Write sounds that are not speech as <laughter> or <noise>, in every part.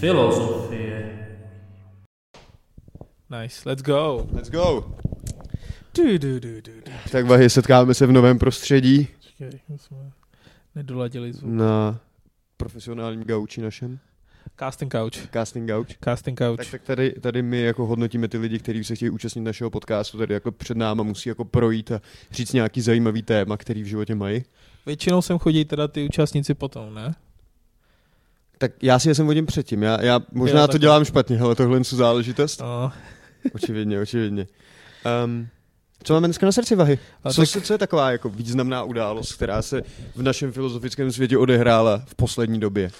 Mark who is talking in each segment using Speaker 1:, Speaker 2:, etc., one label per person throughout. Speaker 1: Filozofie.
Speaker 2: Nice, let's go.
Speaker 3: Let's go.
Speaker 2: Du, du, du, du, du.
Speaker 3: Tak vahy, setkáme se v novém prostředí
Speaker 2: Čekej, my jsme nedoladili zvuk.
Speaker 3: na profesionálním gauči našem.
Speaker 2: Casting couch.
Speaker 3: Casting gauč.
Speaker 2: Casting
Speaker 3: Tak,
Speaker 2: couch.
Speaker 3: tak tady, tady my jako hodnotíme ty lidi, kteří se chtějí účastnit našeho podcastu, tady jako před náma musí jako projít a říct nějaký zajímavý téma, který v životě mají.
Speaker 2: Většinou sem chodí teda ty účastníci potom, ne?
Speaker 3: Tak já si je sem vodím předtím, já, já možná
Speaker 2: Jo,
Speaker 3: to
Speaker 2: takhle.
Speaker 3: dělám špatně, ale tohle je záležitost.
Speaker 2: No,
Speaker 3: Očividně, očividně. Um, co máme dneska na srdci, Vahy?
Speaker 2: A
Speaker 3: Co,
Speaker 2: tak-
Speaker 3: se, co je taková jako významná událost, která se v našem filozofickém světě odehrála v poslední době?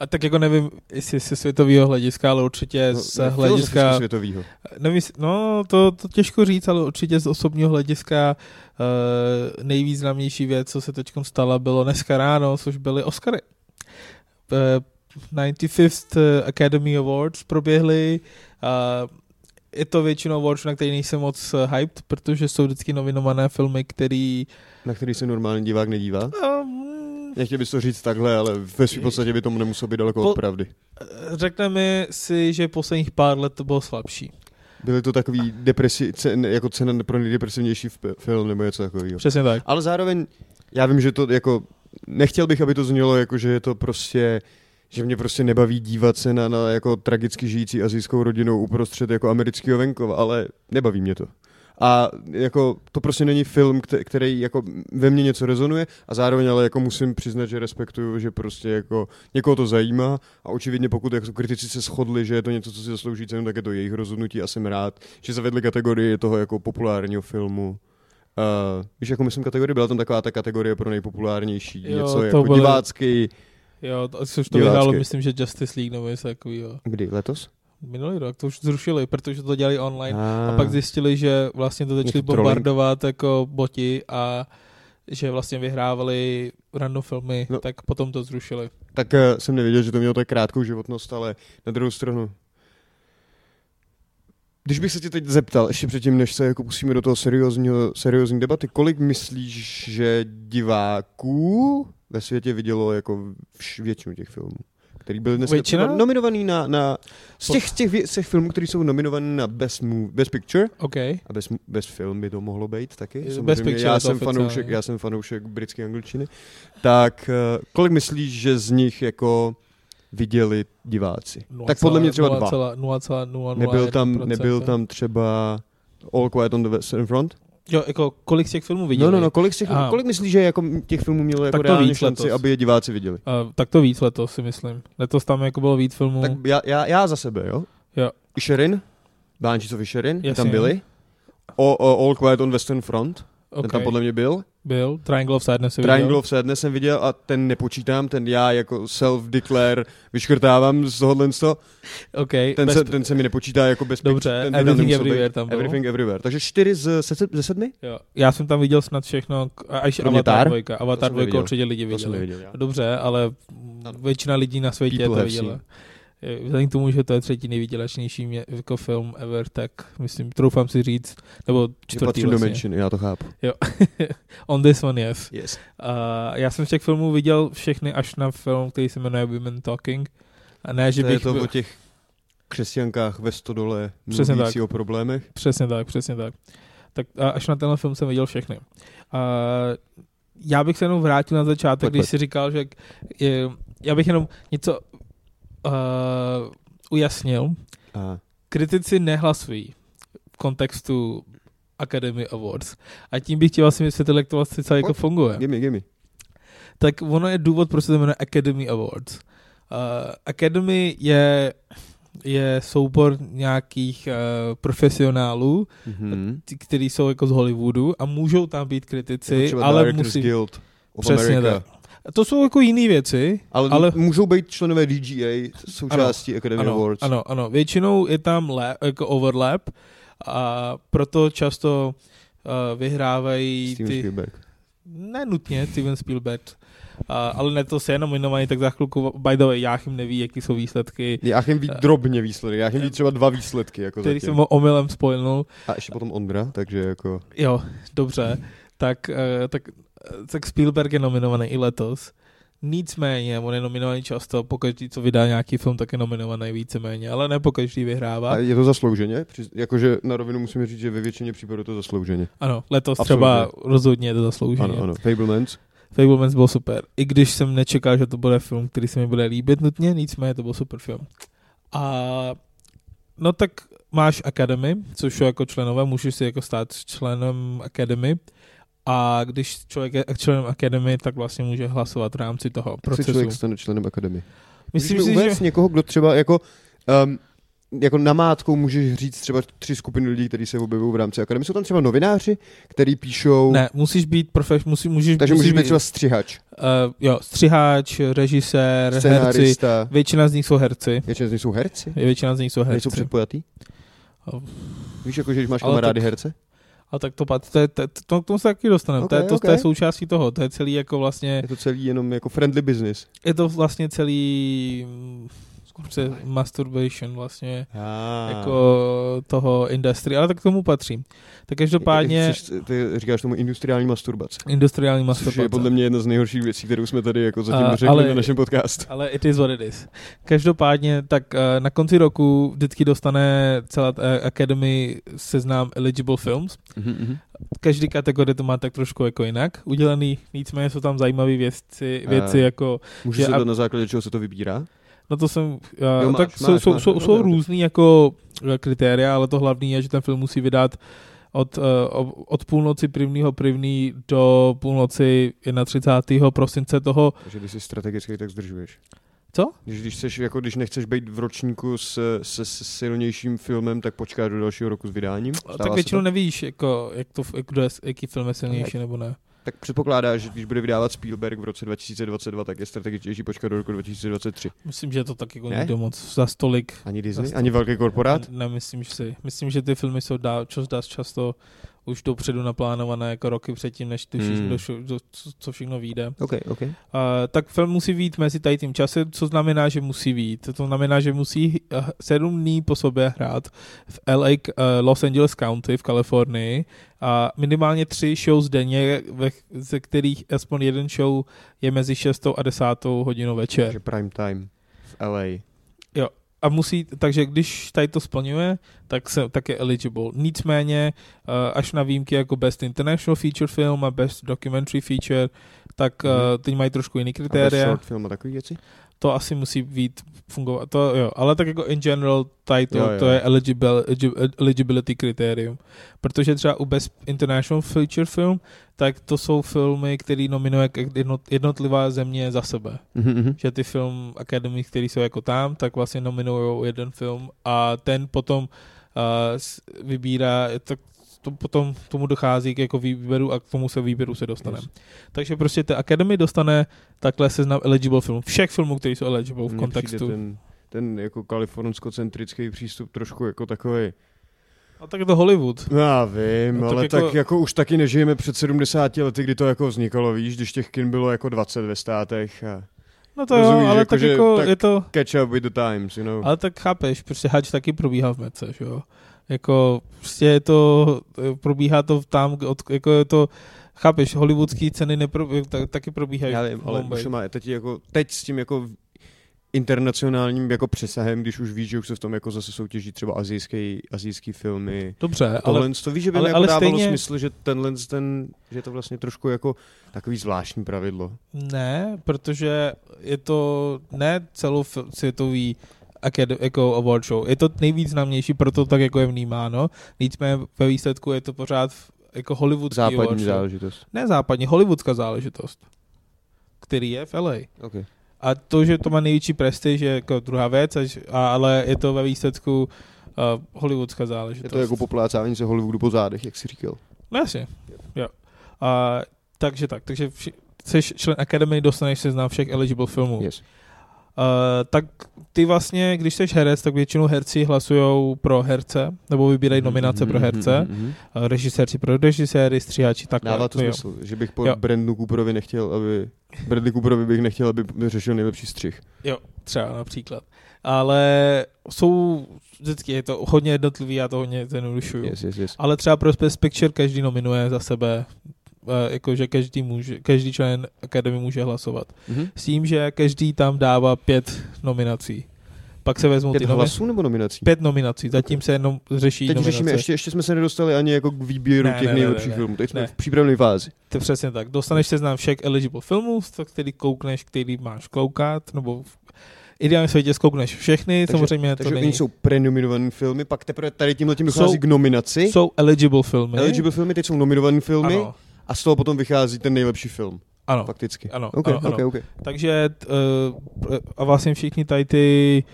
Speaker 2: a tak jako nevím, jestli se světového hlediska, ale určitě z hlediska...
Speaker 3: světového.
Speaker 2: Nevím, jestli- no, to, to těžko říct, ale určitě z osobního hlediska eh, nejvýznamnější věc, co se teď stala, bylo dneska ráno, což byly Oscary. Eh, 95th Academy Awards proběhly. eh, je to většinou awards, na který nejsem moc eh, hyped, protože jsou vždycky novinované filmy, který...
Speaker 3: Na který se normální divák nedívá?
Speaker 2: Um,
Speaker 3: Nechtěl bys to říct takhle, ale ve své podstatě by tomu nemuselo být daleko
Speaker 2: Po-
Speaker 3: od pravdy.
Speaker 2: řekneme si, že posledních pár let to bylo slabší.
Speaker 3: Byly to takový depresi, cen, jako cena pro nejdepresivnější f- film nebo něco takového.
Speaker 2: Přesně tak.
Speaker 3: Ale zároveň, já vím, že to jako, nechtěl bych, aby to znělo jako, že je to prostě, že mě prostě nebaví dívat se na, na jako tragicky žijící azijskou rodinu uprostřed jako amerického venkova, ale nebaví mě to. A jako to prostě není film, kte- který jako ve mně něco rezonuje a zároveň ale jako musím přiznat, že respektuju, že prostě jako někoho to zajímá a očividně pokud jako kritici se shodli, že je to něco, co si zaslouží cenu, tak je to jejich rozhodnutí a jsem rád, že zavedli kategorii toho jako populárního filmu. Uh, víš, jako myslím kategorii, byla tam taková ta kategorie pro nejpopulárnější,
Speaker 2: Jo,
Speaker 3: jo, něco
Speaker 2: to
Speaker 3: jako
Speaker 2: byly-
Speaker 3: byly... divácký.
Speaker 2: Jo, to, což to
Speaker 3: Divácky.
Speaker 2: vyhrálo, myslím, že Justice League nebo něco takového.
Speaker 3: Kdy, letos?
Speaker 2: Minulý rok, to už zrušili, protože to dělali online.
Speaker 3: A,
Speaker 2: A pak zjistili, že vlastně to začali
Speaker 3: Nějaký
Speaker 2: bombardovat jako boti a že vlastně vyhrávali random filmy, no.
Speaker 3: No.
Speaker 2: tak potom to zrušili.
Speaker 3: Tak eh, jsem nevěděl, že to mělo tak krátkou životnost, ale na druhou stranu. Když bych se tě teď zeptal, ještě předtím, než se jako pustíme do toho seriózního, seriózní debaty, kolik myslíš, že diváků ve světě vidělo jako vš- většinu těch filmů? který byl dneska
Speaker 2: Většina?
Speaker 3: třeba nominovaný na, na z, těch, z, těch, vě- z těch filmů, které jsou nominovaný na Best, Move, Best Picture,
Speaker 2: OK.
Speaker 3: A bez, bez film by to mohlo být taky.
Speaker 2: Je to
Speaker 3: samozřejmě.
Speaker 2: bez picture,
Speaker 3: já,
Speaker 2: je to
Speaker 3: jsem fanoušek,
Speaker 2: oficiální.
Speaker 3: já jsem fanoušek britské angličtiny. Tak eh, kolik myslíš, že z nich jako viděli diváci? tak podle mě třeba dva.
Speaker 2: 0,001%.
Speaker 3: Nebyl tam, nebyl tam třeba All Quiet on the Western Front?
Speaker 2: Jo, jako kolik z těch filmů viděli?
Speaker 3: No, no, no, kolik, z těch,
Speaker 2: Aha.
Speaker 3: kolik myslíš, že jako těch filmů mělo jako
Speaker 2: to
Speaker 3: reálně
Speaker 2: víc
Speaker 3: šanci,
Speaker 2: letos.
Speaker 3: aby je diváci viděli?
Speaker 2: Uh, tak to víc letos si myslím. Letos tam jako bylo víc filmů.
Speaker 3: Tak já, já, já za sebe, jo?
Speaker 2: Jo.
Speaker 3: I Sherin, Bánčicovi Sherin,
Speaker 2: Jasně.
Speaker 3: tam byli. O, o, All Quiet on Western Front, okay. ten tam
Speaker 2: Ok.
Speaker 3: podle mě byl.
Speaker 2: Byl. Triangle of Sadness si
Speaker 3: Triangle
Speaker 2: viděl.
Speaker 3: of Sadness jsem viděl a ten nepočítám, ten já jako self-declare vyškrtávám z tohohle z toho.
Speaker 2: OK.
Speaker 3: Ten,
Speaker 2: bez-
Speaker 3: se, ten se mi nepočítá jako bez
Speaker 2: Dobře,
Speaker 3: ten by tam
Speaker 2: Everything
Speaker 3: nemusel
Speaker 2: Everywhere
Speaker 3: být.
Speaker 2: tam byl.
Speaker 3: Everything Everywhere. Takže čtyři z, se, ze sedmi?
Speaker 2: Jo. Já jsem tam viděl snad všechno, k- a až
Speaker 3: Kromě
Speaker 2: Avatar
Speaker 3: Tar?
Speaker 2: 2.
Speaker 3: To
Speaker 2: Avatar
Speaker 3: jsem
Speaker 2: 2
Speaker 3: neviděl.
Speaker 2: určitě lidi
Speaker 3: To jsem
Speaker 2: viděli.
Speaker 3: neviděl. já.
Speaker 2: Dobře, ale mm, většina lidí na světě
Speaker 3: No, People
Speaker 2: to
Speaker 3: have
Speaker 2: viděla. Eh, Vzhledem k tomu, že to je třetí nejvydělečnější mě- jako film ever, tak myslím, troufám si říct, nebo
Speaker 3: Že
Speaker 2: čtvrtý
Speaker 3: patřím do
Speaker 2: vlastně.
Speaker 3: menšiny, já to chápu.
Speaker 2: On this one, yes.
Speaker 3: Yes.
Speaker 2: Uh, já jsem z těch filmů viděl všechny až na film, který se jmenuje Women Talking. A ne, že
Speaker 3: to je
Speaker 2: bych...
Speaker 3: to
Speaker 2: byl-
Speaker 3: o těch křesťankách ve stodole
Speaker 2: Přesně
Speaker 3: mluvící o problémech.
Speaker 2: Přesně tak, přesně tak. Tak a až na tenhle film jsem viděl všechny. A já bych se jenom vrátil na začátek,
Speaker 3: Pojď,
Speaker 2: když
Speaker 3: pojď.
Speaker 2: jsi říkal, že je, já bych jenom něco uh, ujasnil.
Speaker 3: A
Speaker 2: Kritici nehlasují v kontextu Academy Awards. A tím bych ti vlastně vysvětlil, jak to vlastně celé jako
Speaker 3: Pojď.
Speaker 2: funguje.
Speaker 3: gimme, gimme.
Speaker 2: Tak ono je důvod, proč se to jmenuje Academy Awards. Uh, Academy je, je soubor nějakých uh, profesionálů,
Speaker 3: Mhm.
Speaker 2: ty, který jsou jako z Hollywoodu a můžou tam být kritici,
Speaker 3: Jako třeba
Speaker 2: ale
Speaker 3: Directors
Speaker 2: musí...
Speaker 3: Guild of
Speaker 2: Přesně
Speaker 3: America.
Speaker 2: To jsou jako jiné věci.
Speaker 3: Ale,
Speaker 2: Ale-
Speaker 3: ale, můžou být členové DGA součástí Academy
Speaker 2: Ano,
Speaker 3: Awards.
Speaker 2: ano, ano. Většinou je tam le, jako overlap a proto často uh, vyhrávají
Speaker 3: Steven
Speaker 2: ty...
Speaker 3: Spielberg.
Speaker 2: Nenutně Steven Spielberg. A, ale ne to se jenom jmenovaný, tak za chvilku, by the way, Jáchym neví, jaký jsou výsledky,
Speaker 3: Jáchym ví
Speaker 2: Eh.
Speaker 3: drobně výsledky, Jáchym ví třeba dva výsledky. Jako
Speaker 2: který
Speaker 3: zatím.
Speaker 2: jsem ho omylem spojnul.
Speaker 3: A ještě potom Ondra, takže jako...
Speaker 2: Jo, dobře. Tak, eh, tak, tak Spielberg je nominovaný i letos Nicméně, on je nominovaný často, pokaždý, co vydá nějaký film, tak je nominovaný víceméně, ale ne pokaždý vyhrává.
Speaker 3: A je to zaslouženě? Při- Jakože na rovinu musíme říct, že ve většině případů to zaslouženě.
Speaker 2: Ano, letos
Speaker 3: Absolutně.
Speaker 2: třeba rozhodně je to zaslouženě.
Speaker 3: Ano, ano. Fablemans.
Speaker 2: Fablemans byl super. I když jsem nečekal, že to bude film, který se mi bude líbit nutně, nicméně to byl super film. A no tak máš Academy, což jsou jako členové, můžeš si jako stát členem Academy. A když člověk je členem Academy, tak vlastně může hlasovat v rámci toho
Speaker 3: Procesu. Se
Speaker 2: procesu.
Speaker 3: člověk stane členem akademie.
Speaker 2: Myslím
Speaker 3: Můžeme
Speaker 2: si,
Speaker 3: uvést
Speaker 2: že
Speaker 3: někoho, kdo třeba jako... Um, jako namátkou můžeš říct třeba tři skupiny lidí, kteří se objevují v rámci akademie. Jsou tam třeba novináři, kteří píšou...
Speaker 2: ne, musíš být profes, musí, můžeš,
Speaker 3: Takže
Speaker 2: musíš
Speaker 3: můžeš být třeba střihač,
Speaker 2: uh, jo, střiháč, režisér, herci.
Speaker 3: scenárista.
Speaker 2: Většina z nich jsou herci.
Speaker 3: Většinou z nich jsou herci.
Speaker 2: Většina z nich jsou herci.
Speaker 3: Nejsou předpojatý?
Speaker 2: A-
Speaker 3: Víš, jako, že když máš
Speaker 2: Ale
Speaker 3: kamarády herce?
Speaker 2: A tak to patří, to je, to, to, k tomu se taky dostaneme, to, je,
Speaker 3: Ok,
Speaker 2: to,
Speaker 3: ok.
Speaker 2: to je součástí toho, to je celý jako vlastně,
Speaker 3: Je to celý jenom jako friendly business.
Speaker 2: je to vlastně celý mm, se, masturbation vlastně,
Speaker 3: Ah.
Speaker 2: jako toho industry, ale tak k tomu patří. Tak každopádně
Speaker 3: Chceš, ty říkáš tomu industriální masturbace.
Speaker 2: industriální
Speaker 3: Což je
Speaker 2: masturbace.
Speaker 3: podle mě jedna z nejhorších věcí, kterou jsme tady jako zatím
Speaker 2: A,
Speaker 3: řekli
Speaker 2: ale-
Speaker 3: na našem podcastu.
Speaker 2: Ale it is what it is. Každopádně, tak eh, na konci roku vždycky dostane celá eh, Academy seznám eligible films.
Speaker 3: Mhm,
Speaker 2: Každý kategorie to má tak trošku jako jinak udělaný, nicméně jsou tam zajímavé
Speaker 3: Eh.
Speaker 2: věci, věci
Speaker 3: A-
Speaker 2: jako
Speaker 3: Můžeš
Speaker 2: Že
Speaker 3: se
Speaker 2: a-
Speaker 3: to na základě čeho se to vybírá?
Speaker 2: No to jsem,
Speaker 3: Jo,
Speaker 2: uh,
Speaker 3: máš,
Speaker 2: tak
Speaker 3: máš,
Speaker 2: jsou, jsou,
Speaker 3: máš,
Speaker 2: jsou,
Speaker 3: dobře,
Speaker 2: jsou
Speaker 3: dobře.
Speaker 2: různý jako eh, kritéria, ale to hlavní je, že ten film musí vydat od, eh, ob- od půlnoci prvního první do půlnoci 31. prosince toho,
Speaker 3: Takže když jsi strategický, tak zdržuješ.
Speaker 2: Co?
Speaker 3: Když, když, seš, jako, když nechceš být v ročníku s, se, s silnějším filmem, tak počkáš do dalšího roku s vydáním.
Speaker 2: Stává
Speaker 3: Stává
Speaker 2: tak
Speaker 3: se
Speaker 2: většinou
Speaker 3: to?
Speaker 2: nevíš, jako, jak to, jak- kdo je, jaký film je silnější nebo ne.
Speaker 3: tak předpokládáš, že když bude vydávat Spielberg v roce 2022, tak je strategičtější počkat do roku 2023.
Speaker 2: Myslím, že to tak jako
Speaker 3: Ne?
Speaker 2: nikdo moc za stolik.
Speaker 3: Ani
Speaker 2: Zas
Speaker 3: Disney,
Speaker 2: to-
Speaker 3: ani velký korporát.
Speaker 2: Ne, myslím si. Myslím, že ty filmy jsou dá, čas, dá často už dopředu naplánované jako roky předtím, než tušíš,
Speaker 3: Hmm.
Speaker 2: do, do, co, co všechno vyjde.
Speaker 3: OK, OK.
Speaker 2: Uh, tak film musí být mezi tady tím časem, co znamená, že musí být. To znamená, že musí eh, sedm dní po sobě hrát v LA, k- eh, Los Angeles County v Kalifornii a minimálně tři shows denně, ve, ze kterých aspoň jeden show je mezi 6 a 10 hodinou večer.
Speaker 3: Takže prime time v LA.
Speaker 2: A musí, takže když tady to splňuje, tak, se, tak je eligible. Nicméně, eh, až na výjimky jako Best International Feature Film a Best Documentary Feature, tak eh,
Speaker 3: Mhm.
Speaker 2: teď mají trošku jiný
Speaker 3: A bez
Speaker 2: kritéria.
Speaker 3: short film a takový věci?
Speaker 2: to asi musí být fungovat. To, jo. Ale tak jako in general title,
Speaker 3: Jo,
Speaker 2: jo,
Speaker 3: jo.
Speaker 2: jo. to je eligibil, eligibility kritérium. Protože třeba u Best International Feature Film, tak to jsou filmy, které nominuje k- jednot- jednotlivá země za sebe.
Speaker 3: Mhm,
Speaker 2: Že ty film Academy, které jsou jako tam, tak vlastně nominují jeden film a ten potom uh, vybírá, tak to potom tomu dochází k jako výběru a k tomu se výběru se dostaneme. Takže prostě ta Academy dostane takhle seznam eligible filmů. Všech filmů, které jsou eligible v
Speaker 3: Mně
Speaker 2: kontextu.
Speaker 3: přijde Ten, ten jako kalifornsko-centrický přístup trošku jako takový.
Speaker 2: A tak je to Hollywood.
Speaker 3: No, já
Speaker 2: No,
Speaker 3: vím, no,
Speaker 2: tak
Speaker 3: ale
Speaker 2: jako-
Speaker 3: tak jako už taky nežijeme před 70 lety, kdy to jako vznikalo, víš, když těch kin bylo jako 20 ve státech a
Speaker 2: No to
Speaker 3: Rozumíš,
Speaker 2: jo, ale
Speaker 3: jako
Speaker 2: tak
Speaker 3: že-
Speaker 2: jako
Speaker 3: tak-
Speaker 2: je to...
Speaker 3: catch up with the times, you know.
Speaker 2: Ale tak chápeš, prostě hač taky probíhá v mece, že jo. Jako prostě je to, probíhá to tam, od, jako je to, chápeš, hollywoodský ceny nepro, tak, taky probíhají.
Speaker 3: já
Speaker 2: v
Speaker 3: vím, ale
Speaker 2: Mumbai.
Speaker 3: už to má teď, jako, teď s tím jako internacionálním jako přesahem, když už víš, že už se v tom jako zase soutěží třeba azijský, azijský filmy.
Speaker 2: Dobře, ale
Speaker 3: Tohle to víš, že by
Speaker 2: ale-
Speaker 3: ale, jako
Speaker 2: ale
Speaker 3: dávalo
Speaker 2: stejně-
Speaker 3: smysl, že tenhle ten, že je to vlastně trošku jako takový zvláštní pravidlo.
Speaker 2: ne, protože je to ne celosvětový acad- jako award show. Je to nejvíc známější, proto tak jako je vnímáno. Nicméně ve výsledku je to pořád v- jako hollywoodský award
Speaker 3: Západní
Speaker 2: show.
Speaker 3: záležitost.
Speaker 2: Ne západní, hollywoodská záležitost, který je v LA.
Speaker 3: Okay.
Speaker 2: A to, že to má největší prestiž, je jako druhá věc, až, a, ale je to ve výsledku uh, hollywoodská záležitost.
Speaker 3: Je to jako poplácávání se Hollywoodu po zádech, jak jsi říkal.
Speaker 2: No jasně, jo. A, takže tak, takže vši, jsi člen Academy, dostaneš seznam všech eligible filmů. Uh,
Speaker 3: Yes.
Speaker 2: tak ty vlastně, když jsi herec, tak většinou herci hlasují pro herce, nebo vybírají nominace pro herce,
Speaker 3: mm-hmm.
Speaker 2: mm-hmm. režiséři pro režiséry, stříhači, tak. no
Speaker 3: Dává to
Speaker 2: jo.
Speaker 3: smysl, že bych po
Speaker 2: Jo.
Speaker 3: Brandonu Cooperovi nechtěl, aby... Bradley Cooperovi bych nechtěl, aby řešil nejlepší střih.
Speaker 2: Třeba například. Ale jsou, vždycky je to hodně jednotlivý, já to hodně zjednodušuju.
Speaker 3: Yes, yes, yes.
Speaker 2: Ale třeba pro Best Picture každý nominuje za sebe jako, že každý, může, každý člen akademie může hlasovat.
Speaker 3: Mhm.
Speaker 2: S tím, že každý tam dává pět nominací. Pak se vezmou
Speaker 3: Pět
Speaker 2: ty nomi-
Speaker 3: hlasů nebo nominací?
Speaker 2: Pět nominací, zatím se jenom řeší
Speaker 3: Teď
Speaker 2: nominace.
Speaker 3: řešíme, ještě, ještě jsme se nedostali ani jako k výběru
Speaker 2: Ne,
Speaker 3: těch
Speaker 2: ne, ne,
Speaker 3: nejlepších
Speaker 2: ne, ne.
Speaker 3: filmů. Teď jsme
Speaker 2: Ne.
Speaker 3: v přípravné fázi.
Speaker 2: To přesně tak. Dostaneš seznam všech eligible filmů, to, který koukneš, který máš koukat, nebo v ideálním světě zkoukneš všechny,
Speaker 3: Takže-
Speaker 2: samozřejmě
Speaker 3: Takže
Speaker 2: to
Speaker 3: oni
Speaker 2: není.
Speaker 3: jsou prenominované filmy, pak teprve tady tímhle tím dochází
Speaker 2: Jsou-
Speaker 3: k nominaci.
Speaker 2: jsou eligible filmy.
Speaker 3: Eligible filmy, teď jsou nominované filmy
Speaker 2: Ano,
Speaker 3: a z toho potom vychází ten nejlepší film,
Speaker 2: ano.
Speaker 3: fakticky.
Speaker 2: Ano,
Speaker 3: Ok,
Speaker 2: ano,
Speaker 3: ok,
Speaker 2: ano.
Speaker 3: ok.
Speaker 2: Takže t, eh, a vlastně všichni tady ty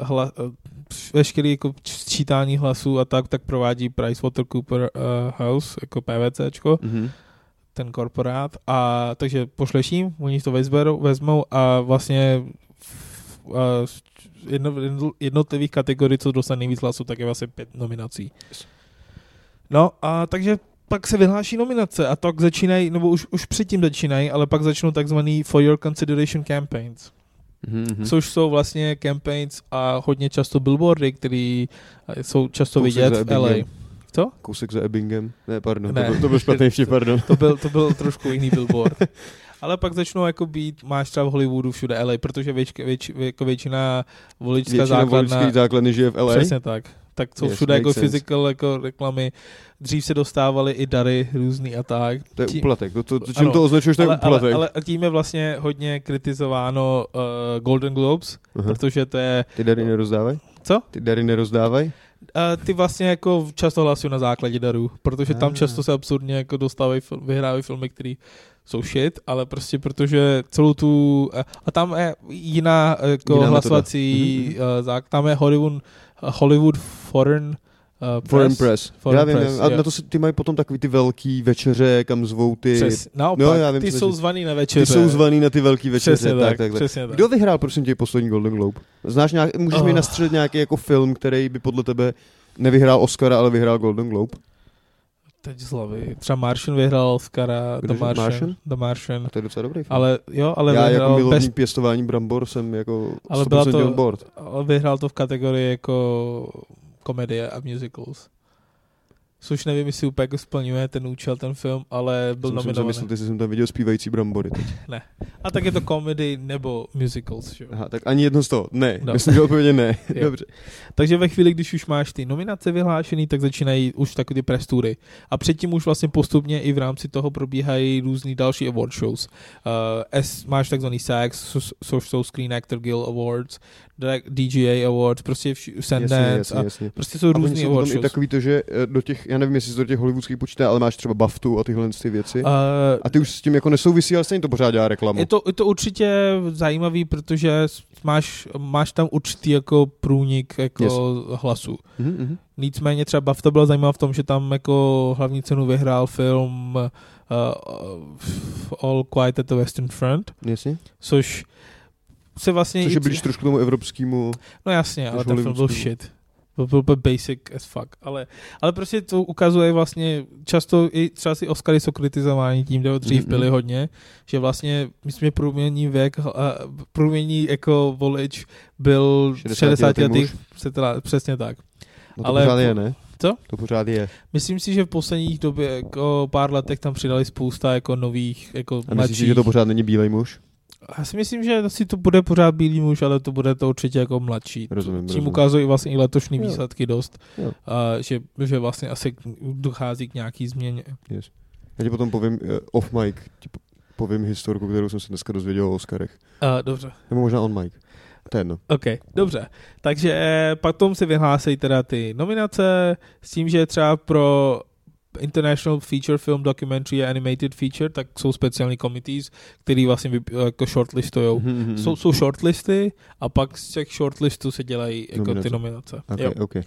Speaker 2: uh, hla, uh, veškerý jako č- sčítání hlasů a tak, tak provádí PricewaterCooper uh, House, jako PVCčko,
Speaker 3: Mhm.
Speaker 2: ten korporát. A takže pošleš jim, oni to vezberou, vezmou a vlastně v- uh, z jedno, jednotlivých kategorií, co dostane nejvíc hlasů, tak je vlastně pět nominací. No a takže pak se vyhláší nominace a tak začínají, nebo už, už předtím začínají, ale pak začnou takzvaný For Your Consideration Campaigns,
Speaker 3: Mhm.
Speaker 2: hmm. což jsou vlastně campaigns a hodně často billboardy, které eh, jsou často
Speaker 3: Kousek za
Speaker 2: vidět v LA.
Speaker 3: Ebbingem.
Speaker 2: Co?
Speaker 3: Kousek za Ebbingem. Ne, pardon,
Speaker 2: Ne.
Speaker 3: To, byl, to byl špatný vtip, pardon.
Speaker 2: To byl, to byl trošku jiný billboard. Ale pak začnou jako být, máš třeba v Hollywoodu všude LA, protože věč, věč, jako většina voličská
Speaker 3: Většina
Speaker 2: základna...
Speaker 3: voličských základny žije v LA.
Speaker 2: Přesně tak. Tak jsou
Speaker 3: Yes,
Speaker 2: všude jako
Speaker 3: makes sense.
Speaker 2: physical jako reklamy. Dřív se dostávaly i dary různý a tak.
Speaker 3: To je
Speaker 2: Tím-
Speaker 3: úplatek. No To, to, to, čím
Speaker 2: Ano.
Speaker 3: to označuješ, to je
Speaker 2: ale, ale,
Speaker 3: úplatek.
Speaker 2: ale tím je vlastně hodně kritizováno uh, Golden Globes,
Speaker 3: Aha.
Speaker 2: protože to je,
Speaker 3: Ty dary nerozdávají?
Speaker 2: Co?
Speaker 3: Ty dary nerozdávají?
Speaker 2: uh, ty vlastně jako často hlasují na základě darů, protože tam
Speaker 3: Ah.
Speaker 2: často se absurdně jako dostávají, fil- vyhrávají filmy, které jsou shit, ale prostě protože celou tu, eh, a tam je jiná eh, jako jiná
Speaker 3: Jiná metoda.
Speaker 2: hlasovací
Speaker 3: Mhm,
Speaker 2: uh, zák, tam je Hollywood, Hollywood Foreign uh, Press.
Speaker 3: Foreign Press.
Speaker 2: Foreign
Speaker 3: já vím,
Speaker 2: Press,
Speaker 3: já- a
Speaker 2: jo.
Speaker 3: na to se, ty mají potom takový ty velký večeře, kam zvou ty...
Speaker 2: Přes, naopak,
Speaker 3: No, já vím,
Speaker 2: ty
Speaker 3: co
Speaker 2: jsou
Speaker 3: myslíš.
Speaker 2: zvaný na
Speaker 3: Ty
Speaker 2: večeře.
Speaker 3: jsou zvaný na ty velký večeře.
Speaker 2: Přesně
Speaker 3: tak,
Speaker 2: tak,
Speaker 3: takhle.
Speaker 2: přesně tak.
Speaker 3: Kdo vyhrál, prosím tě, poslední Golden Globe? Znáš nějak, můžeš mi
Speaker 2: Oh.
Speaker 3: nastřelit nějaký jako film, který by podle tebe nevyhrál Oscara, ale vyhrál Golden Globe?
Speaker 2: Teď z hlavy. Třeba Martian vyhrál Oscara, The
Speaker 3: Kdože?
Speaker 2: Martian.
Speaker 3: Martian?
Speaker 2: The Martian.
Speaker 3: A to je docela dobrý film.
Speaker 2: Ale jo, ale
Speaker 3: já
Speaker 2: vyhrál,
Speaker 3: jako milovník
Speaker 2: bez,
Speaker 3: bez... pěstování brambor jsem jako
Speaker 2: Ale
Speaker 3: 100%
Speaker 2: byla to-
Speaker 3: on board.
Speaker 2: ale vyhrál to v kategorii jako komedie a musicals. Což nevím, jestli úplně jako splňuje ten účel, ten film, ale byl
Speaker 3: jsem si
Speaker 2: nominovaný.
Speaker 3: myslel, ty jsi jsem tam viděl zpívající brambory. teď.
Speaker 2: A tak je to komedy nebo musicals, že? jo.
Speaker 3: Aha, tak ani jedno z toho. Ne,
Speaker 2: No.
Speaker 3: myslím, že odpověď je ne.
Speaker 2: Jo.
Speaker 3: <laughs> Dobře.
Speaker 2: Takže ve chvíli, když už máš ty nominace vyhlášený, tak začínají už takové ty prestury. A předtím už vlastně postupně i v rámci toho probíhají různý další award shows. Uh, S, máš takzvaný SAGs, což- což jsou Screen Actor Guild Awards, Drag- DGA Awards, prostě vš- Sundance.
Speaker 3: Jasně, jasně,
Speaker 2: a
Speaker 3: jasně.
Speaker 2: Prostě jsou
Speaker 3: A oni
Speaker 2: různý
Speaker 3: jsou
Speaker 2: award
Speaker 3: potom i
Speaker 2: shows.
Speaker 3: takový to, že eh, do těch, já nevím, jestli se do těch hollywoodských počítá, ale máš třeba baftu a tyhle ty věci.
Speaker 2: Uh,
Speaker 3: A ty už s tím jako nesouvisí, ale stejně to pořád dělá reklamu.
Speaker 2: je, to, je to určitě zajímavý, protože s- máš, máš tam určitý jako průnik jako
Speaker 3: Yes.
Speaker 2: hlasů.
Speaker 3: Mhm, mhm.
Speaker 2: Nicméně třeba BAFTA byla zajímavá v tom, že tam jako hlavní cenu vyhrál film uh, All Quiet at the Western Front,
Speaker 3: Jasně.
Speaker 2: což se vlastně...
Speaker 3: Což je
Speaker 2: i-
Speaker 3: blíž trošku tomu evropskému.
Speaker 2: No jasně, ale ten film byl
Speaker 3: hollywoodský.
Speaker 2: shit. Byl, byl úplně basic as fuck. Ale, ale prostě to ukazuje vlastně, často i třeba si Oscary jsou kritizováni tím, kde dřív
Speaker 3: Mhm.
Speaker 2: byli hodně, že vlastně myslím, že průměrný věk, a průměrný jako volič byl
Speaker 3: 60
Speaker 2: 60
Speaker 3: letý
Speaker 2: letých,
Speaker 3: muž.
Speaker 2: přetla- přesně tak.
Speaker 3: No to
Speaker 2: Ale-
Speaker 3: pořád je, ne?
Speaker 2: Co?
Speaker 3: To pořád je.
Speaker 2: Myslím si, že v posledních době, jako pár letech tam přidali spousta jako nových, jako
Speaker 3: A myslíš,
Speaker 2: mladších.
Speaker 3: že to pořád není bílej muž?
Speaker 2: Já si myslím, že asi to bude pořád bílý muž, ale to bude to určitě jako mladší.
Speaker 3: Rozumím,
Speaker 2: Tím
Speaker 3: rozumím.
Speaker 2: ukazují vlastně i letošní
Speaker 3: Jo.
Speaker 2: výsledky dost,
Speaker 3: Jo.
Speaker 2: a že, že vlastně asi k- dochází k nějaký změně.
Speaker 3: Já ti potom povím eh, off mic, ti po- povím historku, kterou jsem se dneska dozvěděl o Oscarech.
Speaker 2: A, dobře,
Speaker 3: Nebo možná on mic. To je jedno.
Speaker 2: ok, dobře. Takže eh, potom se vyhlásí teda ty nominace s tím, že třeba pro International Feature Film Documentary a Animated Feature, tak jsou speciální committees, který vlastně vyp- jako shortlistujou
Speaker 3: Mhm, mhm.
Speaker 2: Jsou, jsou shortlisty a pak z těch shortlistů se dělají jako
Speaker 3: Nominace.
Speaker 2: ty nominace.
Speaker 3: Okay,
Speaker 2: Jo.
Speaker 3: okay.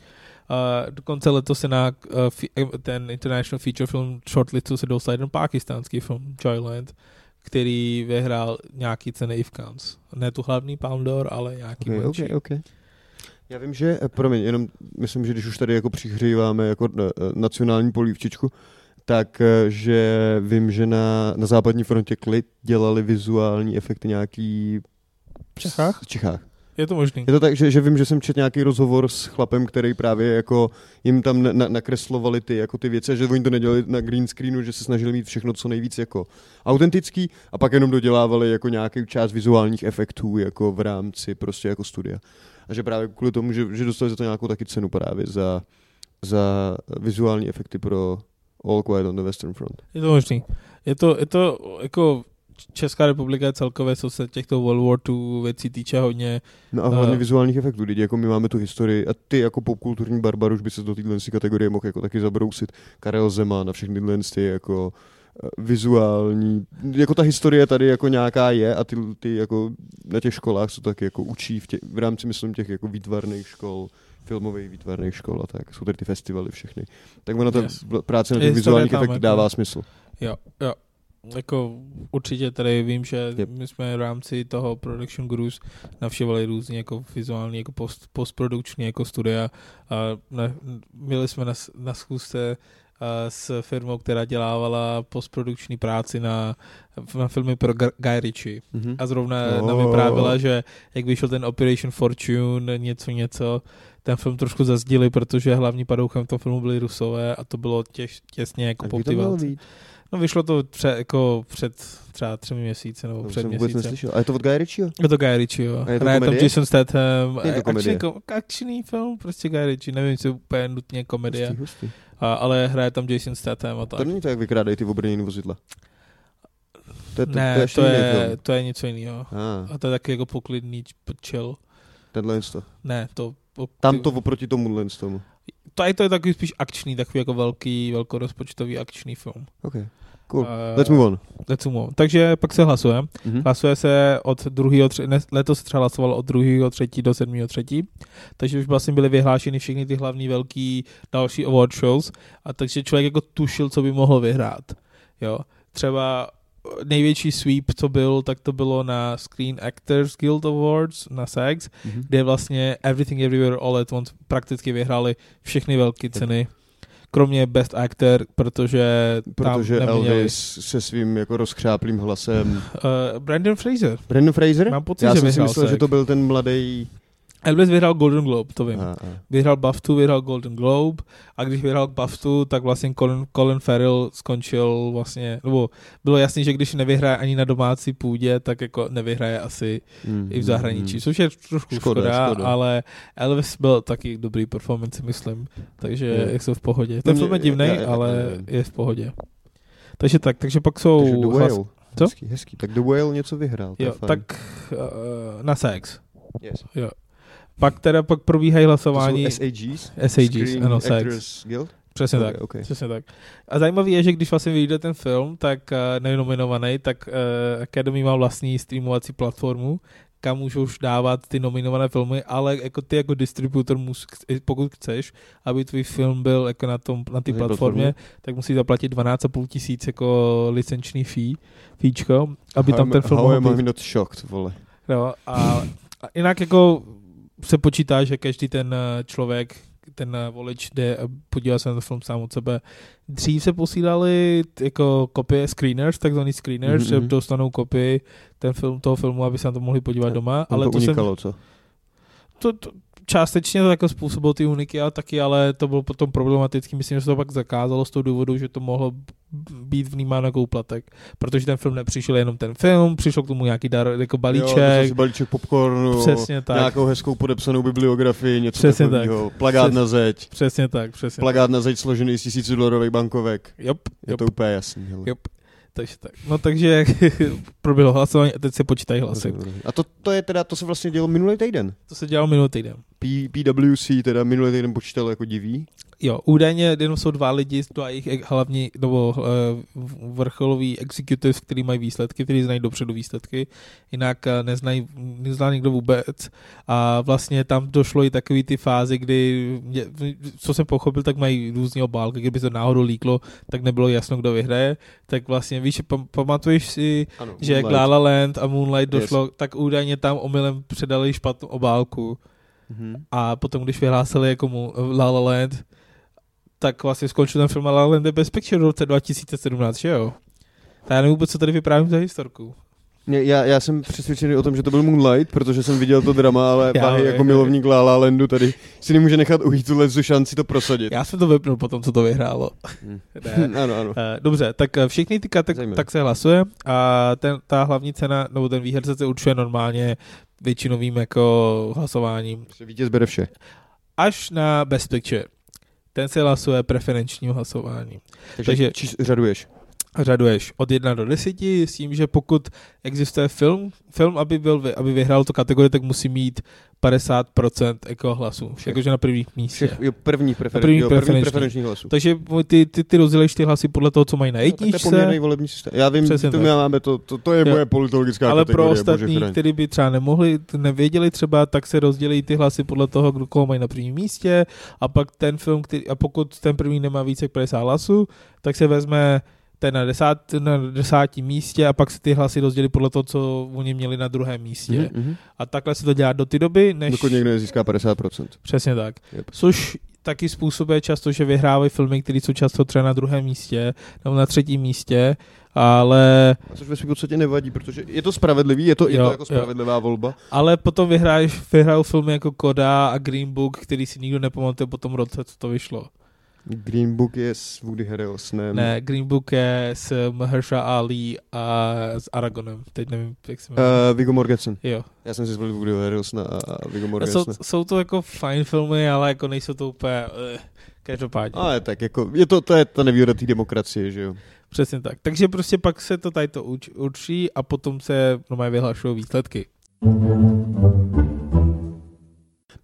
Speaker 2: A dokonce letos se na uh, fi- ten International Feature Film shortlistu se dostal jeden pakistánský film, Joyland, který vyhrál nějaký ceny i v Cannes. Ne tu hlavní Palme d'Or, ale nějaký
Speaker 3: Okay,
Speaker 2: menší.
Speaker 3: okay, okay. Já vím, že, eh, promiň, jenom myslím, že když už tady jako přihříváme jako eh, nacionální polívčičku, tak eh, že vím, že na, na západní frontě klid dělali vizuální efekty nějaký...
Speaker 2: V Čechách?
Speaker 3: V Čechách.
Speaker 2: je to možný.
Speaker 3: Je to tak, že, že vím, že jsem četl nějaký rozhovor s chlapem, který právě jako jim tam na, na, nakreslovali ty, jako ty věci, že oni to nedělali na green screenu, že se snažili mít všechno co nejvíc jako autentický a pak jenom dodělávali jako nějaký část vizuálních efektů jako v rámci prostě jako studia. A že právě kvůli tomu, že, že dostali za to nějakou taky cenu právě za, za vizuální efekty pro All Quiet on the Western Front.
Speaker 2: Je to možný. Je to, je to jako Česká republika je celkově, co se těchto World War II věcí týče, hodně
Speaker 3: No a hlavně uh, vizuálních efektů, lidi, jako my máme tu historii a ty jako popkulturní barbar už by se do téhle si kategorie mohl jako taky zabrousit. Karel Zema na všechny tyhle ty jako eh, vizuální, jako ta historie tady jako nějaká je a ty, ty jako na těch školách se tak jako učí v, tě, v rámci myslím těch jako výtvarných škol, filmových výtvarných škol a tak, jsou tady ty festivaly všechny. Tak ona ta
Speaker 2: Yes.
Speaker 3: yes. práce na
Speaker 2: Je
Speaker 3: těch
Speaker 2: historie
Speaker 3: vizuálních
Speaker 2: tam,
Speaker 3: efektech
Speaker 2: jako-
Speaker 3: dává smysl.
Speaker 2: Jo, jo. Jako určitě tady vím, že
Speaker 3: Yep.
Speaker 2: my jsme v rámci toho Production Gurus navštěvovali různě jako vizuální, jako post, postprodukční jako studia a na, byli jsme na, s- na schůzce a, s firmou, která dělávala postprodukční práci na, na filmy pro Gar- Guy Ritchie.
Speaker 3: Mhm.
Speaker 2: A zrovna
Speaker 3: Jo.
Speaker 2: nám vyprávěla, že jak vyšel ten Operation Fortune, něco, něco, ten film trošku zazdili, protože hlavní padouchem v tom filmu byli Rusové a to bylo těž, těsně jako
Speaker 3: Tak
Speaker 2: po
Speaker 3: by to
Speaker 2: té
Speaker 3: mělo
Speaker 2: válce.
Speaker 3: být.
Speaker 2: No vyšlo to pře, jako před třeba třemi měsíci nebo
Speaker 3: To
Speaker 2: před
Speaker 3: No, jsem vůbec
Speaker 2: měsícem.
Speaker 3: neslyšel. A je to od Guy Ritchieho?
Speaker 2: Je to Guy Ritchie, jo.
Speaker 3: A je to
Speaker 2: Hraje tam
Speaker 3: komedie?
Speaker 2: Jason Statham.
Speaker 3: Je to
Speaker 2: akční
Speaker 3: komedie.
Speaker 2: ko- Akční film, prostě Guy Ritchie. Nevím, jestli úplně nutně komedie,
Speaker 3: Hustý, hustý.
Speaker 2: a, ale hraje tam Jason Statham a tak.
Speaker 3: Prostě. To není to, jak vykrádají ty obrnění vozidla. To je, to,
Speaker 2: ne,
Speaker 3: to je,
Speaker 2: to,
Speaker 3: jiný
Speaker 2: je,
Speaker 3: film.
Speaker 2: to je něco jiného.
Speaker 3: Ah,
Speaker 2: A to je taky jako poklidný č- chill.
Speaker 3: tenhle je to.
Speaker 2: Ne, to...
Speaker 3: Tam to oproti tomu z tomu.
Speaker 2: to, je to je takový spíš akční, takový jako velký, velkorozpočtový akční film.
Speaker 3: OK, cool.
Speaker 2: Eh,
Speaker 3: Let's move on.
Speaker 2: let's move on. Takže pak se hlasuje.
Speaker 3: Mhm.
Speaker 2: Hlasuje se od 2. Tři, ne, letos se třeba hlasovalo od 2. třetí do 7. třetí, takže už vlastně byly vyhlášeny všechny ty hlavní velký další award shows a takže člověk jako tušil, co by mohl vyhrát. Jo. Třeba největší sweep, co byl, tak to bylo na Screen Actors Guild Awards na SAGS,
Speaker 3: Mhm.
Speaker 2: kde vlastně Everything Everywhere All at Once prakticky vyhráli všechny velké ceny, kromě Best Actor, protože,
Speaker 3: Protože
Speaker 2: tam neměli.
Speaker 3: Elvis se svým jako rozkřáplým hlasem.
Speaker 2: Uh, Brandon Fraser,
Speaker 3: Brandon Fraser?
Speaker 2: mám pocit,
Speaker 3: Já
Speaker 2: že
Speaker 3: jsem si
Speaker 2: vyhrál
Speaker 3: myslel,
Speaker 2: SAG.
Speaker 3: že to byl ten mladý.
Speaker 2: Elvis vyhrál Golden Globe, to vím.
Speaker 3: A, a.
Speaker 2: Vyhrál BAFTU, vyhrál Golden Globe a když vyhrál BAFTU, tak vlastně Colin, Colin Farrell skončil vlastně, nebo bylo jasný, že když nevyhraje ani na domácí půdě, tak jako nevyhraje asi
Speaker 3: Mm,
Speaker 2: i v zahraničí,
Speaker 3: mm,
Speaker 2: což je trošku škoda,
Speaker 3: Škoda,
Speaker 2: škoda,
Speaker 3: škoda.
Speaker 2: ale Elvis byl taky dobrý performance, myslím, takže
Speaker 3: Je. No
Speaker 2: je. jsou v pohodě. Ten
Speaker 3: mě-
Speaker 2: film je divný,
Speaker 3: já- já- já
Speaker 2: ale
Speaker 3: nevím.
Speaker 2: je v pohodě. Takže tak, takže pak
Speaker 3: mm. Takže The
Speaker 2: jsou...
Speaker 3: Whale.
Speaker 2: Co?
Speaker 3: Hezký, hezký. Tak The Whale něco vyhrál. to je
Speaker 2: jo,
Speaker 3: fajn.
Speaker 2: tak uh, na sex.
Speaker 3: Yes.
Speaker 2: Pak teda pak probíhají
Speaker 3: To
Speaker 2: hlasování...
Speaker 3: jsou SAGs?
Speaker 2: SAGs,
Speaker 3: Screen
Speaker 2: ano, sex.
Speaker 3: Actors Guild?
Speaker 2: Přesně
Speaker 3: Ok,
Speaker 2: tak.
Speaker 3: ok.
Speaker 2: Eh, Přesně tak. A zajímavé je, že když vlastně vyjde ten film, tak eh, nenominovaný, tak eh, Academy má vlastní streamovací platformu, kam můžou už dávat ty nominované filmy, ale jako ty jako distributor, mus, chc- pokud chceš, aby tvůj film byl jako na, tom, na té
Speaker 3: Na té
Speaker 2: platformě, tak musí zaplatit 12,5 tisíc jako licenční fee, fíčko, aby tam
Speaker 3: How
Speaker 2: ten
Speaker 3: am-
Speaker 2: film
Speaker 3: How
Speaker 2: mohl
Speaker 3: am I
Speaker 2: být.
Speaker 3: not shocked, vole.
Speaker 2: No, a, a jinak jako se počítá, že každý ten eh, člověk, ten eh, volič jde a podívá se na ten film sám od sebe. Dřív se posílali t- jako kopie screeners, takzvaný screeners, mm-hmm.
Speaker 3: Mhm,
Speaker 2: že
Speaker 3: mhm.
Speaker 2: dostanou kopii ten film, toho filmu, aby se na to mohli podívat
Speaker 3: Tak,
Speaker 2: doma,
Speaker 3: Ale
Speaker 2: ale
Speaker 3: to,
Speaker 2: to, jsem,
Speaker 3: unikalo, co?
Speaker 2: to, to částečně to jako způsobilo ty uniky a taky, ale to bylo potom problematický. Myslím, že se to pak zakázalo z toho důvodu, že to mohlo b- být vnímáno jako úplatek, protože ten film nepřišel jenom ten film, přišel k tomu nějaký dar, jako
Speaker 3: Jo,
Speaker 2: balíček,
Speaker 3: zase balíček popcornu,
Speaker 2: přesně tak.
Speaker 3: nějakou hezkou podepsanou bibliografii, něco
Speaker 2: Přesně tak.
Speaker 3: takového. Plagát
Speaker 2: Přes-
Speaker 3: na zeď.
Speaker 2: Přesně tak, přesně.
Speaker 3: Plagát na zeď složený z tisíci dolarových bankovek.
Speaker 2: tak. Jop,
Speaker 3: Je
Speaker 2: jop,
Speaker 3: to úplně jasný. hele.
Speaker 2: jop. Takže tak. No takže <laughs> proběhlo hlasování a teď se počítají hlasy.
Speaker 3: Rozumím, rozumím. A to, to, je teda, to se vlastně dělo minulý týden.
Speaker 2: To se dělalo minulý týden.
Speaker 3: P, PWC teda minulý týden počítal jako diví.
Speaker 2: Jo, údajně jenom jsou dva lidi, dva jejich ex- hlavní, nebo eh, v- vrcholoví executives, který mají výsledky, který znají dopředu výsledky, jinak eh, neznají, nezná nikdo vůbec. A vlastně tam došlo i takový ty fázi, kdy, mě- co jsem pochopil, tak mají různý obálky, kdyby to náhodou líklo, tak nebylo jasno, kdo vyhraje. Tak vlastně, víš, pam- pamatuješ si,
Speaker 3: Ano,
Speaker 2: že jak La La Land a Moonlight
Speaker 3: Yes.
Speaker 2: došlo, tak údajně tam omylem předali špatnou obálku
Speaker 3: Mhm.
Speaker 2: a potom, když vyhlásili jako mu La La Land, tak vlastně skončil ten film La La Land je Best Picture v roce 2017, že jo? Tak já nevím vůbec, co tady vyprávím za historku.
Speaker 3: Mě- Já, já jsem přesvědčený o tom, že to byl Moonlight, protože jsem viděl to drama, ale
Speaker 2: Já
Speaker 3: Bahy
Speaker 2: vím.
Speaker 3: jako milovník La La Landu tady si nemůže nechat ujít tuhle tu šanci to prosadit.
Speaker 2: Já jsem to vypnul po tom, co to vyhrálo.
Speaker 3: Hm.
Speaker 2: Ne.
Speaker 3: <laughs> ano, ano.
Speaker 2: Eh, Dobře, tak eh, všechny ty tak,
Speaker 3: Zajímavé.
Speaker 2: tak se hlasuje a ten, ta hlavní cena, nebo ten výherce se určuje normálně většinovým jako hlasováním
Speaker 3: Že Vítěz bere vše.
Speaker 2: až na Best Picture. Ten se hlasuje preferenčním hlasováním.
Speaker 3: Takže,
Speaker 2: Takže-
Speaker 3: Takže... Čís, řaduješ.
Speaker 2: Řaduješ od 1 do 10 s tím, že pokud existuje film, film aby, byl, vy- aby vyhrál tu kategorii, tak musí mít 50% jako hlasů.
Speaker 3: Všech.
Speaker 2: Jakože na prvních místech.
Speaker 3: Všech, jo, první, preferen,
Speaker 2: První
Speaker 3: první, jo, první
Speaker 2: preferenční.
Speaker 3: preferenční hlasů.
Speaker 2: Takže ty, ty, ty rozdělíš ty hlasy podle toho, co mají na
Speaker 3: No, tak to je
Speaker 2: jedničce.
Speaker 3: poměrný volební systém. Já vím,
Speaker 2: Přesně
Speaker 3: to
Speaker 2: tak.
Speaker 3: my máme, to, to, to je
Speaker 2: Jo.
Speaker 3: moje politologická
Speaker 2: Ale pro
Speaker 3: kategorie, bože
Speaker 2: ostatní,
Speaker 3: chraň.
Speaker 2: kteří by třeba nemohli, t- nevěděli třeba, tak se rozdělí ty hlasy podle toho, kdo koho mají na prvním místě a pak ten film, který, a pokud ten první nemá více jak 50 hlasů, tak se vezme ten na, desát, na desátém místě a pak se ty hlasy rozdělí podle toho, co oni měli na druhém místě.
Speaker 3: Mhm,
Speaker 2: Mm-hmm.
Speaker 3: mhm.
Speaker 2: A takhle se to dělá do té doby, než...
Speaker 3: Dokud někdo nezíská 50%.
Speaker 2: Přesně tak.
Speaker 3: Yep.
Speaker 2: Což taky způsobuje často, že vyhrávají filmy, které jsou často třeba na druhém místě nebo na třetím místě, ale
Speaker 3: A Což ve svým podstatě nevadí, protože je to spravedlivý, je to, je
Speaker 2: Jo,
Speaker 3: to jako
Speaker 2: jo.
Speaker 3: spravedlivá volba.
Speaker 2: Ale potom vyhraješ, vyhrajou filmy jako Koda a Green Book, který si nikdo nepamatuje po tom roce, co to vyšlo.
Speaker 3: Green Book je s Woody Harrelsonem.
Speaker 2: Ne, Green Book je s Mahersha Ali a s Aragonem. Teď nevím, jak se jmenuje.
Speaker 3: Uh, Viggo Morgensen.
Speaker 2: jo.
Speaker 3: Já jsem si zvolil Woody Harrelsona a a Viggo
Speaker 2: Jsou,
Speaker 3: Morgensena.
Speaker 2: jsou, to jako fajn filmy, ale jako nejsou to úplně... Uh, každopádně.
Speaker 3: Ale tak jako, je to, to je ta nevýhoda té demokracie, že jo.
Speaker 2: Přesně tak. Takže prostě pak se to tady to uč- určí a potom se normálně vyhlašují výsledky.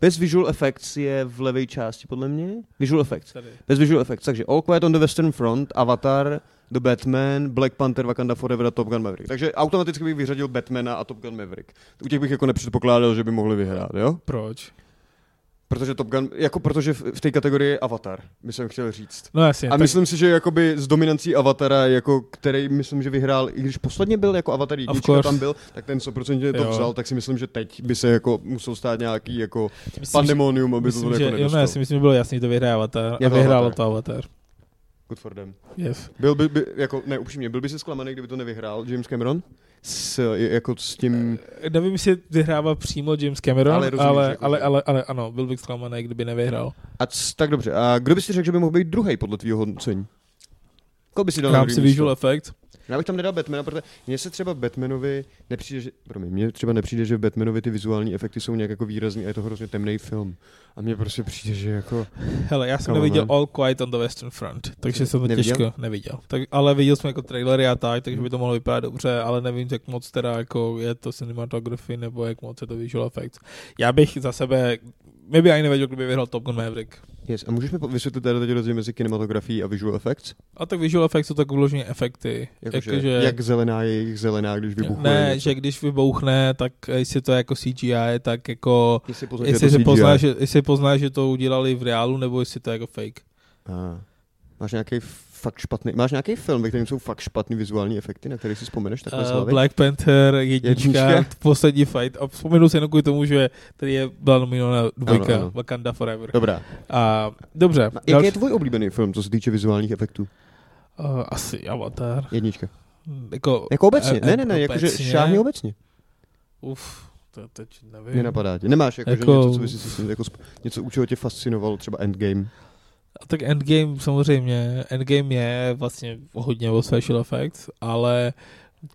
Speaker 3: Bez visual effects je v levé části, podle mě. Visual effects.
Speaker 2: Tady.
Speaker 3: Bez visual effects, takže All Quiet on the Western Front, Avatar, The Batman, Black Panther, Wakanda Forever a Top Gun Maverick. Takže automaticky bych vyřadil Batmana a Top Gun Maverick. U těch bych jako nepředpokládal, že by mohli vyhrát, jo?
Speaker 2: Proč?
Speaker 3: Protože Top Gun, jako protože v, v té kategorii je Avatar, by jsem chtěl říct.
Speaker 2: No jasně.
Speaker 3: A
Speaker 2: tak
Speaker 3: myslím si, že jakoby s dominancí Avatara, jako který myslím, že vyhrál, i když posledně byl jako Avatar jednička
Speaker 2: course.
Speaker 3: tam byl, tak ten 100% to
Speaker 2: Jo.
Speaker 3: vzal, tak si myslím, že teď by se jako musel stát nějaký jako
Speaker 2: myslím, že-
Speaker 3: pandemonium, aby to
Speaker 2: myslím,
Speaker 3: jako
Speaker 2: že, jo, no, já
Speaker 3: nedostalo.
Speaker 2: si myslím, že bylo jasný, že to vyhraje Avatar.
Speaker 3: Je
Speaker 2: a
Speaker 3: to
Speaker 2: vyhrálo
Speaker 3: Avatar.
Speaker 2: to Avatar.
Speaker 3: Good for them.
Speaker 2: Yes.
Speaker 3: Byl by, by jako, ne, upřímně, byl by si zklamaný, kdyby to nevyhrál James Cameron? S, jako s tím...
Speaker 2: Nevím, jestli vyhrává přímo James Cameron, ale,
Speaker 3: Ale rozumíš,
Speaker 2: ale,
Speaker 3: jako-
Speaker 2: ale, ale, ale ano, byl bych zklamaný, kdyby nevyhrál.
Speaker 3: A c, tak dobře, a kdo by si řekl, že by mohl být druhý podle tvýho hodnocení? Koho by si
Speaker 2: V
Speaker 3: dal na
Speaker 2: rámci
Speaker 3: druhý
Speaker 2: Visual
Speaker 3: místo?
Speaker 2: Effect.
Speaker 3: Já bych tam nedal Batmana, protože mně se třeba Batmanovi nepřijde, že, promiň, mně třeba nepřijde, že v Batmanovi ty vizuální efekty jsou nějak jako výrazný a je to hrozně temný film. A mně prostě přijde, že jako...
Speaker 2: Hele, já jsem
Speaker 3: Come on,
Speaker 2: neviděl
Speaker 3: man.
Speaker 2: All Quiet on the Western Front, takže jsem to
Speaker 3: Neviděl? Mhm.
Speaker 2: těžko neviděl. Tak, ale viděl jsem jako trailery a tak, takže by to mohlo vypadat dobře, ale nevím, jak moc teda jako je to cinematography nebo jak moc je to Visual Effects. Já bych za sebe, maybe ani nevěděl, kdyby vyhrál Top Gun Maverick.
Speaker 3: Yes. A můžeš mi po- vysvětlit tady teď rozdíl mezi kinematografií a visual effects?
Speaker 2: A tak Visual Effects jsou tak vložně efekty.
Speaker 3: Jakože, jak zelená je jejich zelená, když vybuchuje
Speaker 2: ne,
Speaker 3: něco?
Speaker 2: že když vybouchne, tak jestli to je jako CGI, tak jako
Speaker 3: Jestli poznáš,
Speaker 2: jestli,
Speaker 3: že
Speaker 2: se
Speaker 3: je to
Speaker 2: pozná,
Speaker 3: CGI.
Speaker 2: že, jestli pozná, že to udělali v reálu, nebo jestli to je jako fake.
Speaker 3: Ah. Máš nějaký fakt špatný, máš nějaký film, ve kterém jsou fakt špatný vizuální efekty, na který si vzpomeneš takhle uh,
Speaker 2: Uh,
Speaker 3: slavy?
Speaker 2: Black Panther, jednička,
Speaker 3: Jednička.
Speaker 2: poslední fight. A vzpomenu si jenom kvůli tomu, že tady je byla nominována dvojka,
Speaker 3: Ano, ano.
Speaker 2: Wakanda Forever.
Speaker 3: Dobrá.
Speaker 2: A, dobře,
Speaker 3: A jaký
Speaker 2: další,
Speaker 3: je tvůj oblíbený film, co se týče vizuálních efektů?
Speaker 2: uh, asi Avatar.
Speaker 3: Jednička.
Speaker 2: Jako,
Speaker 3: Jako obecně,
Speaker 2: E-
Speaker 3: ne, ne,
Speaker 2: e-
Speaker 3: ne, jakože
Speaker 2: obecně.
Speaker 3: šáhni obecně.
Speaker 2: uf, to teď nevím.
Speaker 3: Mě napadá tě. Nemáš jakože
Speaker 2: Jako-
Speaker 3: jako... něco, co by si si jako sp- něco, u čeho tě fascinovalo, třeba Endgame.
Speaker 2: A tak Endgame samozřejmě, Endgame je vlastně hodně o special effects, ale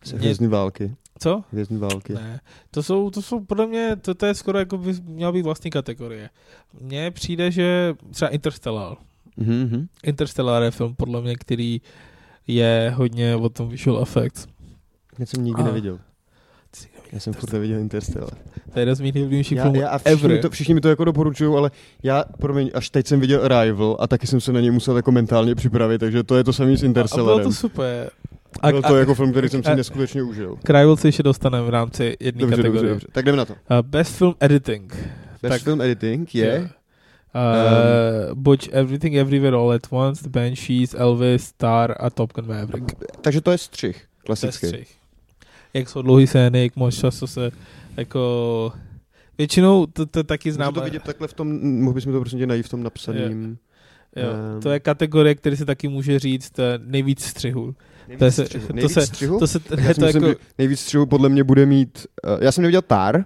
Speaker 3: Se
Speaker 2: Mě-
Speaker 3: Hvězdní války.
Speaker 2: co?
Speaker 3: Hvězdní války.
Speaker 2: Ne, to jsou, to jsou podle mě, to, to je skoro jako by měla být vlastní kategorie. Mně přijde, že třeba Interstellar.
Speaker 3: Mhm, mhm.
Speaker 2: Interstellar je film podle mě, který je hodně o tom visual effects.
Speaker 3: Já jsem nikdy
Speaker 2: A-
Speaker 3: neviděl.
Speaker 2: Ah. Ty
Speaker 3: Já jsem furt neviděl Interstellar.
Speaker 2: To je jeden z mých nejoblíbenějších
Speaker 3: Já,
Speaker 2: filmů
Speaker 3: já a všichni, mi
Speaker 2: ever.
Speaker 3: to, všichni mi to jako doporučují, ale já, promiň, až teď jsem viděl Arrival a taky jsem se na něj musel jako mentálně připravit, takže to je to samý s
Speaker 2: a bylo
Speaker 3: Interstellarem.
Speaker 2: to super. A,
Speaker 3: A, byl to
Speaker 2: a
Speaker 3: jako film, který jsem si
Speaker 2: a-
Speaker 3: neskutečně užil.
Speaker 2: k Rival se ještě dostaneme v rámci jedné
Speaker 3: Dobře, dobře,
Speaker 2: kategorie.
Speaker 3: dobře. Tak jdeme na to.
Speaker 2: Uh, Best Film Editing.
Speaker 3: Best
Speaker 2: Tak-
Speaker 3: film editing je... Um.
Speaker 2: Jo. Uh, buď Everything Everywhere All at Once, The Banshees, Elvis, Star a Top Gun Maverick.
Speaker 3: Takže to je střih,
Speaker 2: Bez
Speaker 3: klasický.
Speaker 2: střih. Jak jsou dlouhý scény, jak moc často se jako... Většinou to, to taky
Speaker 3: Znám
Speaker 2: znám.
Speaker 3: to vidět takhle v tom, mohl bys mi to prosím tě najít v tom napsaným.
Speaker 2: Jo,
Speaker 3: Ehm.
Speaker 2: to je kategorie, který se taky může říct eh, nejvíc střihu. To je se- to
Speaker 3: Nejvíc
Speaker 2: se-
Speaker 3: střihu?
Speaker 2: To se to
Speaker 3: Já
Speaker 2: je
Speaker 3: si
Speaker 2: to
Speaker 3: myslím,
Speaker 2: jako...
Speaker 3: že nejvíc střihu podle mě bude mít... eh, Já jsem neviděl Tar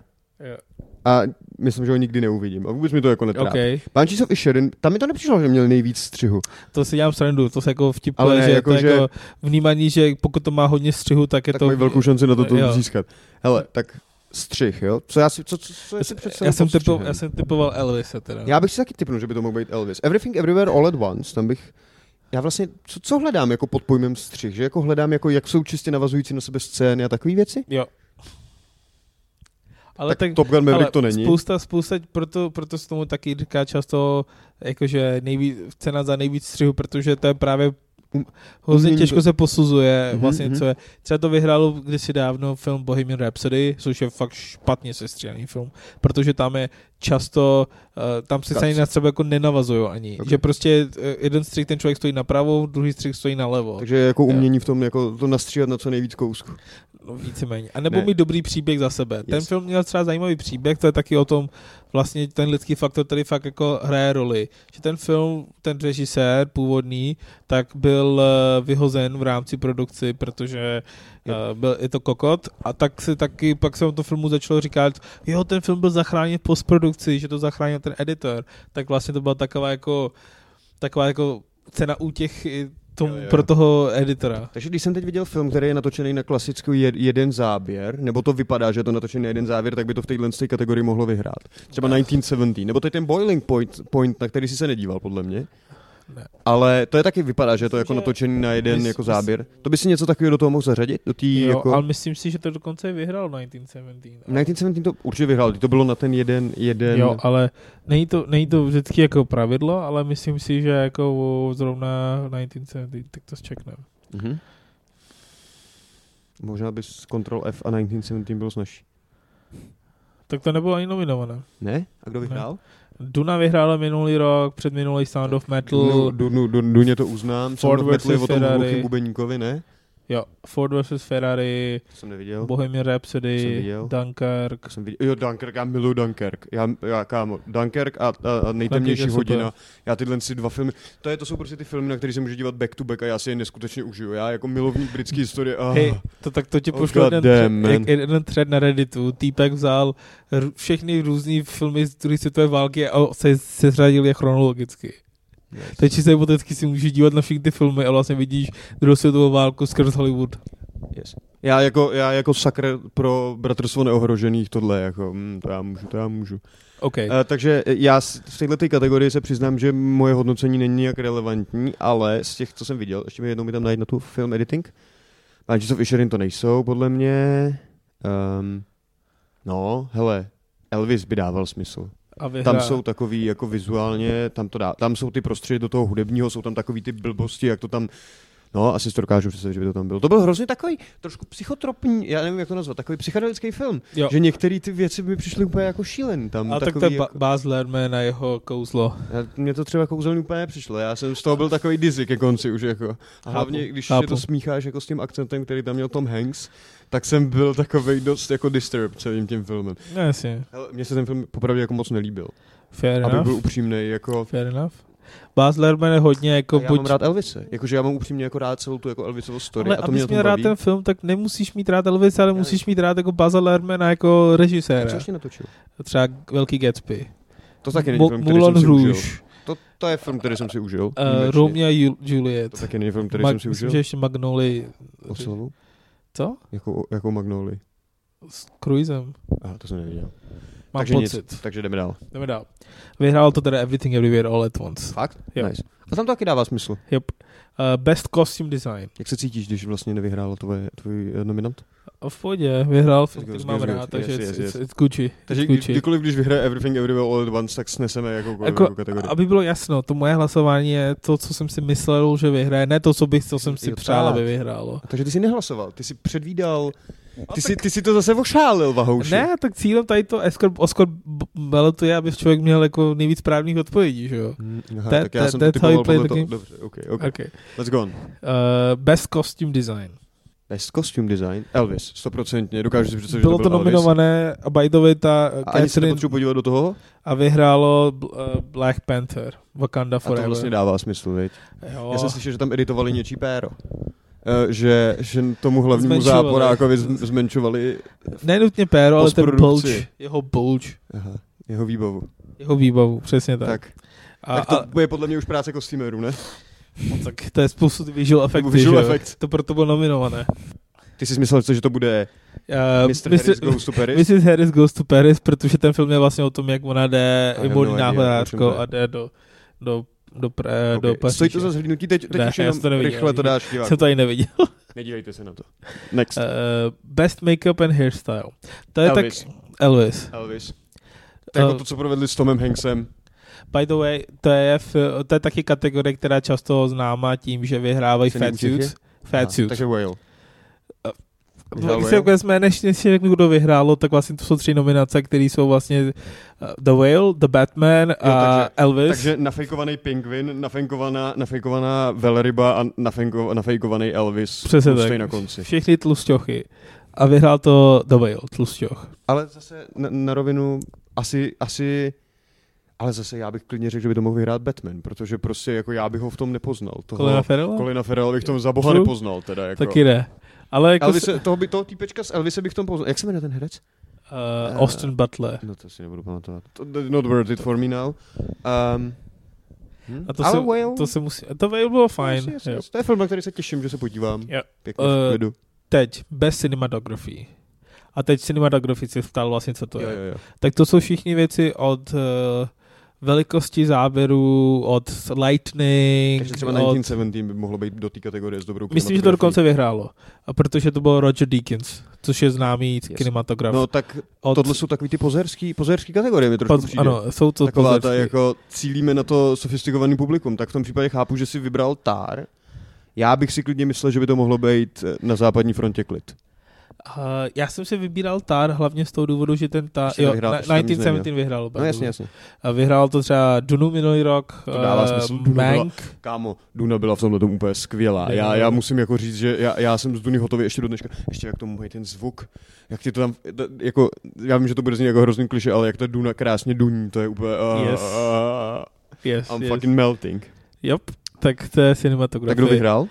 Speaker 2: Jo,
Speaker 3: a myslím, že ho nikdy neuvidím. A vůbec mi to jako netrápí. Okay.
Speaker 2: OK,
Speaker 3: Pánčísov i Sherin, tam mi to nepřišlo, že měl nejvíc střihu.
Speaker 2: to si dělám srandu, to se jako vtipuje,
Speaker 3: Ale ne,
Speaker 2: že
Speaker 3: jako,
Speaker 2: jako, to
Speaker 3: že-
Speaker 2: že... jako vnímání, že pokud to má hodně střihu, tak je
Speaker 3: tak
Speaker 2: to...
Speaker 3: mají velkou šanci na to, to
Speaker 2: jo.
Speaker 3: získat. Hele, tak střih, jo? Co já si, co, co, co já si představím
Speaker 2: já, jsem
Speaker 3: pod
Speaker 2: typo,
Speaker 3: střihem?
Speaker 2: já jsem typoval Elvise teda.
Speaker 3: Já bych si taky typnul, že by to mohl být Elvis. Everything Everywhere All at Once, tam bych... Já vlastně, co, co hledám jako pod pojmem střih? Že jako hledám, jako jak jsou čistě navazující na sebe scény a takové věci?
Speaker 2: Jo. Ale
Speaker 3: tak, Top Gun Maverick to není.
Speaker 2: Spousta, spousta, proto, proto se tomu taky říká často jakože nejvíc, cena za nejvíc střihu, protože to je právě
Speaker 3: Um-
Speaker 2: hrozně
Speaker 3: umění-
Speaker 2: těžko se posuzuje
Speaker 3: Mhm,
Speaker 2: vlastně,
Speaker 3: mhm.
Speaker 2: co je. Třeba to vyhrálo kdysi dávno film Bohemian Rhapsody, což je fakt špatně sestříhaný film, protože tam je často, eh, tam se
Speaker 3: Tak.
Speaker 2: ani na sebe jako nenavazují ani.
Speaker 3: Ok.
Speaker 2: Že prostě eh, jeden střih ten člověk stojí napravo, druhý střih stojí nalevo.
Speaker 3: Takže jako umění v tom, jako to nastříhat na co nejvíc kousků.
Speaker 2: No, víceméně. A nebo
Speaker 3: Ne.
Speaker 2: ne. mít dobrý příběh za sebe. Yes. Ten
Speaker 3: Jasně.
Speaker 2: film měl třeba zajímavý příběh, to je taky o tom, vlastně ten lidský faktor tady fakt jako hraje roli. Že ten film, ten režisér původní, tak byl eh, vyhozen v rámci produkci, protože
Speaker 3: Jo.
Speaker 2: eh, byl, je to kokot a tak se taky, pak se o tom filmu začalo říkat, jo, ten film byl zachráněn v postprodukci, že to zachránil ten editor. Tak vlastně to byla taková jako, taková jako cena útěch i tom,
Speaker 3: Jo, jo.
Speaker 2: pro toho editora.
Speaker 3: Takže když jsem teď viděl film, který je natočený na klasický jed- jeden záběr, nebo to vypadá, že je to natočený na jeden záběr, tak by to v téhle té kategorii mohlo vyhrát. Třeba 1970, nebo to je ten Boiling point, point, na který jsi se nedíval, podle mě.
Speaker 2: Ne.
Speaker 3: Ale to je taky vypadá, že je to jako
Speaker 2: Že-
Speaker 3: natočený na jeden
Speaker 2: Mys-
Speaker 3: jako
Speaker 2: mys-
Speaker 3: záběr. To by si něco takového do toho mohl zařadit? Do tý,
Speaker 2: Jo,
Speaker 3: jako...
Speaker 2: ale myslím si, že to dokonce i vyhrál 1917. ale-
Speaker 3: 1917 to určitě vyhrál, to bylo na ten jeden, jeden...
Speaker 2: Jo, ale není to, není to vždycky jako pravidlo, ale myslím si, že jako o, zrovna 1917, tak to zčekneme.
Speaker 3: Mhm. Možná by s Ctrl F a 1917 bylo snažší.
Speaker 2: Tak to nebylo ani nominované.
Speaker 3: Ne? A kdo vyhrál?
Speaker 2: Duna vyhrála minulý rok, předminulý Sound of
Speaker 3: Dunu,
Speaker 2: Metal,
Speaker 3: Dunu, Dunu, Duně to uznám. Ford
Speaker 2: Ford
Speaker 3: Sound of Metal je o tom
Speaker 2: versus
Speaker 3: hlubokým
Speaker 2: Ferrari.
Speaker 3: bubeníkovi, ne?
Speaker 2: jo, Ford vs. Ferrari,
Speaker 3: To jsem neviděl.
Speaker 2: Bohemian
Speaker 3: To jsem
Speaker 2: Rhapsody,
Speaker 3: viděl.
Speaker 2: Dunkirk.
Speaker 3: To jsem viděl. Jo, Dunkirk, já miluju Dunkirk. Já, já kámo, Dunkirk a, a, a nejtemnější
Speaker 2: Dunkirk je super.
Speaker 3: hodina. Já tyhle si dva filmy, to, je, to jsou prostě ty filmy, na které se můžu dívat back to back a já si je neskutečně užiju. Já jako milovník britské historie. Ah.
Speaker 2: Hej, to tak to ti
Speaker 3: Oh,
Speaker 2: pošlo
Speaker 3: God
Speaker 2: jeden,
Speaker 3: damn, man.
Speaker 2: thread, jak jeden thread na Redditu. Týpek vzal r- všechny různé filmy z druhé světové války a se, seřadil je chronologicky.
Speaker 3: Yes.
Speaker 2: Teď si se hypoteticky si můžeš dívat na všechny ty filmy a vlastně vidíš druhou světovou válku skrz Hollywood.
Speaker 3: Yes. Já jako, já jako sakr pro bratrstvo neohrožených tohle, jako, hm, to já můžu, to já můžu.
Speaker 2: OK.
Speaker 3: Eh, takže já s- v této kategorii se přiznám, že moje hodnocení není nějak relevantní, ale z těch, co jsem viděl, ještě mi jednou mi tam najít na tu film editing. Manchester of Sheeran to nejsou, podle mě. Um, no, hele, Elvis by dával smysl.
Speaker 2: A vyhrá.
Speaker 3: Tam jsou takový jako vizuálně, tam, to dá, tam jsou ty prostředí do toho hudebního, jsou tam takový ty blbosti, jak to tam No, asi si to dokážu představit, že by to tam bylo. To byl hrozně takový trošku psychotropní, já nevím, jak to nazvat, takový psychedelický film.
Speaker 2: jo.
Speaker 3: Že některé ty věci by mi přišly úplně jako šílen. Tam
Speaker 2: A tak
Speaker 3: takový
Speaker 2: to je
Speaker 3: jako...
Speaker 2: ba- Baz Luhrmann a jeho kouzlo.
Speaker 3: Já- Mně to třeba jako kouzelný úplně nepřišlo. Já jsem z toho byl takový dizzy ke konci už jako. A hlavně, když
Speaker 2: chápu.
Speaker 3: je to smícháš jako s tím akcentem, který tam měl Tom Hanks, tak jsem byl takový dost jako disturbed celým tím filmem.
Speaker 2: No jasně,
Speaker 3: Hele, Mně se ten film popravdě jako moc nelíbil.
Speaker 2: fair
Speaker 3: Aby
Speaker 2: enough.
Speaker 3: byl upřímný, jako...
Speaker 2: Fair enough. Baz Luhrmann je hodně jako
Speaker 3: A já
Speaker 2: buď...
Speaker 3: mám rád Elvise. Jakože já mám upřímně jako rád celou tu jako Elvisovo story.
Speaker 2: ale
Speaker 3: a to
Speaker 2: abys
Speaker 3: mě na tom
Speaker 2: měl rád
Speaker 3: baví.
Speaker 2: ten film, tak nemusíš mít rád Elvis, ale
Speaker 3: Já
Speaker 2: musíš mít rád jako Baza Lermana jako
Speaker 3: Co
Speaker 2: režiséra.
Speaker 3: ještě natočil?
Speaker 2: Třeba Velký Gatsby.
Speaker 3: To taky není
Speaker 2: Mu-
Speaker 3: film, který
Speaker 2: Moulin
Speaker 3: jsem si užil.
Speaker 2: Rouge,
Speaker 3: To, to je film, který jsem si užil.
Speaker 2: eh,
Speaker 3: výjimečně.
Speaker 2: Romeo a Ju-
Speaker 3: To
Speaker 2: Juliet.
Speaker 3: taky není film, který
Speaker 2: Mag-
Speaker 3: jsem si
Speaker 2: myslím,
Speaker 3: užil.
Speaker 2: že ještě Magnoli.
Speaker 3: Oslavu?
Speaker 2: Co?
Speaker 3: Jakou, jakou Jako Magnoli?
Speaker 2: S Cruisem.
Speaker 3: Aha, to jsem neviděl.
Speaker 2: Mám
Speaker 3: takže
Speaker 2: pocit.
Speaker 3: Nic, takže jdeme dál.
Speaker 2: Jdeme dál. Vyhrál to teda Everything Everywhere All at Once.
Speaker 3: Fakt?
Speaker 2: Jo.
Speaker 3: Nice. A tam to taky dává smysl.
Speaker 2: Yep. Uh, best Costume Design.
Speaker 3: Jak se cítíš, když vlastně nevyhrál tvoje, tvůj eh, nominant?
Speaker 2: A v pohodě, vyhrál film,
Speaker 3: Yes,
Speaker 2: který
Speaker 3: yes,
Speaker 2: mám
Speaker 3: yes,
Speaker 2: rád,
Speaker 3: yes,
Speaker 2: takže
Speaker 3: yes,
Speaker 2: it's,
Speaker 3: yes.
Speaker 2: it's, it's Gucci.
Speaker 3: Takže
Speaker 2: it's Gucci.
Speaker 3: kdykoliv, když vyhraje Everything Everywhere All at Once, tak sneseme jakoukoliv
Speaker 2: Jako,
Speaker 3: jako, kategorii.
Speaker 2: aby bylo jasno, to moje hlasování je to, co jsem si myslel, že vyhraje, ne to, co bych, co jsem si
Speaker 3: Jo,
Speaker 2: přál,
Speaker 3: tak.
Speaker 2: aby vyhrálo.
Speaker 3: A takže ty jsi nehlasoval, ty jsi předvídal, ty, jsi, ty jsi to zase ošálil, Vahouši.
Speaker 2: Ne, tak cílem tady to Oscar, Oscar b- ballot je, aby člověk měl jako nejvíc právních odpovědí, že jo?
Speaker 3: Hm, Aha,
Speaker 2: That-
Speaker 3: tak já
Speaker 2: that-
Speaker 3: jsem to
Speaker 2: that's how you
Speaker 3: typoval
Speaker 2: play
Speaker 3: podle
Speaker 2: the
Speaker 3: toho.
Speaker 2: game.
Speaker 3: Dobře, okay, okay.
Speaker 2: Okay.
Speaker 3: Let's go on.
Speaker 2: Uh, best Costume Design.
Speaker 3: Best costume design? Elvis, stoprocentně, dokážu si představit,
Speaker 2: Bylo to
Speaker 3: že to byl Elvis.
Speaker 2: nominované a by the way ta
Speaker 3: A ani se
Speaker 2: Catherine
Speaker 3: nepotřebuji podívat do toho?
Speaker 2: a vyhrálo bl- eh, Black Panther, Wakanda
Speaker 3: A to
Speaker 2: Forever.
Speaker 3: vlastně dává smysl, viď?
Speaker 2: jo.
Speaker 3: Já jsem slyšel, že tam editovali něčí péro. Eh, Že, že tomu hlavnímu
Speaker 2: Zmenšovali.
Speaker 3: záporákovi z- zmenšovali
Speaker 2: Nenutně péro, ale ten
Speaker 3: Postprodukci.
Speaker 2: bulge, jeho bulge,
Speaker 3: aha, jeho výbavu.
Speaker 2: jeho výbavu, přesně tak.
Speaker 3: Tak. tak.
Speaker 2: a,
Speaker 3: to
Speaker 2: a,
Speaker 3: je podle mě už práce kostýmerů, ne?
Speaker 2: tak to je spoustu visual efektů,
Speaker 3: Nebo visual
Speaker 2: že jo?
Speaker 3: effect.
Speaker 2: To proto bylo nominované.
Speaker 3: Ty jsi myslel, že to bude
Speaker 2: Eh,
Speaker 3: Mr. Harris
Speaker 2: <laughs>
Speaker 3: Goes to Paris?
Speaker 2: Mrs. Harris Goes to Paris, protože ten film je vlastně o tom, jak ona jde
Speaker 3: I have
Speaker 2: imunní
Speaker 3: no idea, o čem
Speaker 2: náhodářko
Speaker 3: to je.
Speaker 2: a jde do, do, do, pre, do
Speaker 3: Okay.
Speaker 2: Paříže.
Speaker 3: Stojí to za zhlídnutí, teď, teď
Speaker 2: Ne,
Speaker 3: už
Speaker 2: já
Speaker 3: jenom
Speaker 2: jsem to neviděl,
Speaker 3: rychle to
Speaker 2: neviděl.
Speaker 3: dáš
Speaker 2: <laughs>
Speaker 3: divák.
Speaker 2: Jsem to ani neviděl.
Speaker 3: Nedívejte se na to. Next.
Speaker 2: Uh, best makeup and hairstyle. To je
Speaker 3: Elvis.
Speaker 2: tak Elvis.
Speaker 3: Elvis. To je jako
Speaker 2: Eh,
Speaker 3: to, co provedli s Tomem Hanksem.
Speaker 2: By the way, to je, f- to je taky kategorie, která je často známá tím, že vyhrávají
Speaker 3: Ceny
Speaker 2: fat
Speaker 3: útěchy?
Speaker 2: suits. Fat Eh,
Speaker 3: Aha,
Speaker 2: suits.
Speaker 3: Takže Whale. vyhrál
Speaker 2: Když
Speaker 3: Whale.
Speaker 2: se vezme, než než si řeknu, kdo vyhrálo, tak vlastně to jsou tři nominace, které jsou vlastně eh, The Whale, The Batman a
Speaker 3: takže-
Speaker 2: Elvis.
Speaker 3: Takže nafejkovaný pingvin, nafejkovaná, nafejkovaná velryba a nafejko, nafejkovaný Elvis.
Speaker 2: Přesně
Speaker 3: Už
Speaker 2: tak.
Speaker 3: stojí na konci.
Speaker 2: Všechny tlusťochy. A vyhrál to The Whale, tlusťoch.
Speaker 3: Ale zase na, na rovinu asi, asi, ale zase já bych klidně řekl, že by to mohl vyhrát Batman, protože prostě jako já bych ho v tom nepoznal. Toho,
Speaker 2: Kolena Ferrella?
Speaker 3: Colina Ferrella bych tom za boha
Speaker 2: True.
Speaker 3: nepoznal teda. Jako.
Speaker 2: Taky ne. Ale jako
Speaker 3: Elvis,
Speaker 2: se, uh,
Speaker 3: toho, by, toho týpečka z Elvise bych v tom poznal. Jak se jmenuje ten herec? eh,
Speaker 2: Austin Butler.
Speaker 3: No to si nebudu pamatovat. To, that's not worth it for me now. Um, hm?
Speaker 2: A to,
Speaker 3: ale
Speaker 2: se,
Speaker 3: Whale?
Speaker 2: to se musí, to Whale bylo
Speaker 3: Yes,
Speaker 2: fajn.
Speaker 3: yes,
Speaker 2: jo.
Speaker 3: yes. To je film, na který se těším, že se podívám.
Speaker 2: Jo.
Speaker 3: Pěkně
Speaker 2: Eh,
Speaker 3: v klidu.
Speaker 2: Teď, bez cinematografii. A teď cinematografii si ptal vlastně, co to
Speaker 3: jo,
Speaker 2: je.
Speaker 3: jo, jo.
Speaker 2: Tak to jsou všichni věci od uh, velikosti záběru, od lightning,
Speaker 3: Takže třeba
Speaker 2: od,
Speaker 3: 1917 by mohlo být do té kategorie s dobrou
Speaker 2: myslím, že to
Speaker 3: kinematografií.
Speaker 2: dokonce vyhrálo. A protože to byl Roger Deakins, což je známý yes. kinematograf.
Speaker 3: No tak
Speaker 2: od,
Speaker 3: Tohle jsou takový ty pozerský, pozerský kategorie, mi trošku
Speaker 2: pod,
Speaker 3: přijde.
Speaker 2: ano, jsou to
Speaker 3: Taková ta
Speaker 2: pozerský.
Speaker 3: jako cílíme na to sofistikovaný publikum, tak v tom případě chápu, že si vybral Tár. Já bych si klidně myslel, že by to mohlo být eh, na západní frontě klid.
Speaker 2: A já jsem si vybíral TAR hlavně z toho důvodu, že ten TAR,
Speaker 3: Ještě
Speaker 2: jo,
Speaker 3: nevyhrál,
Speaker 2: na-
Speaker 3: ještě tam nic
Speaker 2: 1917 vyhrál.
Speaker 3: No jasně, jasně.
Speaker 2: A vyhrál to třeba Dunu minulý rok,
Speaker 3: To dává
Speaker 2: eh,
Speaker 3: smysl. Duna byla-
Speaker 2: Mank,
Speaker 3: Kámo, Duna byla v tomhle tom úplně skvělá.
Speaker 2: Ne,
Speaker 3: Já,
Speaker 2: ne,
Speaker 3: já
Speaker 2: ne.
Speaker 3: musím jako říct, že já, já jsem z Duny hotový ještě do dneška. Ještě jak tomu mají ten zvuk, jak ti to tam, t- jako, já vím, že to bude znít jako hrozný kliše, ale jak ta Duna krásně duní, to je úplně... Uh,
Speaker 2: Yes.
Speaker 3: uh,
Speaker 2: yes,
Speaker 3: I'm
Speaker 2: yes.
Speaker 3: fucking melting.
Speaker 2: Yep. Tak to je cinematografie.
Speaker 3: Tak kdo vyhrál?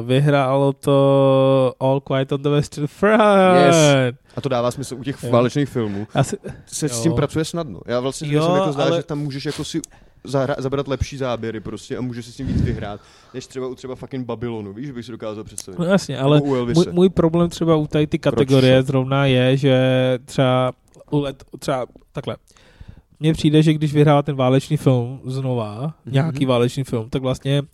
Speaker 2: Uh, vyhrálo to All Quiet on the Western Front.
Speaker 3: Yes. A to dává smysl u těch
Speaker 2: Jo.
Speaker 3: válečných filmů.
Speaker 2: Asi,
Speaker 3: se s
Speaker 2: Jo.
Speaker 3: tím pracuje snadno. Já vlastně
Speaker 2: Jo,
Speaker 3: jo, jsem jako zdá,
Speaker 2: ale-
Speaker 3: ale... že tam můžeš jako si zahra- zabrat lepší záběry prostě a můžeš si s tím víc vyhrát, než třeba u třeba fucking Babylonu, víš, bych si dokázal představit.
Speaker 2: no jasně, ale
Speaker 3: Nebo u Elvise.
Speaker 2: můj, můj problém třeba u tady ty kategorie
Speaker 3: šel?
Speaker 2: zrovna je, že třeba, u let, třeba takhle. Mně přijde, že když vyhrává ten válečný film znova, mm-hmm.
Speaker 3: Mhm.
Speaker 2: nějaký válečný film, tak vlastně t-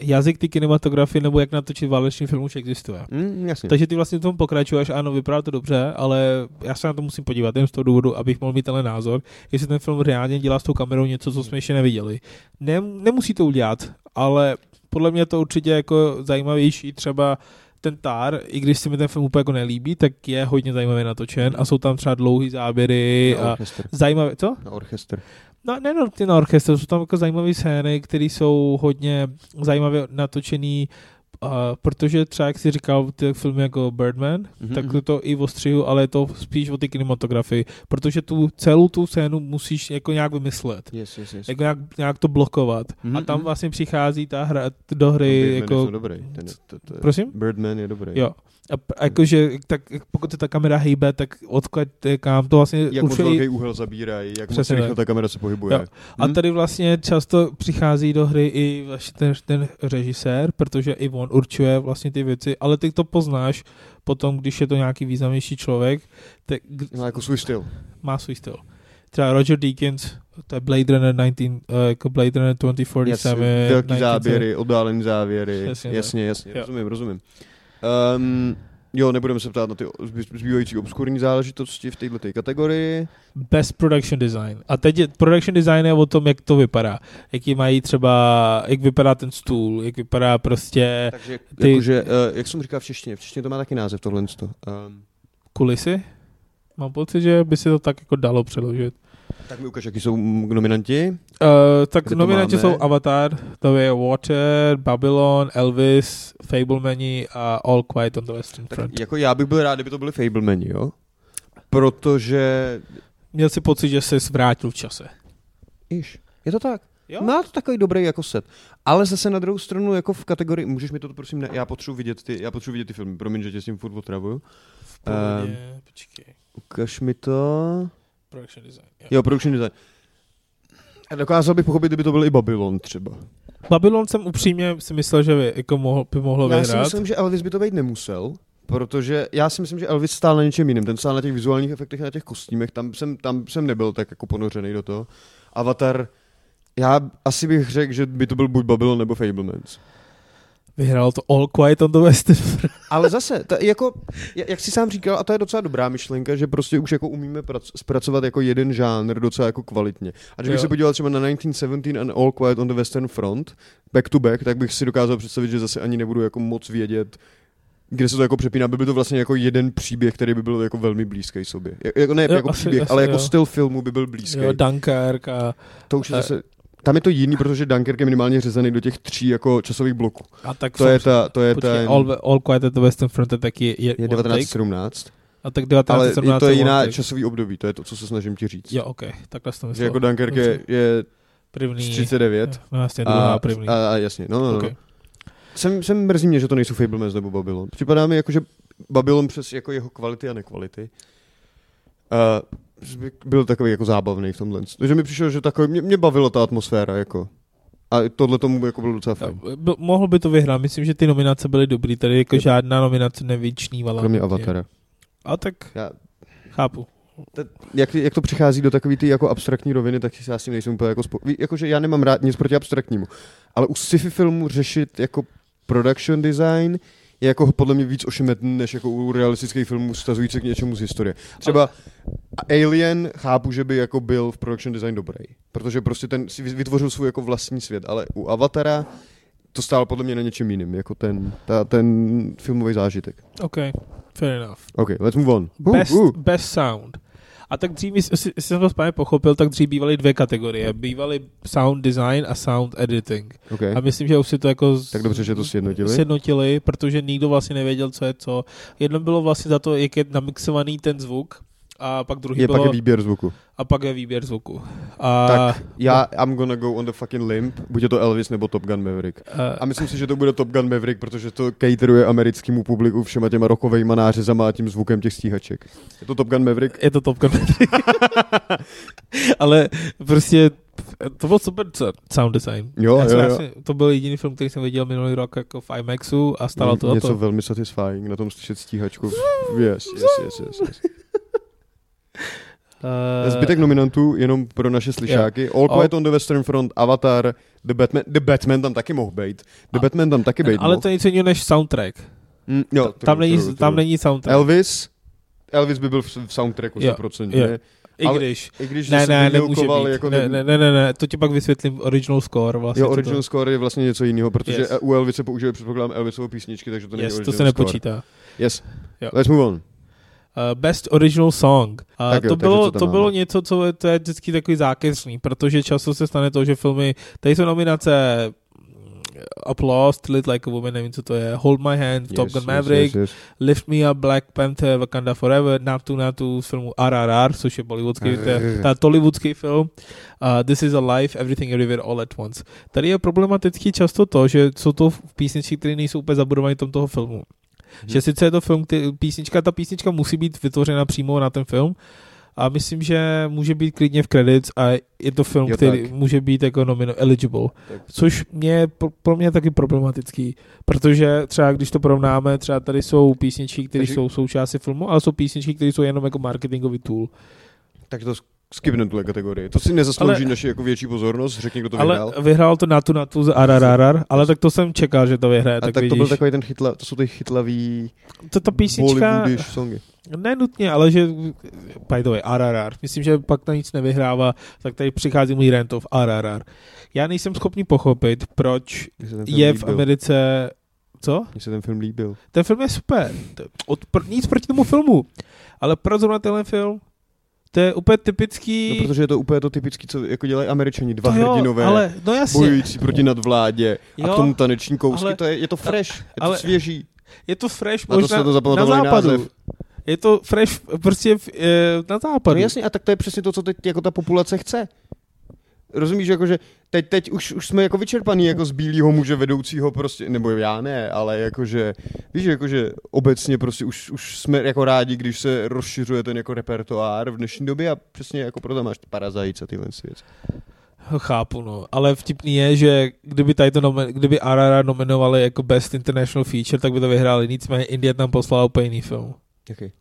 Speaker 2: jazyk ty kinematografie nebo jak natočit válečný film už existuje.
Speaker 3: Mm, jasně.
Speaker 2: Takže ty vlastně v tom pokračuješ, ano, vypadá to dobře, ale já se na to musím podívat jen z toho důvodu, abych mohl mít tenhle názor, jestli ten film reálně dělá s tou kamerou něco, co jsme ještě neviděli. Ne, nemusí to udělat, ale podle mě to určitě jako zajímavější třeba ten tár, i když se mi ten film úplně jako nelíbí, tak je hodně zajímavě natočen a jsou tam třeba dlouhý záběry
Speaker 3: na
Speaker 2: a
Speaker 3: orchestr.
Speaker 2: zajímavé, co?
Speaker 3: Na orchestr.
Speaker 2: No, ne no, ty na orchestr, jsou tam jako zajímavé scény, které jsou hodně zajímavě natočený, uh, protože třeba, jak jsi říkal, ty filmy jako Birdman,
Speaker 3: Mhm,
Speaker 2: tak
Speaker 3: mhm.
Speaker 2: to i ostřihu, ale je to spíš o ty kinematografii, protože tu celou tu scénu musíš jako nějak vymyslet,
Speaker 3: Yes, yes, yes.
Speaker 2: jako nějak, nějak to blokovat.
Speaker 3: Mhm,
Speaker 2: A tam
Speaker 3: mhm.
Speaker 2: vlastně přichází ta hra do hry,
Speaker 3: No, Birdman je
Speaker 2: jako,
Speaker 3: fakt dobrý. Ten, je- to, to, je-
Speaker 2: prosím?
Speaker 3: Birdman je dobrý.
Speaker 2: Jo. A, p- a jakože, tak pokud se ta kamera hýbe, tak odkud kam to vlastně
Speaker 3: Jak moc
Speaker 2: určuje-
Speaker 3: velký úhel zabírají, jak moc
Speaker 2: Přesně
Speaker 3: rychle
Speaker 2: tak.
Speaker 3: ta kamera se pohybuje.
Speaker 2: Jo. A
Speaker 3: Hm?
Speaker 2: tady vlastně často přichází do hry i vlastně ten, ten režisér, protože i on určuje vlastně ty věci, ale ty to poznáš potom, když je to nějaký významnější člověk, tak k-
Speaker 3: Má jako svůj styl.
Speaker 2: má svůj styl. Třeba Roger Deakins, to je Blade Runner 19, eh, jako Blade Runner 2047.
Speaker 3: Jasně, velký
Speaker 2: 19,
Speaker 3: záběry, oddálený závěry.
Speaker 2: Přesně
Speaker 3: Jasně,
Speaker 2: tak.
Speaker 3: jasně, jasně
Speaker 2: Jo.
Speaker 3: rozumím, rozumím. Um, jo, nebudeme se ptát na ty zby- zbývající obskurní záležitosti v této kategorii.
Speaker 2: Best production design. A teď je, production design je o tom, jak to vypadá. Jaký mají třeba, jak vypadá ten stůl, jak vypadá prostě
Speaker 3: Takže
Speaker 2: Ty-
Speaker 3: ty... jakože, uh, jak jsem říkal v češtině, v češtině to má taky název tohle. Um,
Speaker 2: kulisy. Mám pocit, že by se to tak jako dalo přeložit.
Speaker 3: Tak mi ukaž, jaký jsou mm, nominanti.
Speaker 2: Uh, tak
Speaker 3: Kde to
Speaker 2: nominanti
Speaker 3: máme?
Speaker 2: jsou Avatar, to je Water, Babylon, Elvis, Fablemani a All Quiet on the Western
Speaker 3: Tak
Speaker 2: Front.
Speaker 3: jako já bych byl rád, kdyby to byly Fablemani, jo? Protože...
Speaker 2: Měl si pocit, že se zvrátil v čase.
Speaker 3: Iš, je to tak.
Speaker 2: Jo?
Speaker 3: Má to takový dobrý jako set. Ale zase na druhou stranu, jako v kategorii, můžeš mi to prosím, ne, já potřebuji vidět ty, já potřebuji vidět ty filmy, promiň, že tě s tím furt otravuju.
Speaker 2: V pohodě,
Speaker 3: Ehm.
Speaker 2: um, počkej,
Speaker 3: Ukaž mi to.
Speaker 2: production design. Jo.
Speaker 3: Jo, production design. A dokázal bych pochopit, kdyby to byl i Babylon třeba.
Speaker 2: Babylon jsem upřímně si myslel, že by, jako mohl, by mohlo
Speaker 3: Já si
Speaker 2: vyhrát.
Speaker 3: myslím, že Elvis by to být nemusel, protože já si myslím, že Elvis stál na něčem jiném. Ten stál na těch vizuálních efektech, na těch kostýmech, tam jsem, tam jsem nebyl tak jako ponořený do toho. Avatar, já asi bych řekl, že by to byl buď Babylon nebo Fablemans.
Speaker 2: Vyhrál to All Quiet on the Western Front.
Speaker 3: Ale zase, ta, jako, ja- jak jsi sám říkal, a to je docela dobrá myšlenka, že prostě už jako umíme prac, zpracovat jako jeden žánr docela jako kvalitně. A kdybych
Speaker 2: Jo.
Speaker 3: se podíval třeba na 1917 and All Quiet on the Western Front, back to back, tak bych si dokázal představit, že zase ani nebudu jako moc vědět, kde se to jako přepíná. Byl by to vlastně jako jeden příběh, který by byl jako velmi blízký sobě. Jak- Jako, ne
Speaker 2: Jo,
Speaker 3: jako
Speaker 2: asi-
Speaker 3: příběh,
Speaker 2: asi
Speaker 3: ale jako
Speaker 2: jo.
Speaker 3: styl filmu by byl blízký.
Speaker 2: Jo, Dunkirk a,
Speaker 3: to už je zase... Tam je to jiný, protože Dunkirk je minimálně řezaný do těch tří jako časových bloků.
Speaker 2: a tak
Speaker 3: To
Speaker 2: jsem-
Speaker 3: je ta, to je
Speaker 2: Počkej,
Speaker 3: ten,
Speaker 2: all, all Quiet at the Western Front je taky je,
Speaker 3: je
Speaker 2: one take.
Speaker 3: 1917.
Speaker 2: A tak 19,
Speaker 3: Ale je
Speaker 2: 17
Speaker 3: to je
Speaker 2: one
Speaker 3: jiná
Speaker 2: take.
Speaker 3: časový období, to je to, co se snažím ti říct.
Speaker 2: Jo, ok, takhle jsem to
Speaker 3: že
Speaker 2: myslel.
Speaker 3: jako Dunkirk je, je z
Speaker 2: první,
Speaker 3: 39
Speaker 2: No jasně, druhá,
Speaker 3: a,
Speaker 2: a, první.
Speaker 3: a, a jasně, no, no, no.
Speaker 2: Ok.
Speaker 3: Jsem, jsem mrzí mě, že to nejsou Fablemans nebo Babylon. Připadá mi jako, že Babylon přes jako jeho kvality a nekvality a byl takový jako zábavný v tomhle. Takže mi přišlo, že takový, mě, mě bavila ta atmosféra jako. A tohle tomu jako bylo docela fajn.
Speaker 2: A b- Mohl by to vyhrát, myslím, že ty nominace byly dobrý, tady jako
Speaker 3: Jo.
Speaker 2: žádná nominace nevyčnívala.
Speaker 3: Kromě
Speaker 2: Je-
Speaker 3: Avatara.
Speaker 2: A tak
Speaker 3: Já,
Speaker 2: chápu.
Speaker 3: jak, jak to přichází do takové ty jako abstraktní roviny, tak já s tím nejsem úplně jako spo... Ví, Jakože já nemám rád nic proti abstraktnímu. Ale u sci-fi filmu řešit jako production design je jako podle mě víc ošemetný, než jako u realistických filmů stazující k něčemu z historie. Třeba Alien chápu, že by jako byl v production design dobrý, protože prostě ten si vytvořil svůj jako vlastní svět, ale u Avatara to stálo podle mě na něčem jiným, jako ten, ta, ten filmový zážitek.
Speaker 2: OK, fair enough.
Speaker 3: OK, let's move on.
Speaker 2: Best, best sound. A tak dřív, jestli jestli jsem to správně pochopil, tak dřív bývaly dvě kategorie. Bývaly sound design a sound editing.
Speaker 3: Okay.
Speaker 2: A myslím, že už si to jako... z-
Speaker 3: Tak dobře, že to sjednotili.
Speaker 2: Sjednotili, protože nikdo vlastně nevěděl, co je co. Jedno bylo vlastně za to, jak je namixovaný ten zvuk, a pak druhý
Speaker 3: Je
Speaker 2: bylo,
Speaker 3: pak i výběr zvuku.
Speaker 2: a pak je výběr zvuku. A,
Speaker 3: Tak já I'm gonna go on the fucking limp, buď je to Elvis nebo Top Gun Maverick.
Speaker 2: a,
Speaker 3: A myslím si, že to bude Top Gun Maverick, protože to cateruje americkému publiku všema těma rokovejma nářezama a tím zvukem těch stíhaček. Je to Top Gun Maverick?
Speaker 2: je to Top Gun.
Speaker 3: <laughs>
Speaker 2: Ale prostě to byl super co- sound design.
Speaker 3: Jo,
Speaker 2: já
Speaker 3: jo,
Speaker 2: jsem,
Speaker 3: jo.
Speaker 2: vlastně- to byl jediný film, který jsem viděl minulý rok jako v IMAXu a stálo to za
Speaker 3: Mm, Něco
Speaker 2: to.
Speaker 3: velmi satisfying, na tom slyšet stíhačku. Yes, yes, yes, yes, yes.
Speaker 2: Eh,
Speaker 3: Zbytek nominantů jenom pro naše slyšáky. All
Speaker 2: All-
Speaker 3: Quiet on the Western Front, Avatar, The Batman, The Batman tam taky mohl být. The
Speaker 2: A-
Speaker 3: Batman tam taky být no.
Speaker 2: ale
Speaker 3: mohl.
Speaker 2: to je něco jiného než soundtrack.
Speaker 3: Mm, jo,
Speaker 2: Ta- tam,
Speaker 3: true,
Speaker 2: není,
Speaker 3: true,
Speaker 2: tam
Speaker 3: true.
Speaker 2: není soundtrack.
Speaker 3: Elvis, Elvis by byl v v soundtracku
Speaker 2: Jo,
Speaker 3: 100%.
Speaker 2: jo.
Speaker 3: ne?
Speaker 2: I
Speaker 3: ale-
Speaker 2: když.
Speaker 3: I když
Speaker 2: Ne,
Speaker 3: zase
Speaker 2: ne, nemůže
Speaker 3: vyjilkoval
Speaker 2: být.
Speaker 3: Jako
Speaker 2: ne, ne, ne, ne, ne, to ti pak vysvětlím original score vlastně.
Speaker 3: jo,
Speaker 2: co
Speaker 3: original score je vlastně něco jiného, protože
Speaker 2: Yes.
Speaker 3: yes. u Elvise použili předpokládám Elvisovou písničky, takže to
Speaker 2: to,
Speaker 3: není
Speaker 2: yes,
Speaker 3: original
Speaker 2: to se nepočítá.
Speaker 3: Score. Yes.
Speaker 2: Jo.
Speaker 3: Let's move on.
Speaker 2: Uh, best original song. Uh,
Speaker 3: Tak jo,
Speaker 2: to
Speaker 3: takže
Speaker 2: bylo,
Speaker 3: co tam
Speaker 2: to
Speaker 3: máme?
Speaker 2: bylo něco, co je, to je vždycky takový zákeřný, protože často se stane to, že filmy, tady jsou nominace mm, Applause, Lit Like a Woman, nevím, co to je, Hold My Hand, Top
Speaker 3: yes,
Speaker 2: Gun Maverick,
Speaker 3: Yes, yes,
Speaker 2: Lift Me Up, Black Panther, Wakanda Forever, Natu Natu z filmu RRR, což je bollywoodský, to je- to je tollywoodský film. Uh, This is a Life, Everything Everywhere All at Once. Tady je problematický často to, že jsou to písničky, které nejsou úplně zabudovány v tom toho filmu.
Speaker 3: Mhm.
Speaker 2: Že sice je to film, ty, písnička, ta písnička musí být vytvořena přímo na ten film, a myslím, že může být klidně v credits a je to film,
Speaker 3: Jo,
Speaker 2: který
Speaker 3: tak.
Speaker 2: může být jako nomino eligible.
Speaker 3: Tak.
Speaker 2: Což mě, je pro- pro mě je taky problematický, protože třeba když to porovnáme, třeba tady jsou písničky, které
Speaker 3: Takže-
Speaker 2: jsou součástí filmu, ale jsou písničky, které jsou jenom jako marketingový tool.
Speaker 3: yes. Takže to skipne tuhle kategorii. To si nezaslouží ale... naši jako větší pozornost, řekni, kdo to
Speaker 2: ale
Speaker 3: vyhrál.
Speaker 2: vyhrál to na tu, na tu z Arararar, ale tak to jsem čekal, že to vyhraje,
Speaker 3: A
Speaker 2: tak,
Speaker 3: tak, tak to
Speaker 2: vidíš.
Speaker 3: byl takový ten chytla, to jsou ty chytlavý
Speaker 2: to, ta písnička,
Speaker 3: Bollywoodish songy.
Speaker 2: ne nutně, ale že, by the way, Ararar, myslím, že pak to nic nevyhrává, tak tady přichází můj rant of Ararar. Já nejsem schopný pochopit, proč
Speaker 3: Mně se ten film
Speaker 2: je v
Speaker 3: líbil.
Speaker 2: Americe, co?
Speaker 3: Mně se ten film líbil.
Speaker 2: Ten film je super. To- Od, pr- nic proti tomu filmu. Ale proč zrovna tenhle film? To je úplně typický...
Speaker 3: No, protože je to úplně to typický, co jako dělají američani, dva
Speaker 2: to
Speaker 3: jo, hrdinové,
Speaker 2: ale, no jasně,
Speaker 3: bojující proti nadvládě a
Speaker 2: Jo,
Speaker 3: k tomu taneční kousky,
Speaker 2: ale-
Speaker 3: to je, je to fresh, je
Speaker 2: ale-
Speaker 3: to svěží.
Speaker 2: je to fresh
Speaker 3: Na to
Speaker 2: možná
Speaker 3: jsme to
Speaker 2: na
Speaker 3: zapamatovali
Speaker 2: západu.
Speaker 3: název.
Speaker 2: Je to fresh prostě v, e, na západu.
Speaker 3: No jasně, a tak to je přesně to, co teď jako ta populace chce. Rozumíš, jako, že teď, teď už, už jsme jako vyčerpaný jako z bílého muže vedoucího prostě, nebo já ne, ale jakože, víš, jakože obecně prostě už, už jsme jako rádi, když se rozšiřuje ten jako repertoár v dnešní době a přesně jako proto máš ty Parazajc a tyhle věci.
Speaker 2: Ho Chápu, no. Ale vtipný je, že kdyby, tady to nomi- kdyby Arara nominovali jako Best International Feature, tak by to vyhráli. Nicméně Indie tam poslala úplně jiný film.
Speaker 3: Jaký?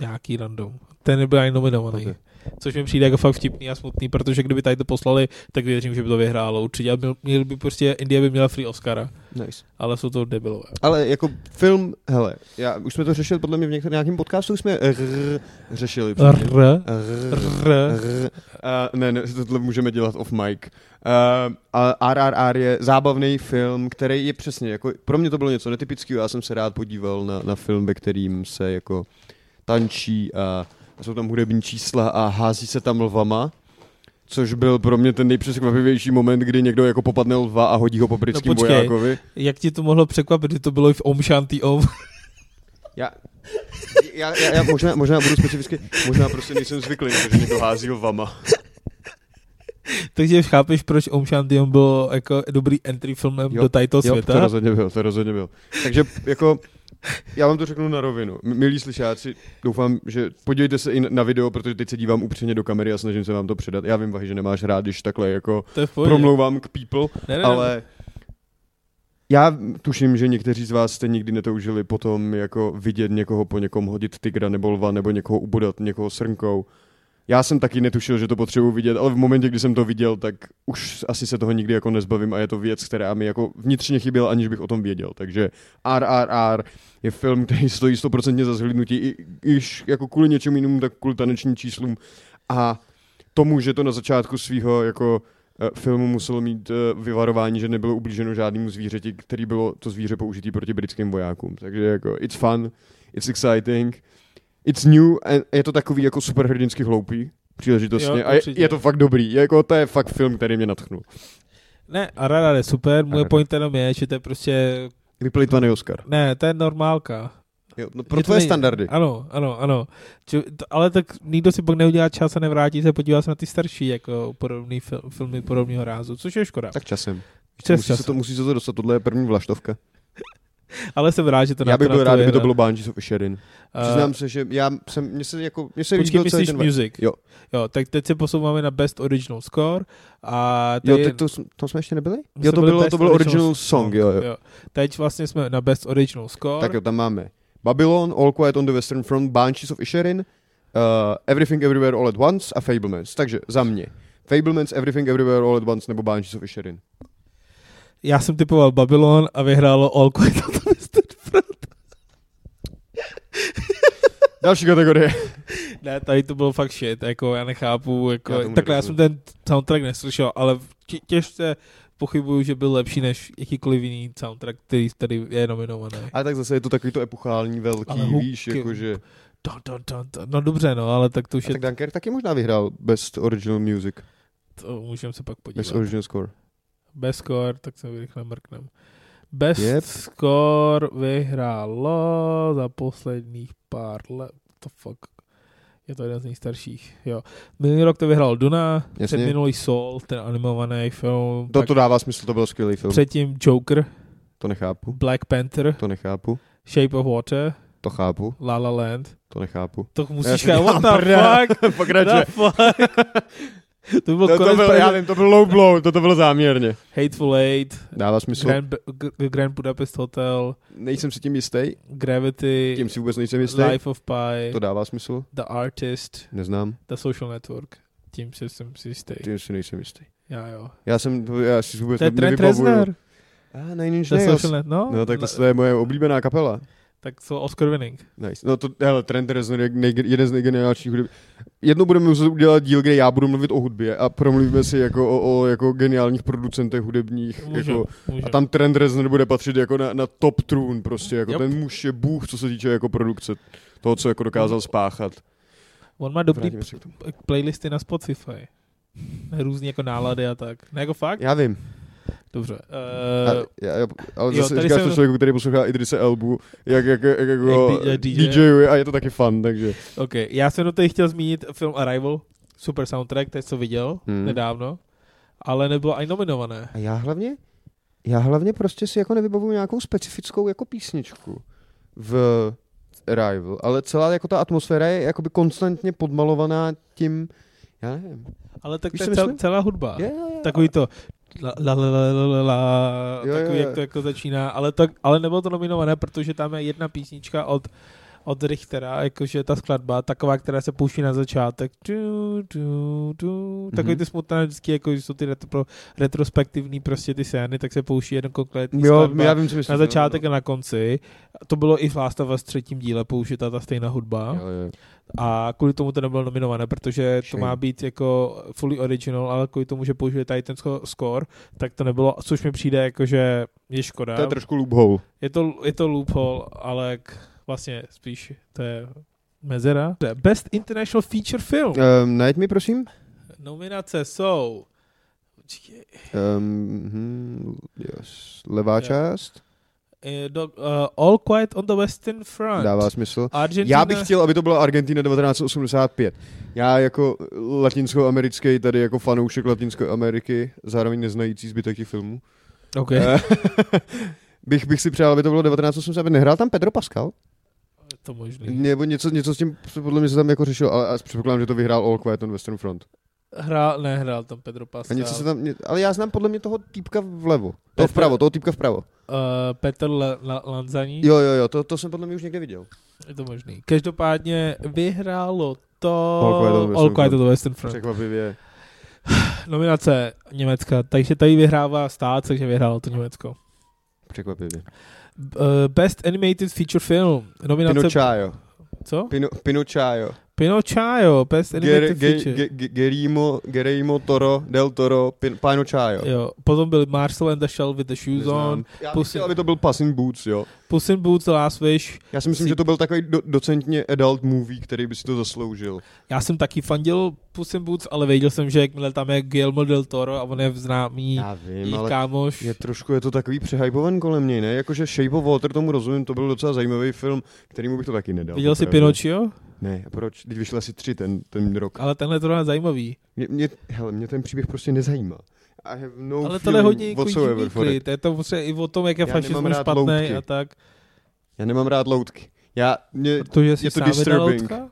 Speaker 2: Nějaký random. Ten nebyl ani nominovaný.
Speaker 3: Okay.
Speaker 2: Což mi přijde jako fakt vtipný a smutný, protože kdyby tady to poslali, tak věřím, že by to vyhrálo určitě. A měl, měl by prostě, Indie by měla free Oscara,
Speaker 3: Nice.
Speaker 2: ale jsou to debilové.
Speaker 3: Ale jako film, hele, já, už jsme to řešili, podle mě v některém nějakém podcastu už jsme rrr, řešili.
Speaker 2: R,
Speaker 3: předtím. Rrr,
Speaker 2: r,
Speaker 3: rrr. Uh, ne, <laughs> ne, tohle můžeme dělat off mic. Uh, a RRR je zábavný film, který je přesně, jako, pro mě to bylo něco netypického, já jsem se rád podíval na, na film, ve kterým se jako tančí a, a jsou tam hudební čísla a hází se tam lvama. Což byl pro mě ten nejpřekvapivější moment, kdy někdo jako popadne lva a hodí ho po britským
Speaker 2: No, počkej.
Speaker 3: vojákovi.
Speaker 2: Jak ti to mohlo překvapit, že to bylo i v Om Shanti Om? <laughs>
Speaker 3: Já, já, já, já možná, možná budu specificky, možná prostě nejsem zvyklý, protože mě to hází vama.
Speaker 2: Takže chápeš, proč Om Shanti Om bylo jako dobrý entry filmem
Speaker 3: Jo,
Speaker 2: do tajto
Speaker 3: Jo,
Speaker 2: světa?
Speaker 3: to rozhodně byl, to rozhodně byl. Takže jako, já vám to řeknu na rovinu. M- Milí slyšáci, doufám, že podívejte se i na video, protože teď se dívám upřímně do kamery a snažím se vám to předat. Já vím, Vahy, že nemáš rád, když takhle jako
Speaker 2: to je v pohodě.
Speaker 3: promlouvám k people,
Speaker 2: Ne, ne, ne.
Speaker 3: ale já tuším, že někteří z vás jste nikdy netoužili potom jako vidět někoho po někom hodit tygra nebo lva nebo někoho ubodat, někoho srnkou. Já jsem taky netušil, že to potřebuji vidět, ale v momentě, kdy jsem to viděl, tak už asi se toho nikdy jako nezbavím a je to věc, která mi jako vnitřně chyběla, aniž bych o tom věděl. Takže RRR je film, který stojí stoprocentně za zhlídnutí, i, iž jako kvůli něčemu jinému, tak kvůli tanečním číslům a tomu, že to na začátku svého jako eh, filmu muselo mít eh, vyvarování, že nebylo ublíženo žádnému zvířeti, který bylo to zvíře použitý proti britským vojákům. Takže jako it's fun, it's exciting, it's new a je to takový jako superhrdinsky hloupý příležitostně
Speaker 2: Jo,
Speaker 3: a je,
Speaker 2: určitě.
Speaker 3: je to fakt dobrý. Jako to je fakt film, který mě natchnul.
Speaker 2: Ne, Arara je super, můj
Speaker 3: Arara.
Speaker 2: point jenom je, že to je prostě,
Speaker 3: Vyplitvaný Oscar.
Speaker 2: ne, to je normálka.
Speaker 3: Jo, no pro
Speaker 2: Je to
Speaker 3: tvoje
Speaker 2: nej-
Speaker 3: standardy.
Speaker 2: Ano, ano, ano. Či, to, ale tak nikdo si pak neudělá čas a nevrátí se, podívá se na ty starší jako podobný fil, filmy podobného rázu, což je škoda.
Speaker 3: Tak časem.
Speaker 2: Přes
Speaker 3: musí, se
Speaker 2: čas.
Speaker 3: to, musí se to dostat, tohle je první vlaštovka.
Speaker 2: Ale jsem rád, že to no.
Speaker 3: Já bych byl rád, kdyby to
Speaker 2: nakonec
Speaker 3: bylo Banshees of Sharin.
Speaker 2: vyjede.
Speaker 3: Přiznám se, že já jsem, mně se jako, mně se
Speaker 2: Eh, Počkej,
Speaker 3: líbil celý
Speaker 2: myslíš
Speaker 3: ten...
Speaker 2: music?
Speaker 3: Jo.
Speaker 2: jo. tak teď se posouváme na Best Original Score a
Speaker 3: Jo,
Speaker 2: tady,
Speaker 3: teď to, jsme- to jsme ještě nebyli?
Speaker 2: my
Speaker 3: Jo,
Speaker 2: jsme
Speaker 3: to
Speaker 2: byli
Speaker 3: bylo,
Speaker 2: Best
Speaker 3: to bylo original song, jo, jo.
Speaker 2: jo. Teď vlastně jsme na Best Original Score.
Speaker 3: Tak jo, tam máme Babylon, All Quiet on the Western Front, Banshees of Isherin, uh, Everything Everywhere All at Once a Fablemans. Takže za mě. Fablemans, Everything Everywhere All at Once nebo Banshees of Isherin.
Speaker 2: Já jsem typoval Babylon a vyhrálo All Quiet on the Western Front.
Speaker 3: Další kategorie.
Speaker 2: Ne, tady to bylo fakt shit, jako já nechápu, jako,
Speaker 3: Já
Speaker 2: já
Speaker 3: tomu
Speaker 2: takhle já jsem
Speaker 3: nerozumím.
Speaker 2: ten soundtrack neslyšel, ale tě- těžce pochybuju, že byl lepší než jakýkoliv jiný soundtrack, který tady je nominovaný.
Speaker 3: <laughs> Ale tak zase je to takový to epochální velký,
Speaker 2: Ale huky-
Speaker 3: víš, jakože...
Speaker 2: Dun, dun, dun, dun. No dobře, no, ale tak to už
Speaker 3: A
Speaker 2: je,
Speaker 3: tak Dunker taky možná vyhrál Best Original Music,
Speaker 2: to můžeme se pak
Speaker 3: Best
Speaker 2: podívat.
Speaker 3: Original Score.
Speaker 2: Best score, tak se rychle mrknem. Best
Speaker 3: Yep.
Speaker 2: score vyhrálo za posledních pár let. To fuck. Je to jeden z nejstarších, jo. Minulý rok to vyhrál Duna,
Speaker 3: Jasně.
Speaker 2: předminulý Soul, ten animovaný film.
Speaker 3: To,
Speaker 2: pak
Speaker 3: to dává smysl, to byl skvělý film.
Speaker 2: Předtím Joker,
Speaker 3: To nechápu,
Speaker 2: Black Panther,
Speaker 3: to nechápu,
Speaker 2: Shape of Water,
Speaker 3: to chápu,
Speaker 2: La La Land.
Speaker 3: to nechápu.
Speaker 2: To
Speaker 3: Já
Speaker 2: musíš
Speaker 3: si
Speaker 2: chápat, what
Speaker 3: dělám
Speaker 2: the
Speaker 3: prdel.
Speaker 2: fuck?
Speaker 3: <laughs> Pokračuje.
Speaker 2: The fuck? <laughs> to bylo
Speaker 3: No, To, to
Speaker 2: konec
Speaker 3: byl,
Speaker 2: Praze-
Speaker 3: já vím, to byl low blow, to, to bylo záměrně.
Speaker 2: Hateful Eight,
Speaker 3: Dává smysl.
Speaker 2: Grand, B- G- Grand Budapest Hotel,
Speaker 3: Nejsem si tím jistý,
Speaker 2: Gravity,
Speaker 3: tím si vůbec nejsem jistý.
Speaker 2: Life of Pi,
Speaker 3: To dává smysl,
Speaker 2: The Artist,
Speaker 3: neznám,
Speaker 2: The Social Network. Tím si jsem si jistý.
Speaker 3: tím si nejsem jistý.
Speaker 2: Já jo.
Speaker 3: Já jsem, to- já si vůbec
Speaker 2: To je
Speaker 3: ne-
Speaker 2: Trent
Speaker 3: nevybavuju.
Speaker 2: Reznor.
Speaker 3: A ah, Nine Inch
Speaker 2: The
Speaker 3: Nails.
Speaker 2: Social Net, no.
Speaker 3: No tak to,
Speaker 2: Ne-
Speaker 3: to je moje oblíbená kapela.
Speaker 2: tak jsou Oscar winning.
Speaker 3: Nice. No to, hele, Trent Reznor je nej- jeden z nejgeniálnějších hudeb. Jednou budeme muset udělat díl, kde já budu mluvit o hudbě a promluvíme si jako o, o jako geniálních producentech hudebních.
Speaker 2: Můžu,
Speaker 3: Jako,
Speaker 2: můžu.
Speaker 3: a tam Trent Reznor bude patřit jako na, na top trůn prostě. Jako
Speaker 2: Yep.
Speaker 3: Ten muž je bůh, co se týče jako produkce. Toho, co jako dokázal spáchat.
Speaker 2: On má dobrý
Speaker 3: Vrátíme se k tomu.
Speaker 2: p- playlisty na Spotify. Různý jako nálady a tak. Ne jako fakt?
Speaker 3: Já vím.
Speaker 2: Dobře.
Speaker 3: A,
Speaker 2: Uh,
Speaker 3: já, já- ale
Speaker 2: jo,
Speaker 3: zase
Speaker 2: tady
Speaker 3: říkáš
Speaker 2: jsem-
Speaker 3: to člověku, který poslouchá Idrise Elbu, jak, jak, jak, jak ho
Speaker 2: Jak dí- DJ.
Speaker 3: DJuje a je to taky fun, takže...
Speaker 2: OK, já jsem do té chtěl zmínit film Arrival, super soundtrack, teď co viděl
Speaker 3: Hmm.
Speaker 2: nedávno, ale nebylo ani nominované.
Speaker 3: A já hlavně, já hlavně prostě si jako nevybavuju nějakou specifickou jako písničku v Rival, ale celá jako ta atmosféra je jakoby konstantně podmalovaná tím, já nevím.
Speaker 2: Ale tak
Speaker 3: Víš,
Speaker 2: to
Speaker 3: co
Speaker 2: je cel,
Speaker 3: myslím?
Speaker 2: celá hudba.
Speaker 3: Je, je, je,
Speaker 2: Takový to la, la, la, la, la, la, la
Speaker 3: Jo,
Speaker 2: takový,
Speaker 3: jo, jo.
Speaker 2: jak to jako začíná, ale, tak, ale nebylo to nominované, protože tam je jedna písnička od od Richtera, jakože ta skladba, taková, která se pouští na začátek. Du, du, du. Takový
Speaker 3: Mhm.
Speaker 2: ty smutné vždycky, jako že jsou ty retro, retrospektivní prostě ty scény, tak se pouští jeden konkrétní
Speaker 3: Jo,
Speaker 2: skladba.
Speaker 3: já vím, co myslíš.
Speaker 2: na
Speaker 3: no,
Speaker 2: začátek
Speaker 3: no.
Speaker 2: a na konci. To bylo i v Last of Us třetím díle použita ta stejná hudba
Speaker 3: Jo, jo.
Speaker 2: a kvůli tomu to nebylo nominované, protože to
Speaker 3: Shame.
Speaker 2: má být jako fully original, ale kvůli tomu, že použili tady ten scho- score, tak to nebylo, což mi přijde jako, že je škoda.
Speaker 3: To je trošku loophole.
Speaker 2: Je to, je to loophole, ale k, vlastně spíš to je mezera. To je Best International Feature Film.
Speaker 3: Um, najď mi, prosím.
Speaker 2: Nominace jsou... Počkej.
Speaker 3: Um, hm, yes. Levá
Speaker 2: Jo.
Speaker 3: část.
Speaker 2: Eh, Do, uh, All Quiet on the Western Front.
Speaker 3: Dává smysl.
Speaker 2: Argentina.
Speaker 3: Já bych chtěl, aby to byla Argentina 1985. Já jako latinskoamerický, tady jako fanoušek Latinské Ameriky, zároveň neznající zbytek těch filmů,
Speaker 2: Okay.
Speaker 3: eh, bych, bych si přál, aby to bylo 1985. Nehrál tam Pedro Pascal?
Speaker 2: To možný.
Speaker 3: Nebo něco, něco s tím, podle mě se tam jako řešil, ale a předpokládám, že to vyhrál All Quiet on Western Front.
Speaker 2: Hrál, nehrál tam Pedro
Speaker 3: A
Speaker 2: Pascal.
Speaker 3: něco se tam, ně- ale já znám podle mě toho týpka vlevo. Toho
Speaker 2: Petr-
Speaker 3: vpravo, toho týpka vpravo.
Speaker 2: Eh, Petr Le- La- Lanzani.
Speaker 3: Jo, jo, jo, to, to jsem podle mě už někde viděl.
Speaker 2: Je to možný. Každopádně vyhrálo to
Speaker 3: All Quiet on the
Speaker 2: All
Speaker 3: Western
Speaker 2: Quiet on
Speaker 3: Front.
Speaker 2: the Western Front.
Speaker 3: Překvapivě.
Speaker 2: Nominace Německa, takže tady vyhrává stát, takže vyhrálo to Německo.
Speaker 3: Překvapivě.
Speaker 2: B- eh, Best Animated Feature Film. Nominace...
Speaker 3: Pinochayo.
Speaker 2: Co?
Speaker 3: Pino, Pinochayo.
Speaker 2: Pinochayo. Best
Speaker 3: Ger-
Speaker 2: Animated
Speaker 3: Ge-
Speaker 2: Feature.
Speaker 3: Ge- Ge- Gerimo, Gereimo Toro, Del Toro, Pin- Pino Chayo.
Speaker 2: Jo. Potom byl Marcel and the Shell with the Shoes
Speaker 3: Neznám.
Speaker 2: on,
Speaker 3: Já
Speaker 2: Pussy-
Speaker 3: bych chtěl, aby to byl Passing Boots, jo.
Speaker 2: Puss in Boots, The Last Wish.
Speaker 3: Já si myslím,
Speaker 2: Si-
Speaker 3: že to byl takový do, docentně adult movie, který by si to zasloužil.
Speaker 2: Já jsem taky fandil Puss in Boots, ale věděl jsem, že jakmile tam je Guillermo del Toro a on je známý
Speaker 3: vím,
Speaker 2: jejich kámoš.
Speaker 3: je trošku je to takový přehypovan kolem něj, ne? Jakože Shape of Water, tomu rozumím, to byl docela zajímavý film, kterýmu bych to taky nedal.
Speaker 2: Viděl jsi
Speaker 3: popravdě.
Speaker 2: Pinocchio?
Speaker 3: Ne, a proč? Teď vyšel asi tři ten, ten rok.
Speaker 2: Ale tenhle je to zajímavý.
Speaker 3: Mě, mě, hele, mě ten příběh prostě nezajímá. I have no
Speaker 2: Ale tohle je
Speaker 3: feeling
Speaker 2: hodně jako
Speaker 3: whatsoever
Speaker 2: jiný
Speaker 3: for it.
Speaker 2: klid. Je to prostě i o tom, jak je
Speaker 3: Já nemám
Speaker 2: fašismus
Speaker 3: rád
Speaker 2: špatný
Speaker 3: loutky.
Speaker 2: a tak.
Speaker 3: Já nemám rád loutky. Já, mě,
Speaker 2: Protože jsi
Speaker 3: to
Speaker 2: sám jedna
Speaker 3: disturbing.
Speaker 2: loutka?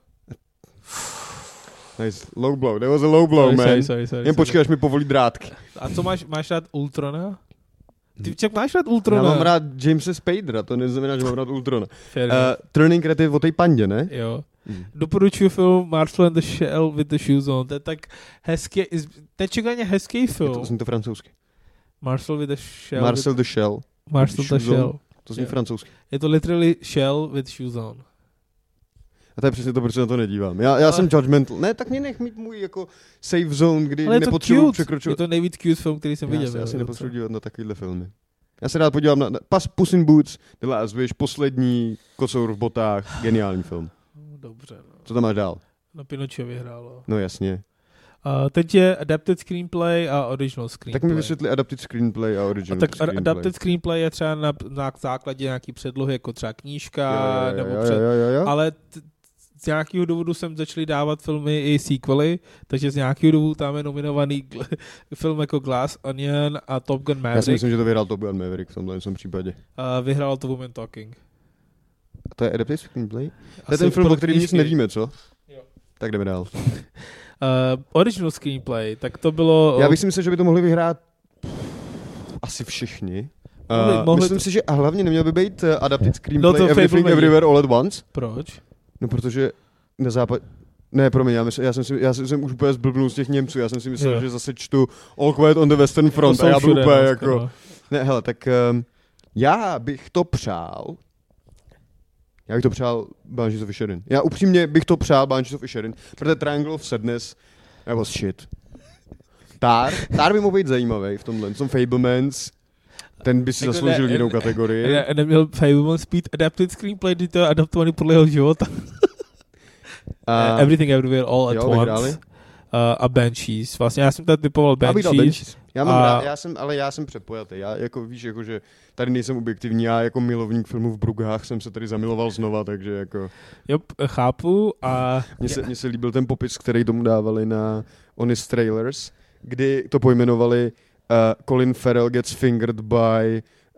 Speaker 3: Nice. Low blow. That was a low blow,
Speaker 2: Sorry,
Speaker 3: man.
Speaker 2: sorry, sorry, sorry,
Speaker 3: Jen počkej, až mi povolí drátky.
Speaker 2: A co máš, máš rád Ultrona? Ty čak máš rád Ultrona?
Speaker 3: Já mám rád Jamesa Spadera, to neznamená, že mám rád Ultrona.
Speaker 2: Fair
Speaker 3: Uh,
Speaker 2: enough.
Speaker 3: Turning Red je o tej pandě, ne?
Speaker 2: Jo.
Speaker 3: Mhm.
Speaker 2: Doporučuji film Marcel and the Shell with the Shoes on. To je tak hezký, to je čekaně hezký
Speaker 3: Je
Speaker 2: film.
Speaker 3: to, zní to francouzsky.
Speaker 2: Marcel with the Shell.
Speaker 3: Marcel the Shell.
Speaker 2: with, Marcel the
Speaker 3: Shoes on.
Speaker 2: Shell.
Speaker 3: To zní
Speaker 2: Jo.
Speaker 3: francouzsky.
Speaker 2: Je to literally Shell with Shoes on.
Speaker 3: A to je přesně to, proč se na to nedívám. Já, já
Speaker 2: Ale-
Speaker 3: jsem judgmental. Ne, tak mě nech mít můj jako safe zone, kdy
Speaker 2: Ale je to
Speaker 3: nepotřebuji
Speaker 2: cute. Je
Speaker 3: překročovat.
Speaker 2: to nejvíc cute film, který jsem
Speaker 3: já
Speaker 2: viděl.
Speaker 3: se
Speaker 2: jo,
Speaker 3: asi
Speaker 2: docela.
Speaker 3: nepotřebuji dívat na takovýhle filmy. Já se rád podívám na, na Pas Puss in Boots, The Last Wish, poslední, Kocour v botách, geniální film.
Speaker 2: Dobře, no.
Speaker 3: Co tam máš dál?
Speaker 2: No Pinocchio vyhrálo.
Speaker 3: No jasně.
Speaker 2: A teď je adapted screenplay a original screenplay.
Speaker 3: Tak mi vysvětli adapted screenplay a
Speaker 2: a
Speaker 3: original
Speaker 2: tak
Speaker 3: screenplay.
Speaker 2: screenplay. adapted screenplay je třeba na, na základě nějaký předlohy, jako třeba knížka,
Speaker 3: Jo, jo, jo,
Speaker 2: nebo
Speaker 3: jo,
Speaker 2: před,
Speaker 3: jo, jo, jo.
Speaker 2: ale t- z nějakého důvodu jsem začali dávat filmy i sequely, takže z nějakého důvodu tam je nominovaný gl- <laughs> film jako Glass Onion a Top Gun
Speaker 3: Já si
Speaker 2: Maverick.
Speaker 3: myslím, že to vyhrál Top Gun Maverick v tomhle tom případě.
Speaker 2: A vyhrál to Woman Talking.
Speaker 3: A to je adapted screenplay? To je
Speaker 2: Asi
Speaker 3: ten film,
Speaker 2: podle
Speaker 3: o kterém nic
Speaker 2: knížky.
Speaker 3: nevíme, co?
Speaker 2: Jo.
Speaker 3: Tak jdeme dál.
Speaker 2: Uh, original screenplay, tak to bylo...
Speaker 3: Já bych si myslel, že by to mohli vyhrát asi všichni.
Speaker 2: Mohli-
Speaker 3: Uh,
Speaker 2: mohli
Speaker 3: myslím
Speaker 2: to-
Speaker 3: si, že a hlavně neměl by být eh, adapted screenplay
Speaker 2: No to
Speaker 3: Everything
Speaker 2: Fable není.
Speaker 3: Everywhere All at Once.
Speaker 2: Proč?
Speaker 3: No protože na západ... Ne, promiň, já, myslím, já, jsem si, já jsem už úplně zblbnul z těch Němců, já jsem si myslel,
Speaker 2: Jo.
Speaker 3: že zase čtu All Quiet on the Western Front
Speaker 2: To
Speaker 3: a
Speaker 2: jsou
Speaker 3: já byl
Speaker 2: všude,
Speaker 3: úplně
Speaker 2: no,
Speaker 3: jako...
Speaker 2: skoro.
Speaker 3: Ne, hele, tak um, já bych to přál. Já bych to přál Banshees of Inisherin. Já upřímně bych to přál Banshees of Inisherin, protože Triangle of Sadness nebo shit. Tár, Tár by mohl být zajímavý v tomhle, jsem Fablemans, ten by si
Speaker 2: Jako ne-
Speaker 3: zasloužil jinou
Speaker 2: ne-
Speaker 3: kategorii.
Speaker 2: Ne, neměl Fableman Speed adapted screenplay, kdy to je adaptovaný podle jeho života. A... <laughs> Everything Everywhere All at
Speaker 3: jo,
Speaker 2: Once. Uh,
Speaker 3: vyhráli.
Speaker 2: A, a Banshees. Vlastně já jsem tady typoval
Speaker 3: Já bych dal
Speaker 2: Banshees.
Speaker 3: Banshees. Já mám
Speaker 2: A-
Speaker 3: a... rád, já jsem, ale já jsem přepojatý. Já jako víš, jako že tady nejsem objektivní, já jako milovník filmů v Brughách jsem se tady zamiloval znova, takže jako
Speaker 2: Jo, chápu. A
Speaker 3: mně se, mně se líbil ten popis, který tomu dávali na Honest Trailers, kdy to pojmenovali uh, Colin Farrell gets fingered by,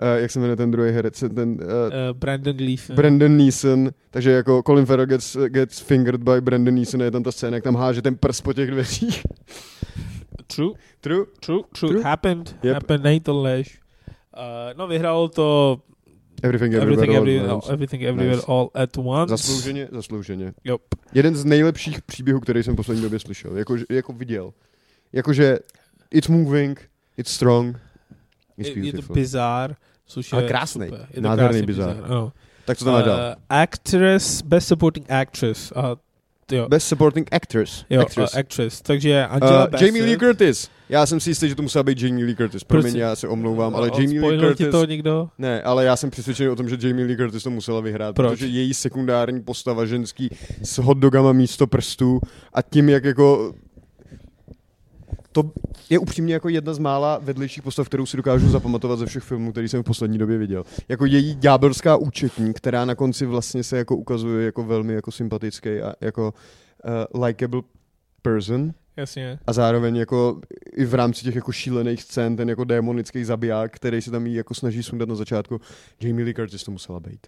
Speaker 3: uh, jak se jmenuje ten druhý herec, ten uh,
Speaker 2: eh, Brandon Leaf.
Speaker 3: Brandon Neeson, takže jako Colin Farrell gets, gets fingered by Brandon Neeson a je tam ta scéna, jak tam háže ten prst po těch dveřích. <laughs>
Speaker 2: True.
Speaker 3: True?
Speaker 2: True, true,
Speaker 3: True.
Speaker 2: happened,
Speaker 3: Yep.
Speaker 2: happened, není to lež. Uh, no vyhrálo to
Speaker 3: Everything,
Speaker 2: Everything,
Speaker 3: everywhere, all
Speaker 2: every, oh,
Speaker 3: at
Speaker 2: eh, no,
Speaker 3: once.
Speaker 2: everything Everywhere
Speaker 3: Nice.
Speaker 2: All at Once.
Speaker 3: Zaslouženě, zaslouženě.
Speaker 2: Jo.
Speaker 3: Jeden z nejlepších příběhů, který jsem v poslední době slyšel, jako, jako viděl. Jakože it's moving, it's strong, it's
Speaker 2: Je, je to
Speaker 3: beautiful.
Speaker 2: bizár, což je
Speaker 3: Ale krásnej.
Speaker 2: super. Je to
Speaker 3: Nádherný
Speaker 2: krásný
Speaker 3: bizár.
Speaker 2: Ano.
Speaker 3: tak co tam uh, dál?
Speaker 2: Eh, actress, best supporting actress. A, jo,
Speaker 3: Best supporting actress.
Speaker 2: jo
Speaker 3: actress.
Speaker 2: actress. Eh, actress. Takže Angela
Speaker 3: Uh,
Speaker 2: Bassett.
Speaker 3: Jamie Lee Curtis. Já jsem si jistý, že to musela být Jamie Lee Curtis. Promiň,
Speaker 2: Prostě-
Speaker 3: já se omlouvám, ale
Speaker 2: Eh,
Speaker 3: Jamie Lee
Speaker 2: odspojenul ti
Speaker 3: Curtis...
Speaker 2: to někdo?
Speaker 3: Ne, ale já jsem přesvědčený o tom, že Jamie Lee Curtis to musela vyhrát,
Speaker 2: Proč?
Speaker 3: protože její sekundární postava ženský s hotdogama místo prstů a tím, jak jako to je upřímně jako jedna z mála vedlejších postav, kterou si dokážu zapamatovat ze všech filmů, který jsem v poslední době viděl. Jako její ďábelská účetní, která na konci vlastně se jako ukazuje jako velmi jako sympatický a jako uh, likable person.
Speaker 2: Jasně.
Speaker 3: A zároveň jako i v rámci těch jako šílených scén, ten jako démonický zabiják, který se tam jí jako snaží sundat na začátku, Jamie Lee Curtis to musela být.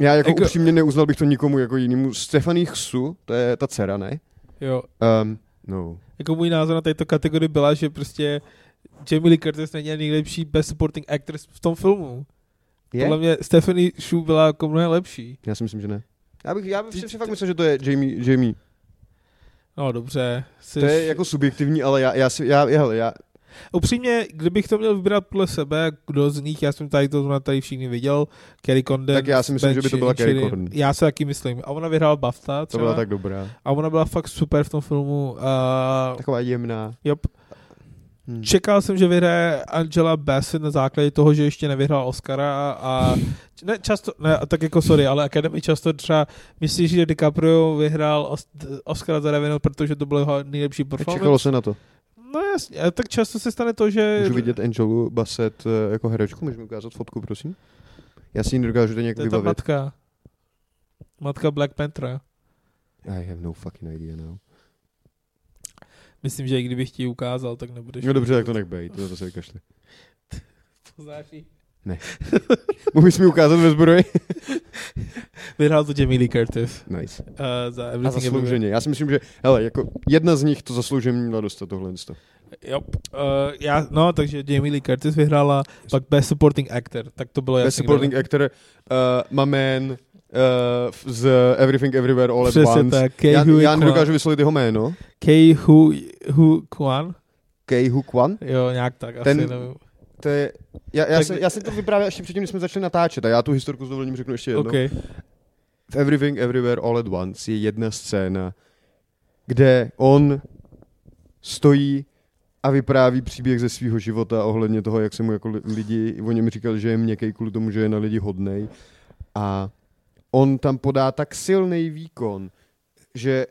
Speaker 3: Já jako,
Speaker 2: Jako-
Speaker 3: jako... upřímně neuznal bych to nikomu jako jinému. Stefaní Chsu, to je ta dcera, ne?
Speaker 2: Jo.
Speaker 3: Um, no.
Speaker 2: Jako můj názor na této kategorii byla, že prostě Jamie Lee Curtis není ani nejlepší best supporting actress v tom filmu. Je? Podle mě Stephanie Shu byla jako mnohem lepší.
Speaker 3: Já si myslím, že ne. Já bych, já bych
Speaker 2: Ty-
Speaker 3: si fakt myslel, že to je Jamie. Jamie.
Speaker 2: No dobře. Jsi...
Speaker 3: To je jako subjektivní, ale já, já si, já, já, já,
Speaker 2: Upřímně, kdybych to měl vybrat podle sebe, kdo z nich, já jsem tady to zrovna tady všichni viděl, Kerry Condon.
Speaker 3: Tak já si myslím, že by to byla Kerry Condon.
Speaker 2: Já se taky myslím. A ona vyhrála BAFTA
Speaker 3: to
Speaker 2: třeba.
Speaker 3: byla tak dobrá.
Speaker 2: A ona byla fakt super v tom filmu. A...
Speaker 3: Taková jemná.
Speaker 2: Jop.
Speaker 3: Hmm.
Speaker 2: Čekal jsem, že vyhraje Angela Bassett na základě toho, že ještě nevyhrál Oscara a ne, často, ne, tak jako sorry, ale Academy často třeba myslíš, že DiCaprio vyhrál Os- Oscara za Revenant, protože to byl jeho nejlepší performance.
Speaker 3: Čekalo se na to.
Speaker 2: No jasně, ale tak často se stane to, že...
Speaker 3: Můžu vidět Angelu Bassett eh, jako herečku? Můžeš mi ukázat fotku, prosím? Já si ji nedokážu to nějak
Speaker 2: To je ta
Speaker 3: vybavit.
Speaker 2: matka. Matka Black Panthera.
Speaker 3: I have no fucking idea now.
Speaker 2: Myslím, že i kdybych ti ji ukázal, tak nebudeš...
Speaker 3: No dobře, tak to nech bejt, to zase vykašli.
Speaker 2: Poznáš ji?
Speaker 3: <laughs> Můžeš mi ukázat ve zbroji?
Speaker 2: Vyhrál to Jamie Lee Curtis
Speaker 3: <laughs> Nice.
Speaker 2: uh, za
Speaker 3: A
Speaker 2: Everything Everywhere.
Speaker 3: zaslouženě. Já si myslím, že hele, jako jedna z nich to zaslouženě měla dostat tohle. To.
Speaker 2: Jo, uh, já, no, takže Jamie Lee Curtis vyhrála, pak Best Supporting Actor, tak to bylo
Speaker 3: Best
Speaker 2: jasný, kdo-
Speaker 3: supporting actor, uh, my man, uh, f- z Everything Everywhere All at
Speaker 2: Přesně
Speaker 3: Once.
Speaker 2: tak,
Speaker 3: Já,
Speaker 2: Kei-Hui
Speaker 3: já
Speaker 2: Kwan.
Speaker 3: nedokážu vyslovit jeho jméno.
Speaker 2: Kei-Hui Hu Kwan,
Speaker 3: Kei Hu Kwan.
Speaker 2: jo, nějak tak,
Speaker 3: Ten-
Speaker 2: asi nevím.
Speaker 3: To je, já, já,
Speaker 2: Tak-
Speaker 3: se, já jsem to vyprávěl ještě předtím, než jsme začali natáčet a já tu historku s dovolením řeknu ještě jednou.
Speaker 2: Okay.
Speaker 3: v Everything Everywhere All at Once je jedna scéna, kde on stojí a vypráví příběh ze svého života ohledně toho, jak se mu jako li- lidi o něm říkal, že je měkký kvůli tomu, že je na lidi hodnej. A on tam podá tak silný výkon, že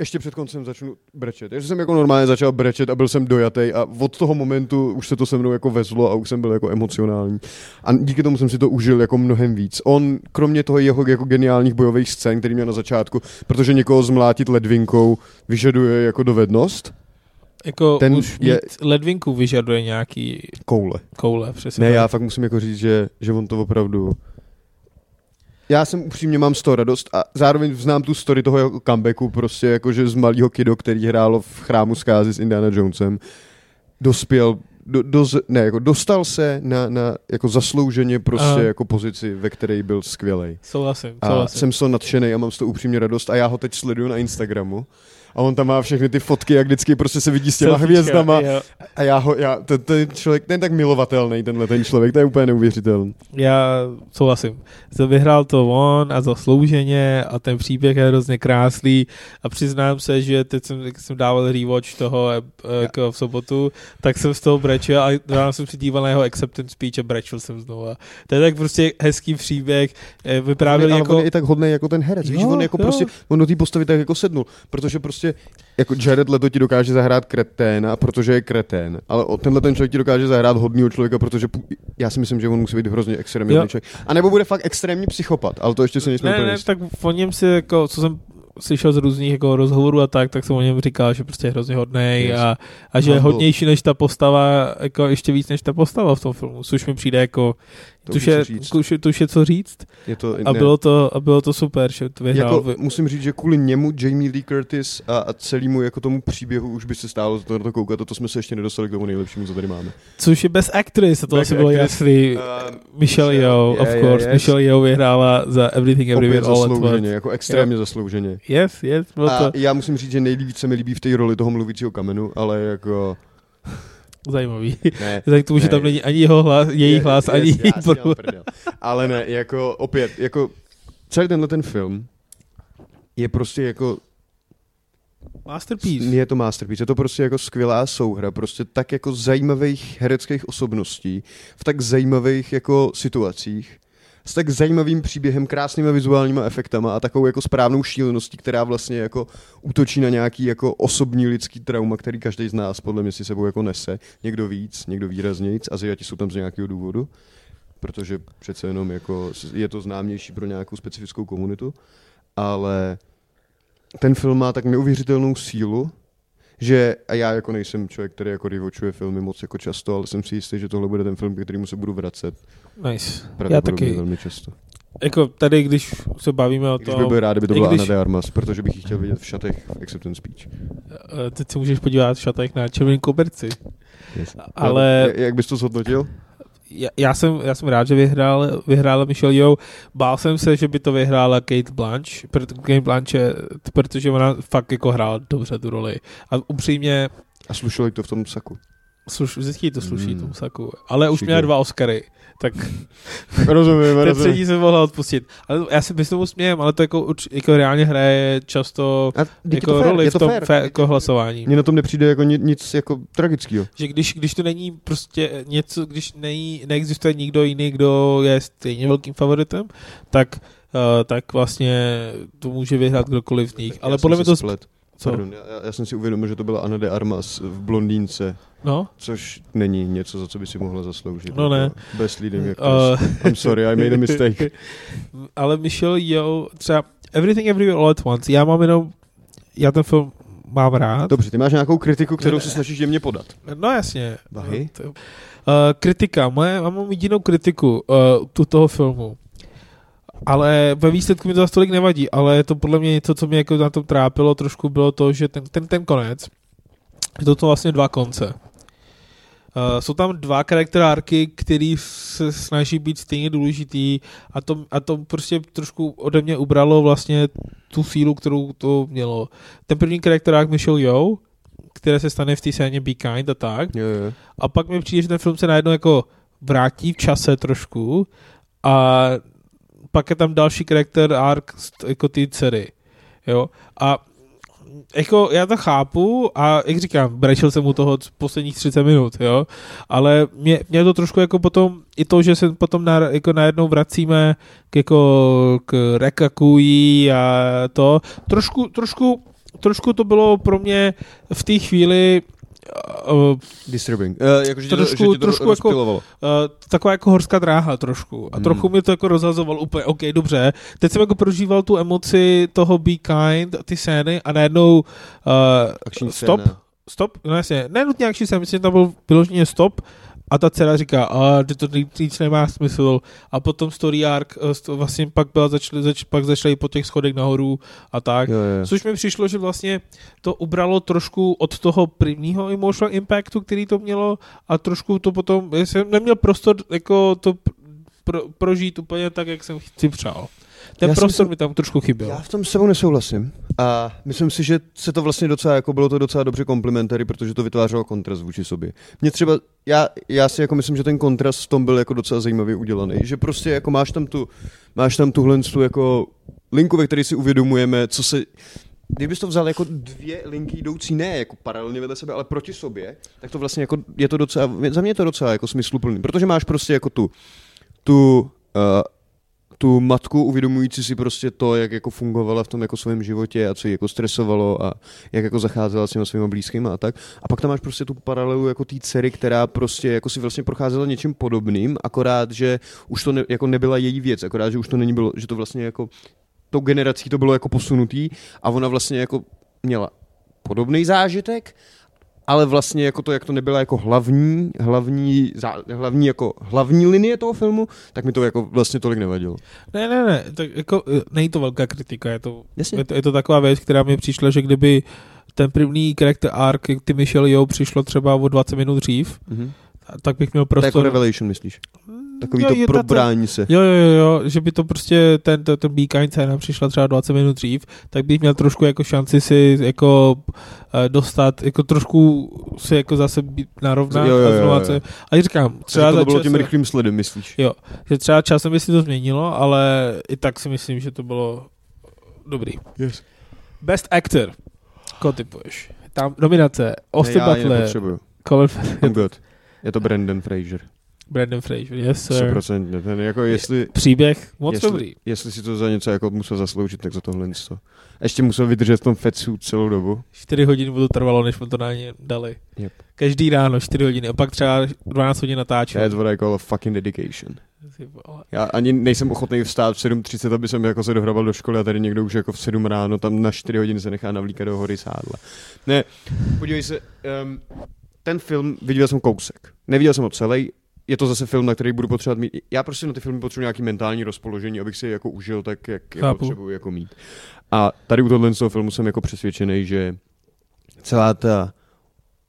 Speaker 3: ještě před koncem začnu brečet. Já jsem jako normálně začal brečet a byl jsem dojatý a od toho momentu už se to se mnou jako vezlo a už jsem byl jako emocionální. A díky tomu jsem si to užil jako mnohem víc. On, kromě toho jeho jako geniálních bojových scén, který měl na začátku, protože někoho zmlátit ledvinkou vyžaduje jako dovednost,
Speaker 2: Jako Ten
Speaker 3: Ten
Speaker 2: už je...
Speaker 3: je-
Speaker 2: mít ledvinku vyžaduje nějaký
Speaker 3: koule.
Speaker 2: koule, přesně.
Speaker 3: Ne,
Speaker 2: tak.
Speaker 3: já fakt musím jako říct, že, že on to opravdu... Já jsem upřímně mám z toho radost a zároveň znám tu story toho jeho comebacku prostě jakože z malého kido, který hrálo v chrámu skázy s Indiana Jonesem. Dospěl, do, do, ne, jako dostal se na, na jako zaslouženě prostě
Speaker 2: Aha.
Speaker 3: jako pozici, ve které byl skvělej.
Speaker 2: Souhlasím,
Speaker 3: A
Speaker 2: souhlasím.
Speaker 3: jsem z toho nadšený a mám z toho upřímně radost a já ho teď sleduju na Instagramu. a on tam má všechny ty fotky, jak vždycky prostě se vidí s těma
Speaker 2: Selfiečka,
Speaker 3: hvězdama.
Speaker 2: jo.
Speaker 3: A já ho, já, to, to je člověk, ten tak milovatelný, tenhle ten člověk, to je úplně neuvěřitelný.
Speaker 2: Já souhlasím. To Vyhrál to on a zaslouženě a ten příběh je hrozně krásný a přiznám se, že teď jsem, jak jsem dával rewatch toho eh, jako v sobotu, tak jsem z toho brečel a ráno jsem se díval na jeho acceptance speech a brečel jsem znova. To je tak prostě hezký příběh, eh, vyprávěl
Speaker 3: on, je- ale
Speaker 2: jako...
Speaker 3: on je i tak hodný jako ten herec, víš,
Speaker 2: Jo,
Speaker 3: on jako
Speaker 2: jo.
Speaker 3: prostě, on do té postavy tak jako sednul, protože prostě jako Jared Leto ti dokáže zahrát kreténa, protože je kretén, ale o- tenhle ten člověk ti dokáže zahrát hodnýho člověka, protože pu- já si myslím, že on musí být hrozně extrémní
Speaker 2: Jo.
Speaker 3: člověk. A nebo bude fakt extrémní psychopat, ale to ještě si nejsme
Speaker 2: Ne,
Speaker 3: úplně
Speaker 2: ne,
Speaker 3: jistí.
Speaker 2: tak o něm si jako, co jsem slyšel z různých jako rozhovorů a tak, tak jsem o něm říkal, že prostě je hrozně hodnej
Speaker 3: Yes.
Speaker 2: a, a že je
Speaker 3: Humble.
Speaker 2: hodnější než ta postava, jako ještě víc než ta postava v tom filmu, což mi přijde jako,
Speaker 3: To
Speaker 2: tuž
Speaker 3: už
Speaker 2: je,
Speaker 3: co říct.
Speaker 2: tuž, je- tuž je co říct
Speaker 3: je to,
Speaker 2: a
Speaker 3: ne.
Speaker 2: bylo, to, a bylo to super, že to vyhrál.
Speaker 3: Jako,
Speaker 2: Jako,
Speaker 3: musím říct, že kvůli němu Jamie Lee Curtis a, a celému jako tomu příběhu už by se stálo za to na to koukat, a to jsme se ještě nedostali k tomu nejlepšímu, co tady máme.
Speaker 2: což je bez actress, a to
Speaker 3: Bez
Speaker 2: asi bylo
Speaker 3: actress.
Speaker 2: jasný. Michelle Yeoh,
Speaker 3: je,
Speaker 2: of
Speaker 3: je,
Speaker 2: course,
Speaker 3: yes.
Speaker 2: Michelle Yeoh vyhrála za Everything
Speaker 3: Opět
Speaker 2: Everywhere All at
Speaker 3: zaslouženě,
Speaker 2: Once.
Speaker 3: jako extrémně zaslouženě.
Speaker 2: Yes, yes, bylo
Speaker 3: A
Speaker 2: No to
Speaker 3: já musím říct, že nejvíc se mi líbí v té roli toho mluvícího kamenu, ale jako...
Speaker 2: zajímavý. <laughs>
Speaker 3: Ne.
Speaker 2: Tak tomu, že tam
Speaker 3: Ne.
Speaker 2: není ani jeho hlas, její hlas, ani její
Speaker 3: já si dělám prdel. Ale ne, jako opět, jako celý tenhle ten film je prostě jako,
Speaker 2: Masterpiece.
Speaker 3: je to masterpiece, je to prostě jako skvělá souhra, prostě tak jako zajímavých hereckých osobností, v tak zajímavých jako situacích, s tak zajímavým příběhem, krásnýma vizuálníma efektama a takovou jako správnou šíleností, která vlastně jako útočí na nějaký jako osobní lidský trauma, který každý z nás podle mě si sebou jako nese. Někdo víc, někdo výraznějc, Aziati jsou tam z nějakého důvodu, protože přece jenom jako s- je to známější pro nějakou specifickou komunitu, ale ten film má tak neuvěřitelnou sílu, že a já jako nejsem člověk, který jako revočuje filmy moc jako často, ale jsem si jistý, že tohle bude ten film, ke kterému se budu vracet
Speaker 2: Nice. Já
Speaker 3: pravděpodobně
Speaker 2: taky.
Speaker 3: velmi často.
Speaker 2: Jako tady, když se bavíme o
Speaker 3: I Když by
Speaker 2: tom,
Speaker 3: byl rád, kdyby to
Speaker 2: i
Speaker 3: byla
Speaker 2: když-
Speaker 3: Anna de Armas, protože bych ji chtěl vidět v šatech v Acceptance Speech.
Speaker 2: eh, teď se můžeš podívat v šatech na červeném koberci.
Speaker 3: Yes.
Speaker 2: Ale
Speaker 3: No, Jak bys to zhodnotil?
Speaker 2: já, já, jsem, já jsem rád, že vyhrál, vyhrála Michelle Yeoh. Bál jsem se, že by to vyhrála Kate Blanche, proto, Kate Blanche, protože ona fakt jako hrála dobře tu roli. A upřímně,
Speaker 3: A slušeli to v
Speaker 2: <laughs>
Speaker 3: tom saku.
Speaker 2: sluš, vždycky jí to sluší
Speaker 3: Mm.
Speaker 2: tomu saku. Ale už
Speaker 3: Určitě.
Speaker 2: měla dva Oscary,
Speaker 3: <laughs>
Speaker 2: tak
Speaker 3: Rozumím,
Speaker 2: ten
Speaker 3: rozumím.
Speaker 2: třetí se mohla odpustit. Ale já si myslím, smějem, ale to jako, urč- jako reálně hraje často
Speaker 3: A vždyť
Speaker 2: jako
Speaker 3: je to fér,
Speaker 2: roli
Speaker 3: je
Speaker 2: v
Speaker 3: to
Speaker 2: tom
Speaker 3: fér.
Speaker 2: fé, jako hlasování.
Speaker 3: Mně na tom nepřijde jako ni- nic jako tragického.
Speaker 2: že když, když to není prostě něco, když nej, neexistuje nikdo jiný, kdo je stejně velkým favoritem, tak, uh, tak vlastně to může vyhrát kdokoliv z nich. Ale podle mě to... sp-
Speaker 3: Splet.
Speaker 2: Co?
Speaker 3: Pardon, já, já, jsem si uvědomil, že to byla Anna de Armas v blondýnce,
Speaker 2: No,
Speaker 3: což není něco, za co by si mohla zasloužit.
Speaker 2: No ne.
Speaker 3: Bez lídem jak
Speaker 2: uh,
Speaker 3: I'm sorry, I made a mistake.
Speaker 2: <laughs> ale Michelle jo, třeba Everything Everywhere All at Once, já mám jenom, já ten film mám rád.
Speaker 3: Dobře, ty máš nějakou kritiku, kterou se snažíš jemně podat.
Speaker 2: No jasně.
Speaker 3: Vahy?
Speaker 2: To- Uh, kritika. Moje, já mám jedinou kritiku uh, tu toho filmu. Ale ve výsledku mi to zase tolik nevadí, ale je to podle mě něco, co mě jako na tom trápilo trošku, bylo to, že ten, ten, ten konec, je to, to vlastně dva konce. Uh, jsou tam dva charakterárky, který se snaží být stejně důležitý a to, a to prostě trošku ode mě ubralo vlastně tu sílu, kterou to mělo. Ten první charakterák Michelle Yeoh, které se stane v té scéně Be Kind a tak.
Speaker 3: Jo, jo.
Speaker 2: A pak mi přijde, že ten film se najednou jako vrátí v čase trošku a pak je tam další charakter arc z- jako ty dcery. Jo? A jako já to chápu a jak říkám, brečel jsem u toho c- posledních 30 minut, jo, ale mě, mě to trošku jako potom, i to, že se potom na, jako najednou vracíme k jako k rekakují a to, trošku, trošku, trošku to bylo pro mě v té chvíli eh,
Speaker 3: Disturbing. Uh, jako, že
Speaker 2: Trošku-
Speaker 3: trošku, ti to, že ti
Speaker 2: trošku
Speaker 3: to
Speaker 2: jako-
Speaker 3: rozpilovalo.
Speaker 2: Uh, taková jako horská dráha trošku. A
Speaker 3: Hmm.
Speaker 2: trochu mi to jako rozhazoval úplně, OK, dobře. Teď jsem jako prožíval tu emoci toho Be Kind, ty scény a najednou uh,
Speaker 3: Akční
Speaker 2: Stop.
Speaker 3: scéna.
Speaker 2: stop, no jasně, ne nutně akční scény, myslím, že tam byl vyloženě stop a ta dcera říká, a že to ni- nic nemá smysl. A potom story arc, eh, st- vlastně pak, byla začali, zač, pak začali po těch schodech nahoru a tak.
Speaker 3: Jo, jo.
Speaker 2: Což mi přišlo, že vlastně to ubralo trošku od toho prvního emotional impactu, který to mělo a trošku to potom, já jsem neměl prostor jako to pr- pro, prožít úplně tak, jak jsem si přál. Ten
Speaker 3: Já jsem
Speaker 2: prostor
Speaker 3: si-
Speaker 2: mi tam trošku chyběl.
Speaker 3: Já v tom s sebou nesouhlasím. A myslím si, že se to vlastně docela, jako bylo to docela dobře komplementary, protože to vytvářelo kontrast vůči sobě. Mně třeba, já, já si jako myslím, že ten kontrast v tom byl jako docela zajímavě udělaný, že prostě jako máš tam tu, máš tam tuhle tu jako linku, ve které si uvědomujeme, co se, Kdybys to vzal jako dvě linky jdoucí ne jako paralelně vedle sebe, ale proti sobě, tak to vlastně jako je to docela, za mě je to docela jako smysluplný, protože máš prostě jako tu, tu eh, tu matku uvědomující si prostě to, jak jako fungovala v tom jako svém životě a co ji jako stresovalo a jak jako zacházela s těma svýma blízkýma a tak. A pak tam máš prostě tu paralelu jako té dcery, která prostě jako si vlastně procházela něčím podobným, akorát, že už to ne, jako nebyla její věc, akorát, že už to není bylo, že to vlastně jako tou generací to bylo jako posunutý a ona vlastně jako měla podobný zážitek, ale vlastně jako to, jak to nebyla jako hlavní, hlavní, zá- hlavní, jako hlavní linie toho filmu, tak mi to jako vlastně tolik nevadilo.
Speaker 2: Ne, ne, ne, tak jako eh, není to velká kritika, je to,
Speaker 3: Jasně.
Speaker 2: je to, je to taková věc, která mi přišla, že kdyby ten první character arc, jak ty Michelle Jo, přišlo třeba o 20 minut dřív,
Speaker 3: Mm-hmm.
Speaker 2: a- tak bych měl
Speaker 3: Prostor... Jako
Speaker 2: prostor...
Speaker 3: Revelation, myslíš? Takový
Speaker 2: Jo,
Speaker 3: Mm, no, to
Speaker 2: je ta-
Speaker 3: probrání se.
Speaker 2: Jo, jo, jo, jo, že by to prostě, ten, ten, ten Beacon scéna přišla třeba 20 minut dřív, tak bych měl trošku jako šanci si jako eh, dostat, jako trošku si jako zase být narovnat
Speaker 3: Jo, jo,
Speaker 2: a
Speaker 3: jo,
Speaker 2: znovu
Speaker 3: jo.
Speaker 2: se. A říkám, třeba,
Speaker 3: Třeba to
Speaker 2: za
Speaker 3: bylo
Speaker 2: čas,
Speaker 3: tím rychlým sledem, myslíš?
Speaker 2: Jo. že třeba časem by si to změnilo, ale i tak si myslím, že to bylo dobrý.
Speaker 3: Yes.
Speaker 2: Best Actor. Koho typuješ? Tam nominace Austin
Speaker 3: já ji
Speaker 2: Butler,
Speaker 3: nepotřebuju.
Speaker 2: Colin
Speaker 3: I'm good. Je to Brandon Fraser.
Speaker 2: <laughs> Brandon Fraser, yes sir.
Speaker 3: 100%. Ten jako jestli,
Speaker 2: Příběh moc
Speaker 3: Jestli-
Speaker 2: dobrý.
Speaker 3: jestli si to za něco jako musel zasloužit, tak za tohle něco. Ještě musel vydržet v tom fetsu celou dobu.
Speaker 2: Čtyři hodiny mu to trvalo, než mu to na ně dali.
Speaker 3: Yep.
Speaker 2: Každý ráno čtyři hodiny a pak třeba 12 hodin natáčel.
Speaker 3: That's what I call a fucking dedication.
Speaker 2: Ty vole.
Speaker 3: Já ani nejsem ochotný vstát v 7.30, aby jsem jako se dohrabal do školy a tady někdo už jako v 7 ráno tam na 4 hodiny se nechá navlíkat do hory sádla. Ne, podívej se, um, ten film, viděl jsem kousek, neviděl jsem ho celý, je to zase film, na který budu potřebovat mít. Já prostě na ty filmy potřebuji nějaký mentální rozpoložení, abych si je jako užil tak, jak je
Speaker 2: Chápu.
Speaker 3: potřebuji jako mít. A tady u tohohle z toho filmu jsem jako přesvědčený, že celá ta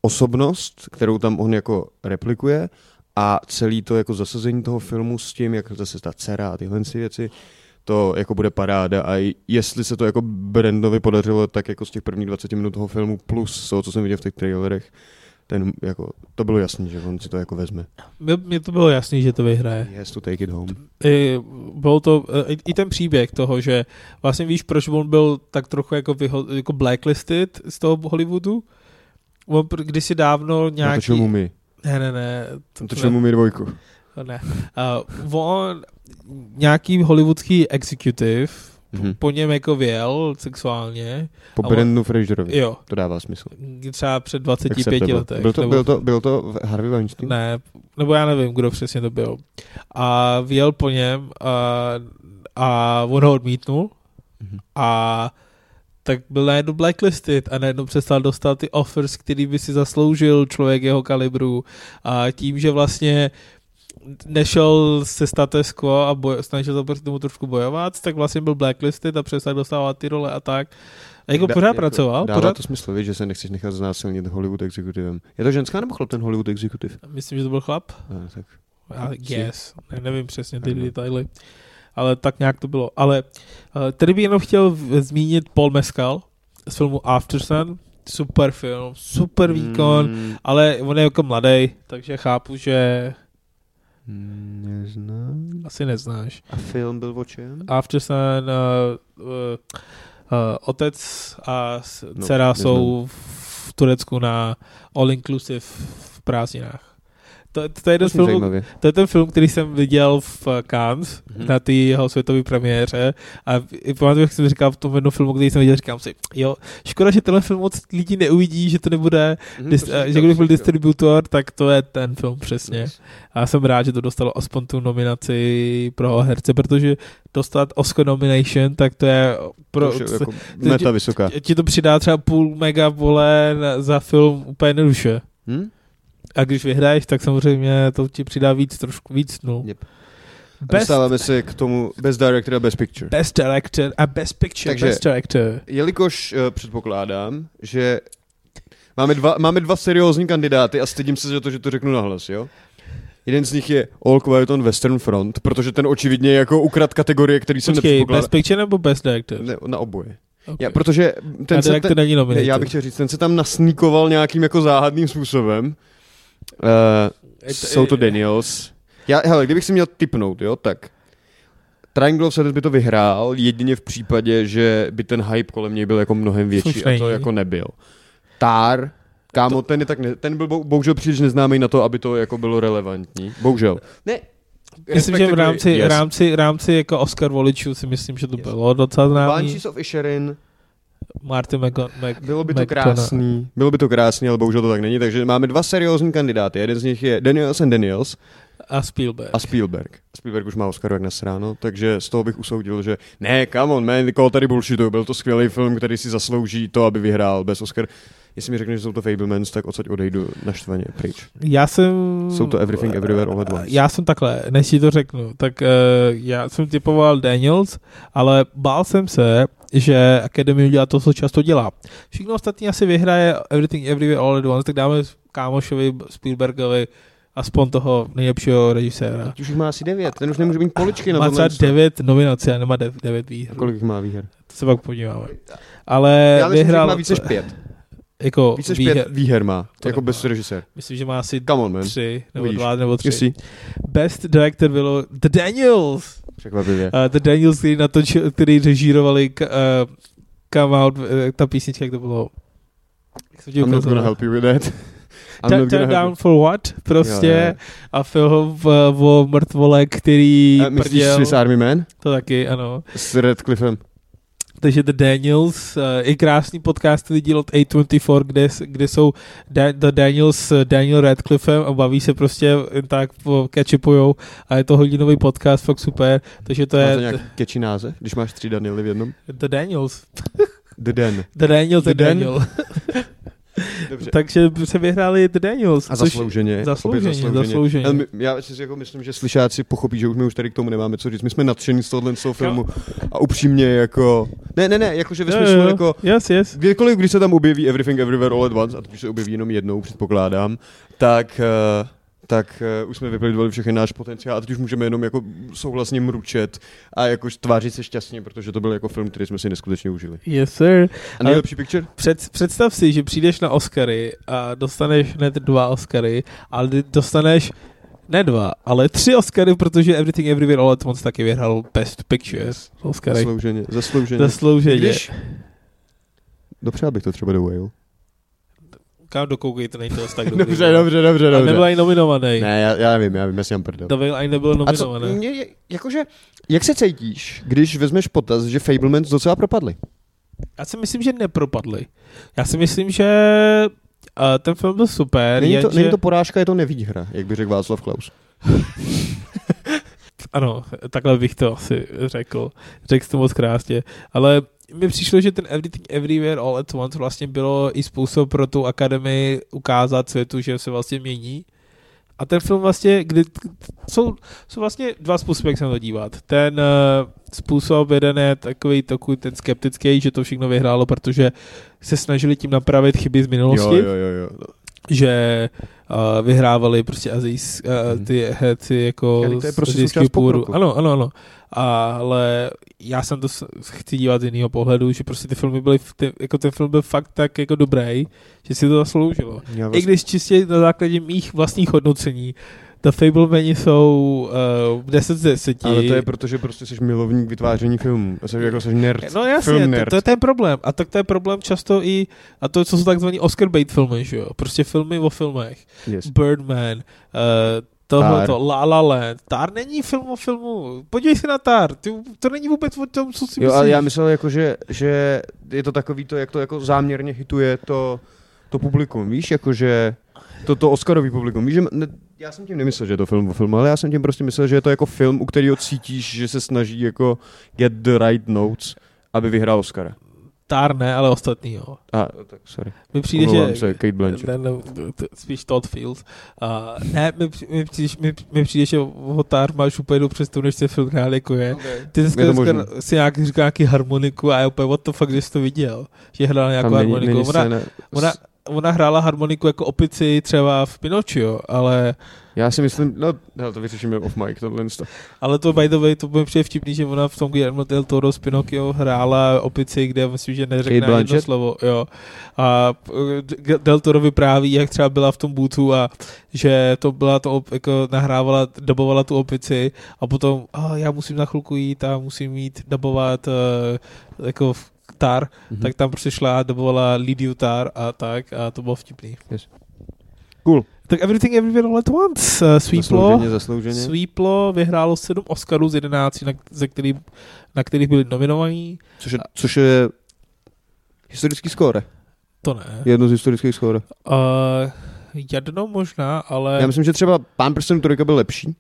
Speaker 3: osobnost, kterou tam on jako replikuje a celý to jako zasazení toho filmu s tím, jak zase ta dcera a tyhle si věci, to jako bude paráda a jestli se to jako Brandovi podařilo, tak jako z těch prvních 20 minut toho filmu plus toho, co jsem viděl v těch trailerech, ten jako, to bylo jasný, že on si to jako vezme.
Speaker 2: Mně- Mně to bylo jasný, že to vyhraje.
Speaker 3: Yes to take it home.
Speaker 2: I, bylo to, eh, i- i ten příběh toho, že vlastně víš, proč on byl tak trochu jako, vyho, jako blacklisted z toho Hollywoodu? On pr- kdysi dávno nějaký...
Speaker 3: Natočil mu mi.
Speaker 2: Ne, ne, ne. To,
Speaker 3: Natočil mu mi dvojku.
Speaker 2: To ne. Uh, on, nějaký hollywoodský executive,
Speaker 3: Mhm.
Speaker 2: po něm jako věl sexuálně,
Speaker 3: Po
Speaker 2: Ale-
Speaker 3: Brandonu Fraserovi.
Speaker 2: jo,
Speaker 3: To dává smysl.
Speaker 2: třeba před 25
Speaker 3: Acceptable.
Speaker 2: lety.
Speaker 3: Byl to,
Speaker 2: nebo,
Speaker 3: byl to, byl to v Harvey Weinstein?
Speaker 2: Ne, nebo já nevím, kdo přesně to byl. A věl po něm a, a on ho odmítnul
Speaker 3: Mhm.
Speaker 2: a tak byl najednou blacklisted a najednou přestal dostat ty offers, který by si zasloužil člověk jeho kalibru a tím, že vlastně nešel se status quo a boj, snažil se proti tomu trošku bojovat, tak vlastně byl blacklisted a přestal dostávat ty role a tak. A jako
Speaker 3: Da-
Speaker 2: pořád pracoval,
Speaker 3: Dává
Speaker 2: pořád,
Speaker 3: to smysl, víš, že se nechceš nechat znásilnit Hollywood exekutivem. Je to ženská nebo chlap ten Hollywood exekutiv?
Speaker 2: myslím, že to byl chlap,
Speaker 3: Ne, tak.
Speaker 2: A
Speaker 3: Určitě.
Speaker 2: yes, ne, nevím přesně ty
Speaker 3: Ano.
Speaker 2: detaily, ale tak nějak to bylo. Ale eh, tady bych jenom chtěl v- zmínit Paul Mescal z filmu After Sun. Super film, super výkon,
Speaker 3: Mm,
Speaker 2: ale on je jako mladý, takže chápu, že
Speaker 3: mm, neznám.
Speaker 2: asi neznáš.
Speaker 3: A film byl o čem?
Speaker 2: After Sun, uh, uh, uh, otec a s-
Speaker 3: No,
Speaker 2: dcera
Speaker 3: neznám.
Speaker 2: jsou v Turecku na all inclusive v prázdninách. To, to je jeden z
Speaker 3: Myslím
Speaker 2: filmů,
Speaker 3: zajímavě.
Speaker 2: To je ten film, který jsem viděl v eh, Cannes
Speaker 3: Mhm.
Speaker 2: mm-hmm. na té jeho světové premiéře a v- i pamatuju, jak jsem říkal v tom jednom filmu, který jsem viděl, říkám si, jo, škoda, že tenhle film moc lidí neuvidí, že to nebude,
Speaker 3: Mhm,
Speaker 2: dis-
Speaker 3: to
Speaker 2: eh,
Speaker 3: jsem
Speaker 2: že kdyby byl
Speaker 3: říkal, jsem říkal.
Speaker 2: distributor, tak to je ten film přesně.
Speaker 3: Nice.
Speaker 2: A jsem rád, že to dostalo aspoň tu nominaci pro herce, protože dostat Oscar nomination, tak to je pro...
Speaker 3: To už je
Speaker 2: se-
Speaker 3: jako meta vysoká.
Speaker 2: ti to přidá třeba půl mega vole na- za film úplně jednoduše.
Speaker 3: Hm?
Speaker 2: A když vyhraješ, tak samozřejmě to ti přidá víc, trošku víc nul.
Speaker 3: Yep. A
Speaker 2: Best
Speaker 3: Dostáváme se k tomu bez directora, bez picture.
Speaker 2: Best Director a Best Picture,
Speaker 3: Takže-
Speaker 2: Best Director.
Speaker 3: Jelikož eh, předpokládám, že máme dva, máme dva seriózní kandidáty a stydím se za to, že to řeknu nahlas, jo? Jeden z nich je All Quiet on Western Front, protože ten očividně jako ukrad kategorie, který jsem
Speaker 2: Počkej,
Speaker 3: nepředpokládal.
Speaker 2: Best Picture nebo Best Director?
Speaker 3: Ne, na oboje.
Speaker 2: Okay.
Speaker 3: Já, protože ten
Speaker 2: a
Speaker 3: se,
Speaker 2: Director není
Speaker 3: ne,
Speaker 2: nominated.
Speaker 3: já bych chtěl říct, ten se tam nasníkoval nějakým jako záhadným způsobem. Uh, jsou to Daniels. Já, hele, kdybych si měl typnout, jo, tak Triangle of Sadness by to vyhrál jedině v případě, že by ten hype kolem něj byl jako mnohem větší
Speaker 2: Což
Speaker 3: a
Speaker 2: není.
Speaker 3: to jako nebyl. Tár, kámo, ten, je tak ne, ten byl bo- bohužel příliš neznámý na to, aby to jako bylo relevantní. Bohužel. Ne.
Speaker 2: Myslím, že v
Speaker 3: respektive-
Speaker 2: rámci,
Speaker 3: yes.
Speaker 2: yes. rámci, rámci jako Oscar voličů si myslím, že to
Speaker 3: Yes.
Speaker 2: bylo docela známý.
Speaker 3: Banshees of Isherin,
Speaker 2: Martin McGon- Mc-
Speaker 3: Bylo by to
Speaker 2: McDonagh.
Speaker 3: krásný. Bylo by to krásný, ale bohužel to tak není. Takže máme dva seriózní kandidáty. Jeden z nich je Daniels and Daniels
Speaker 2: a Spielberg.
Speaker 3: a Spielberg. Spielberg už má Oscar jak nasráno, takže z toho bych usoudil, že ne, come on, man, koho tady bullshitu, byl to skvělý film, který si zaslouží to, aby vyhrál bez Oscar. Jestli mi řekneš, že jsou to Fablemans, tak odsaď odejdu naštvaně pryč.
Speaker 2: Já jsem...
Speaker 3: Jsou to Everything Everywhere All at Once.
Speaker 2: Já jsem takhle, než ti to řeknu, tak uh, já jsem typoval Daniels, ale bál jsem se, že Academy udělá to, co často dělá. Všechno ostatní asi vyhraje Everything Everywhere All at Once, tak dáme kámošovi Spielbergovi aspoň toho nejlepšího režiséra.
Speaker 3: Teď už jich má asi devět, ten už nemůže mít poličky na
Speaker 2: Má třeba
Speaker 3: tomhle.
Speaker 2: devět nominací a nemá dev- devět výher.
Speaker 3: A kolik jich má výher?
Speaker 2: To se pak podíváme. Ale
Speaker 3: Já myslím, že
Speaker 2: Eh, vyhrál...
Speaker 3: jich má více než pět.
Speaker 2: Jako
Speaker 3: Více než
Speaker 2: výher,
Speaker 3: pět výher má,
Speaker 2: To
Speaker 3: jako
Speaker 2: nemá.
Speaker 3: bez režisér.
Speaker 2: Myslím, že má asi
Speaker 3: Come on, man.
Speaker 2: tři, nebo
Speaker 3: Vidíš.
Speaker 2: dva, nebo tři.
Speaker 3: Jsi
Speaker 2: Best director bylo The Daniels.
Speaker 3: překvapivě.
Speaker 2: Uh, The Daniels, který, natočil, který režírovali k, uh, Come Out, uh, ta písnička, jak to bylo. Jak jsem ti
Speaker 3: I'm not
Speaker 2: ukazoval?
Speaker 3: gonna help you with that. <laughs> I'm
Speaker 2: Turn
Speaker 3: not
Speaker 2: turn
Speaker 3: gonna help
Speaker 2: down
Speaker 3: you.
Speaker 2: for what? Prostě.
Speaker 3: Jo, jo, jo.
Speaker 2: A film uh, o mrtvole, který
Speaker 3: Eh, Myslíš
Speaker 2: prděl.
Speaker 3: Swiss Army Man?
Speaker 2: To taky, ano.
Speaker 3: S Radcliffem.
Speaker 2: Takže The Daniels, uh, i krásný podcast díl od A24, kde, s- kde jsou da- The Daniels s Daniel Radcliffem a baví se prostě jen tak po- catch-upujou a je to hodinový podcast, fakt super. Takže to
Speaker 3: To je
Speaker 2: je
Speaker 3: to nějak kečí název, když máš tři Daniely v jednom?
Speaker 2: The Daniels.
Speaker 3: The Den.
Speaker 2: The Daniels, The,
Speaker 3: The Dan-
Speaker 2: Daniel.
Speaker 3: Dobře.
Speaker 2: <laughs> Takže se vyhráli The Daniels.
Speaker 3: A
Speaker 2: což-
Speaker 3: zaslouženě.
Speaker 2: zaslouženě,
Speaker 3: opět
Speaker 2: zaslouženě.
Speaker 3: Ale my, já si jako myslím, že slyšáci pochopí, že už my už tady k tomu nemáme co říct. My jsme nadšení z tohohle z toho filmu a upřímně jako... Ne, ne, ne, jakože ve
Speaker 2: Jo,
Speaker 3: smyslu
Speaker 2: jo, jo.
Speaker 3: jako...
Speaker 2: Yes, yes.
Speaker 3: Kdykoliv, když se tam objeví Everything Everywhere All at Once, a teď už se objeví jenom jednou, předpokládám, tak, eh, tak eh, už jsme vyplivovali všechny náš potenciál a teď už můžeme jenom jako souhlasně mručet a jako tvářit se šťastně, protože to byl jako film, který jsme si neskutečně užili.
Speaker 2: Yes, sir.
Speaker 3: A nejlepší picture?
Speaker 2: Před, představ si, že přijdeš na Oscary a dostaneš hned dva Oscary, ale ty dostaneš ne dva, ale tři Oscary, protože Everything Everywhere All at Once taky vyhrál Best Picture Oscary.
Speaker 3: Zaslouženě, zaslouženě.
Speaker 2: Zaslouženě.
Speaker 3: Když... Dopřál bych to třeba do Whale.
Speaker 2: Kam dokoukej, to není to <laughs> tak dobrý.
Speaker 3: Dobře, dobře, dobře,
Speaker 2: A nebyl
Speaker 3: dobře.
Speaker 2: ani nominovaný.
Speaker 3: Ne, já, já nevím, já vím, já si mám prdel.
Speaker 2: Nevím, ani nebyl
Speaker 3: A co,
Speaker 2: nominovaný.
Speaker 3: mě, je- jakože, jak se cítíš, když vezmeš potaz, že Fablemans docela propadli?
Speaker 2: Já si myslím, že nepropadli. Já si myslím, že uh, ten film byl super.
Speaker 3: Není to,
Speaker 2: jenže-
Speaker 3: není to porážka, je to nevýhra, jak by řekl Václav Klaus.
Speaker 2: Ano, takhle bych to asi řekl. Řekl jsi to moc krásně. Ale mi přišlo, že ten Everything Everywhere All at Once vlastně bylo i způsob pro tu akademii ukázat světu, že se vlastně mění. A ten film vlastně, kdy, jsou, jsou vlastně dva způsoby, jak se na to dívat. Ten uh, způsob jeden je takový, takový ten skeptický, že to všechno vyhrálo, protože se snažili tím napravit chyby z minulosti
Speaker 3: jo, jo.
Speaker 2: že uh, vyhrávali prostě azijs,
Speaker 3: Mhm.
Speaker 2: uh, ty herci jako
Speaker 3: Ale to je
Speaker 2: z
Speaker 3: prostě
Speaker 2: asijského
Speaker 3: součást
Speaker 2: původu.
Speaker 3: pokroku.
Speaker 2: Ano, ano, ano. Ale já jsem to s- chci dívat z jiného pohledu, že prostě ty filmy byly, v- ty, jako ten film byl fakt tak jako dobrý, že si to zasloužilo.
Speaker 3: Já
Speaker 2: I
Speaker 3: vás...
Speaker 2: když čistě na základě mých vlastních hodnocení, The Fablemani jsou uh, 10 z 10.
Speaker 3: Ale to je proto, že prostě jsi milovník vytváření filmů. Jsi jako jsi nerd.
Speaker 2: No jasně,
Speaker 3: film
Speaker 2: to,
Speaker 3: nerd.
Speaker 2: to, je ten problém. A tak to je problém často i, a to, co jsou takzvaný Oscar bait filmy, že jo? Prostě filmy o filmech.
Speaker 3: Yes.
Speaker 2: Birdman, uh, tohoto, La La Land. Tár není film o filmu. Podívej se na Tár. Ty, to není vůbec o tom, co si
Speaker 3: Jo, ale
Speaker 2: myslíš.
Speaker 3: já myslel, jako, že, že je to takový to, jak to jako záměrně hituje to, to publikum, víš, jakože to, to Oscarový publikum. Víš, že m- ne, já jsem tím nemyslel, že je to film o filmu, ale já jsem tím prostě myslel, že je to jako film, u kterého cítíš, že se snaží jako get the right notes, aby vyhrál Oscara.
Speaker 2: Tár ne, ale ostatní jo.
Speaker 3: A, tak sorry.
Speaker 2: Mi No přijde,
Speaker 3: Omlouvám
Speaker 2: že...
Speaker 3: se, Kate Blanchett.
Speaker 2: Ne, ne, to- spíš Todd Fields. Uh, ne, mi, při- mi, přijde, mi, mi přijde, že o Tár máš úplně jednu představu, než ten film reálně jako je.
Speaker 3: Okay.
Speaker 2: Ty
Speaker 3: Je
Speaker 2: dneska,
Speaker 3: to
Speaker 2: dneska
Speaker 3: možný.
Speaker 2: si nějak říká nějaký harmoniku a já úplně what the fuck, že jsi to viděl? Že hrál nějakou
Speaker 3: Tam není,
Speaker 2: harmoniku.
Speaker 3: není
Speaker 2: Jako Ona,
Speaker 3: scéna.
Speaker 2: ona, ona hrála harmoniku jako opici třeba v Pinocchio, ale,
Speaker 3: Já si myslím, no, hele, to vyřešíme off mic, tohle. insta.
Speaker 2: ale to by the way, to bude přijde vtipný, že ona v tom Guillermo del Toro z Pinocchio hrála opici, kde myslím, že neřekne ani jedno
Speaker 3: Blanchett?
Speaker 2: slovo. Jo. A eh, del Toro vypráví, jak třeba byla v tom bootu a že to byla to, op- jako nahrávala, dabovala tu opici a potom a já musím na chvilku jít a musím jít dabovat eh, jako v tar,
Speaker 3: Mhm.
Speaker 2: tak tam přišla a dobovala Lidiu Tar a tak a to bylo vtipný.
Speaker 3: Yes. Cool.
Speaker 2: Tak Everything Everywhere All at Once eh, svíplo,
Speaker 3: Zaslouženě, zaslouženě.
Speaker 2: svíplo, vyhrálo sedm Oscarů z 11, na, ze který, na kterých byli nominovaní.
Speaker 3: Což je, což je historický skóre.
Speaker 2: To ne.
Speaker 3: Je jedno z historických skóre.
Speaker 2: Uh, jedno možná, ale...
Speaker 3: Já myslím, že třeba Pán prstenů trojka byl lepší.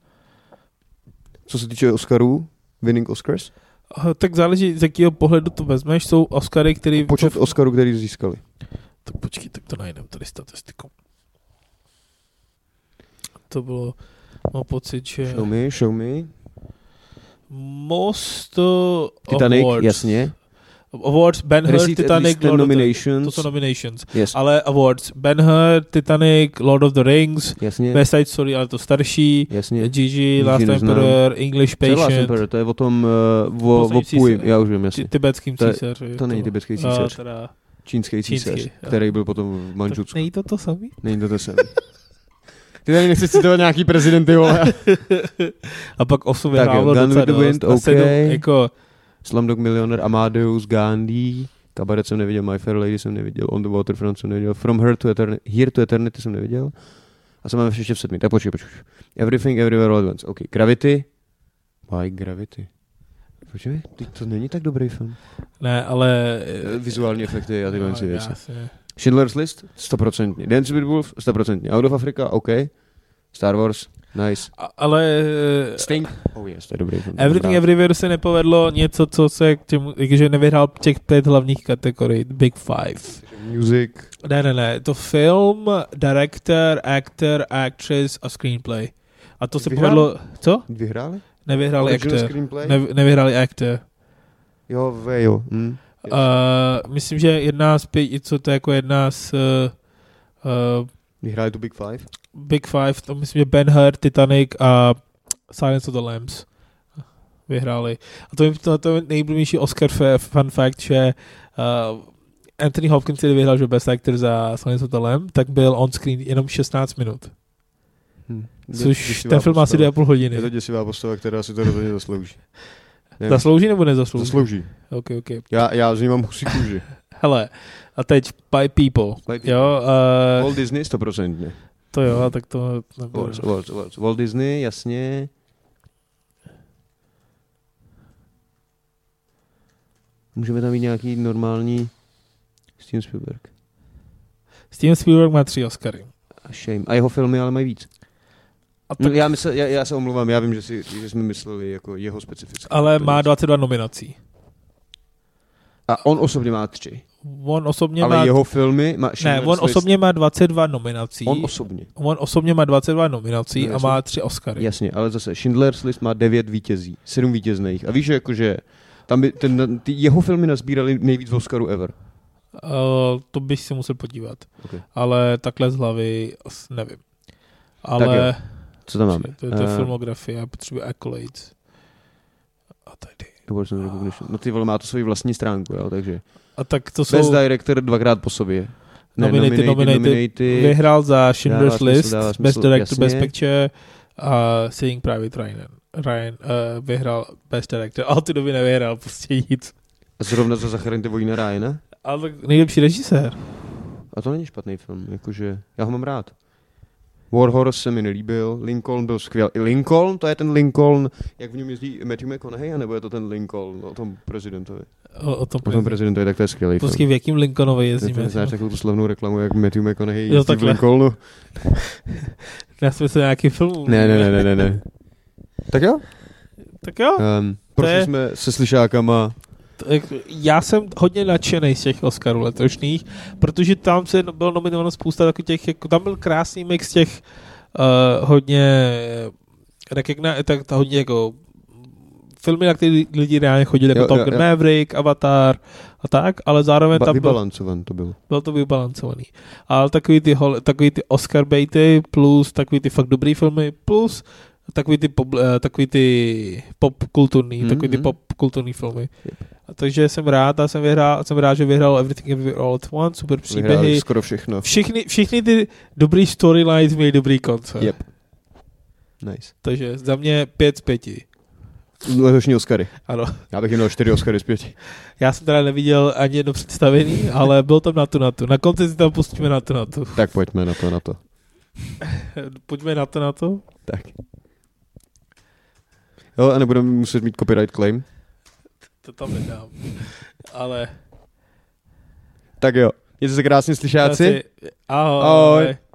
Speaker 3: Co se týče Oscarů, winning Oscars.
Speaker 2: Eh, tak záleží, z jakého pohledu to vezmeš. Jsou Oscary, který...
Speaker 3: Počet
Speaker 2: to,
Speaker 3: Oscarů, který získali.
Speaker 2: to, počkej, tak to najdem tady statistiku. To bylo... Mám pocit, že...
Speaker 3: Show me, show me.
Speaker 2: Most uh,
Speaker 3: Titanic,
Speaker 2: awards.
Speaker 3: jasně.
Speaker 2: Awards, Ben-Hur,
Speaker 3: Received at
Speaker 2: Titanic,
Speaker 3: least 10
Speaker 2: Lord of the, to
Speaker 3: nominations.
Speaker 2: jsou nominations.
Speaker 3: Yes,
Speaker 2: Ale awards, Ben-Hur, Titanic, Lord of the Rings,
Speaker 3: jasně.
Speaker 2: West Side Story, ale to starší,
Speaker 3: Jasně.
Speaker 2: Gigi, Last
Speaker 3: neznám.
Speaker 2: Emperor, English
Speaker 3: Přehlásím,
Speaker 2: Patient,
Speaker 3: Pedro, to je o tom, eh, o, o
Speaker 2: Poznající
Speaker 3: Puji,
Speaker 2: se.
Speaker 3: já už vím,
Speaker 2: ti-
Speaker 3: jasně.
Speaker 2: tibetským
Speaker 3: To je-
Speaker 2: císaři.
Speaker 3: to není tibetský
Speaker 2: A
Speaker 3: císař.
Speaker 2: teda-
Speaker 3: Čínský císař,
Speaker 2: Čínský, eh. jo.
Speaker 3: který byl potom v
Speaker 2: Tak
Speaker 3: Manžutsku.
Speaker 2: není to to
Speaker 3: <laughs>
Speaker 2: samý?
Speaker 3: Není to to samé. Ty tady nechceš citovat nějaký prezidenty, vole.
Speaker 2: A pak 8
Speaker 3: Tak jo,
Speaker 2: vyhrálo
Speaker 3: Gone
Speaker 2: docela
Speaker 3: with the Wind,
Speaker 2: dost. A sedm,
Speaker 3: OK.
Speaker 2: jako,
Speaker 3: Slumdog Millionaire, Amadeus, Gandhi, Kabaret jsem neviděl, My Fair Lady jsem neviděl, On the Waterfront jsem neviděl, From Her to Eternity, Here to Eternity jsem neviděl. A jsem mám ještě v sedmi. Tak počkej, počkej. počkej. Everything, Everywhere, All at Once. OK. Gravity. Why Gravity? Počkej, ty, to není tak dobrý film.
Speaker 2: ne, ale...
Speaker 3: Eh, Vizuální efekty a tyhle
Speaker 2: No,
Speaker 3: no, věci.
Speaker 2: jasně.
Speaker 3: Schindler's List? 100%. Dance with Wolf? 100%. Out of Africa? OK. Star Wars? Nice.
Speaker 2: A- Ale... eh,
Speaker 3: Sting? Oh yes, to je dobrý film.
Speaker 2: Everything
Speaker 3: Dobrá.
Speaker 2: Everywhere se nepovedlo něco, co se k těmu, že nevyhrál těch pět hlavních kategorií, Big Five.
Speaker 3: Music.
Speaker 2: Ne, ne, ne, to film, director, actor, actress a screenplay. A to se
Speaker 3: Vyhrál?
Speaker 2: povedlo, co?
Speaker 3: Vyhráli?
Speaker 2: Nevyhráli
Speaker 3: Original
Speaker 2: actor.
Speaker 3: screenplay?
Speaker 2: Ne, nevyhráli actor.
Speaker 3: Jo, ve, jo. Hm. Yes.
Speaker 2: Uh, myslím, že jedna z pěti, co to je jako jedna z uh, uh,
Speaker 3: Vyhráli tu Big Five?
Speaker 2: Big Five, to myslím, že Ben Hur, Titanic a Silence of the Lambs vyhráli. A to je, to, to je nejblížší Oscar f- fun fact, že uh, Anthony Hopkins, který vyhrál že Best Actor za Silence of the Lambs, tak byl on screen jenom 16 minut.
Speaker 3: Hm.
Speaker 2: Což ten film má asi
Speaker 3: postava.
Speaker 2: 2,5 hodiny.
Speaker 3: Je to děsivá postava, která si to rozhodně zaslouží.
Speaker 2: <laughs>
Speaker 3: Nevím.
Speaker 2: Zaslouží nebo nezaslouží?
Speaker 3: Zaslouží.
Speaker 2: Ok, ok.
Speaker 3: Já, já z ní mám
Speaker 2: <laughs>
Speaker 3: husí kůži.
Speaker 2: Hele, a teď By People. Jo, uh,
Speaker 3: Walt Disney 100%. ne?
Speaker 2: to jo, a tak to nebude.
Speaker 3: Awards, awards, awards. Walt Disney, jasně. Můžeme tam mít nějaký normální Steven Spielberg.
Speaker 2: Steven Spielberg má tři Oscary.
Speaker 3: A shame. A jeho filmy ale mají víc.
Speaker 2: A tak,
Speaker 3: No, já, mysl, já, já, se omluvám, já vím, že, si, že jsme mysleli jako jeho specifické.
Speaker 2: ale má 22 nominací.
Speaker 3: A on osobně má tři.
Speaker 2: On osobně
Speaker 3: ale
Speaker 2: má
Speaker 3: jeho filmy má
Speaker 2: Ne,
Speaker 3: Schindler's
Speaker 2: on
Speaker 3: List.
Speaker 2: osobně má 22 nominací.
Speaker 3: On osobně.
Speaker 2: on osobně má 22 nominací
Speaker 3: No,
Speaker 2: a
Speaker 3: jasně.
Speaker 2: má 3 Oscary.
Speaker 3: Jasně, ale zase Schindler's List má devět vítězí, sedm vítězných. A víš, že jakože tam by ten, ty jeho filmy nazbírali nejvíc Oscarů ever.
Speaker 2: Uh, to bych si musel podívat.
Speaker 3: Okay.
Speaker 2: Ale takhle z hlavy asi nevím. Ale
Speaker 3: Co tam máme?
Speaker 2: to je to
Speaker 3: Eh,
Speaker 2: uh, filmografie, já potřebuji accolades. A tady.
Speaker 3: Awards and Recognition. No ty vole, má to svoji vlastní stránku, jo, takže.
Speaker 2: A tak to
Speaker 3: Jsou... Best
Speaker 2: jsou
Speaker 3: Director dvakrát po sobě.
Speaker 2: Nominated, nominated,
Speaker 3: nominated.
Speaker 2: vyhrál za Schindler's
Speaker 3: smysl,
Speaker 2: List,
Speaker 3: dává smysl,
Speaker 2: Best Director, Best
Speaker 3: jasně.
Speaker 2: Picture a Saving Private Ryan. Ryan uh, vyhrál Best Director, ale ty doby nevyhrál prostě nic.
Speaker 3: Zrovna za Zachraňte vojína Ryana.
Speaker 2: Ale tak nejlepší režisér.
Speaker 3: A to není špatný film, jakože já ho mám rád. War Horse se mi nelíbil, Lincoln byl skvělý. I Lincoln, to je ten Lincoln, jak v něm jezdí Matthew McConaughey, nebo je to ten Lincoln o tom prezidentovi?
Speaker 2: O, o tom
Speaker 3: O tom prezidentovi, tak to je skvělý
Speaker 2: Prostě
Speaker 3: film.
Speaker 2: v jakým Lincolnovi
Speaker 3: Tak
Speaker 2: jezdíme?
Speaker 3: to Znáš takovou tu slavnou reklamu, jak Matthew McConaughey
Speaker 2: Jo,
Speaker 3: jezdí v
Speaker 2: takhle.
Speaker 3: Lincolnu?
Speaker 2: Na smysl nějaký film?
Speaker 3: Ne, ne, ne, ne, ne, ne. Tak jo,
Speaker 2: Tak jo.
Speaker 3: um,
Speaker 2: To
Speaker 3: prošli
Speaker 2: je-
Speaker 3: jsme se slyšákama.
Speaker 2: Tak já jsem hodně nadšený z těch Oscarů letošních, protože tam se no- bylo nominováno spousta takových těch, jako, tam byl krásný mix těch eh, uh, hodně rekogna, tak, tak hodně jako filmy, na které lidi reálně chodili, jako
Speaker 3: Jo,
Speaker 2: Top
Speaker 3: jo,
Speaker 2: Gun
Speaker 3: jo.
Speaker 2: Maverick, Avatar a tak, ale zároveň
Speaker 3: Ba-
Speaker 2: tam byl,
Speaker 3: vybalancovan to bylo.
Speaker 2: bylo to vybalancovaný. Ale takový ty, hol, takový ty Oscar baity plus takový ty fakt dobrý filmy plus takový ty, pop, eh, takový ty popkulturní,
Speaker 3: Mhm.
Speaker 2: takový ty popkulturní filmy. A takže jsem rád a jsem, vyhrál, jsem rád, že vyhrál Everything Everywhere All at Once, super
Speaker 3: Vyhráli
Speaker 2: příběhy.
Speaker 3: skoro všechno.
Speaker 2: Všichni, všichni ty dobrý storylines měli dobrý koncert.
Speaker 3: Yep. Nice.
Speaker 2: Takže za mě pět z pěti.
Speaker 3: Letošní Oscary.
Speaker 2: Ano.
Speaker 3: Já bych jim dal čtyři Oscary zpět.
Speaker 2: Já jsem teda neviděl ani jedno představení, ale bylo tam na tu na tu. Na konci si tam pustíme na tu na tu. <laughs>
Speaker 3: Tak pojďme na to, na to.
Speaker 2: Pojďme na to na to.
Speaker 3: Tak. Jo, a nebudeme muset mít copyright claim.
Speaker 2: To tam nedám. Ale...
Speaker 3: Tak jo. Mějte se krásně, slyšáci.
Speaker 2: Ahoj.
Speaker 3: Ahoj.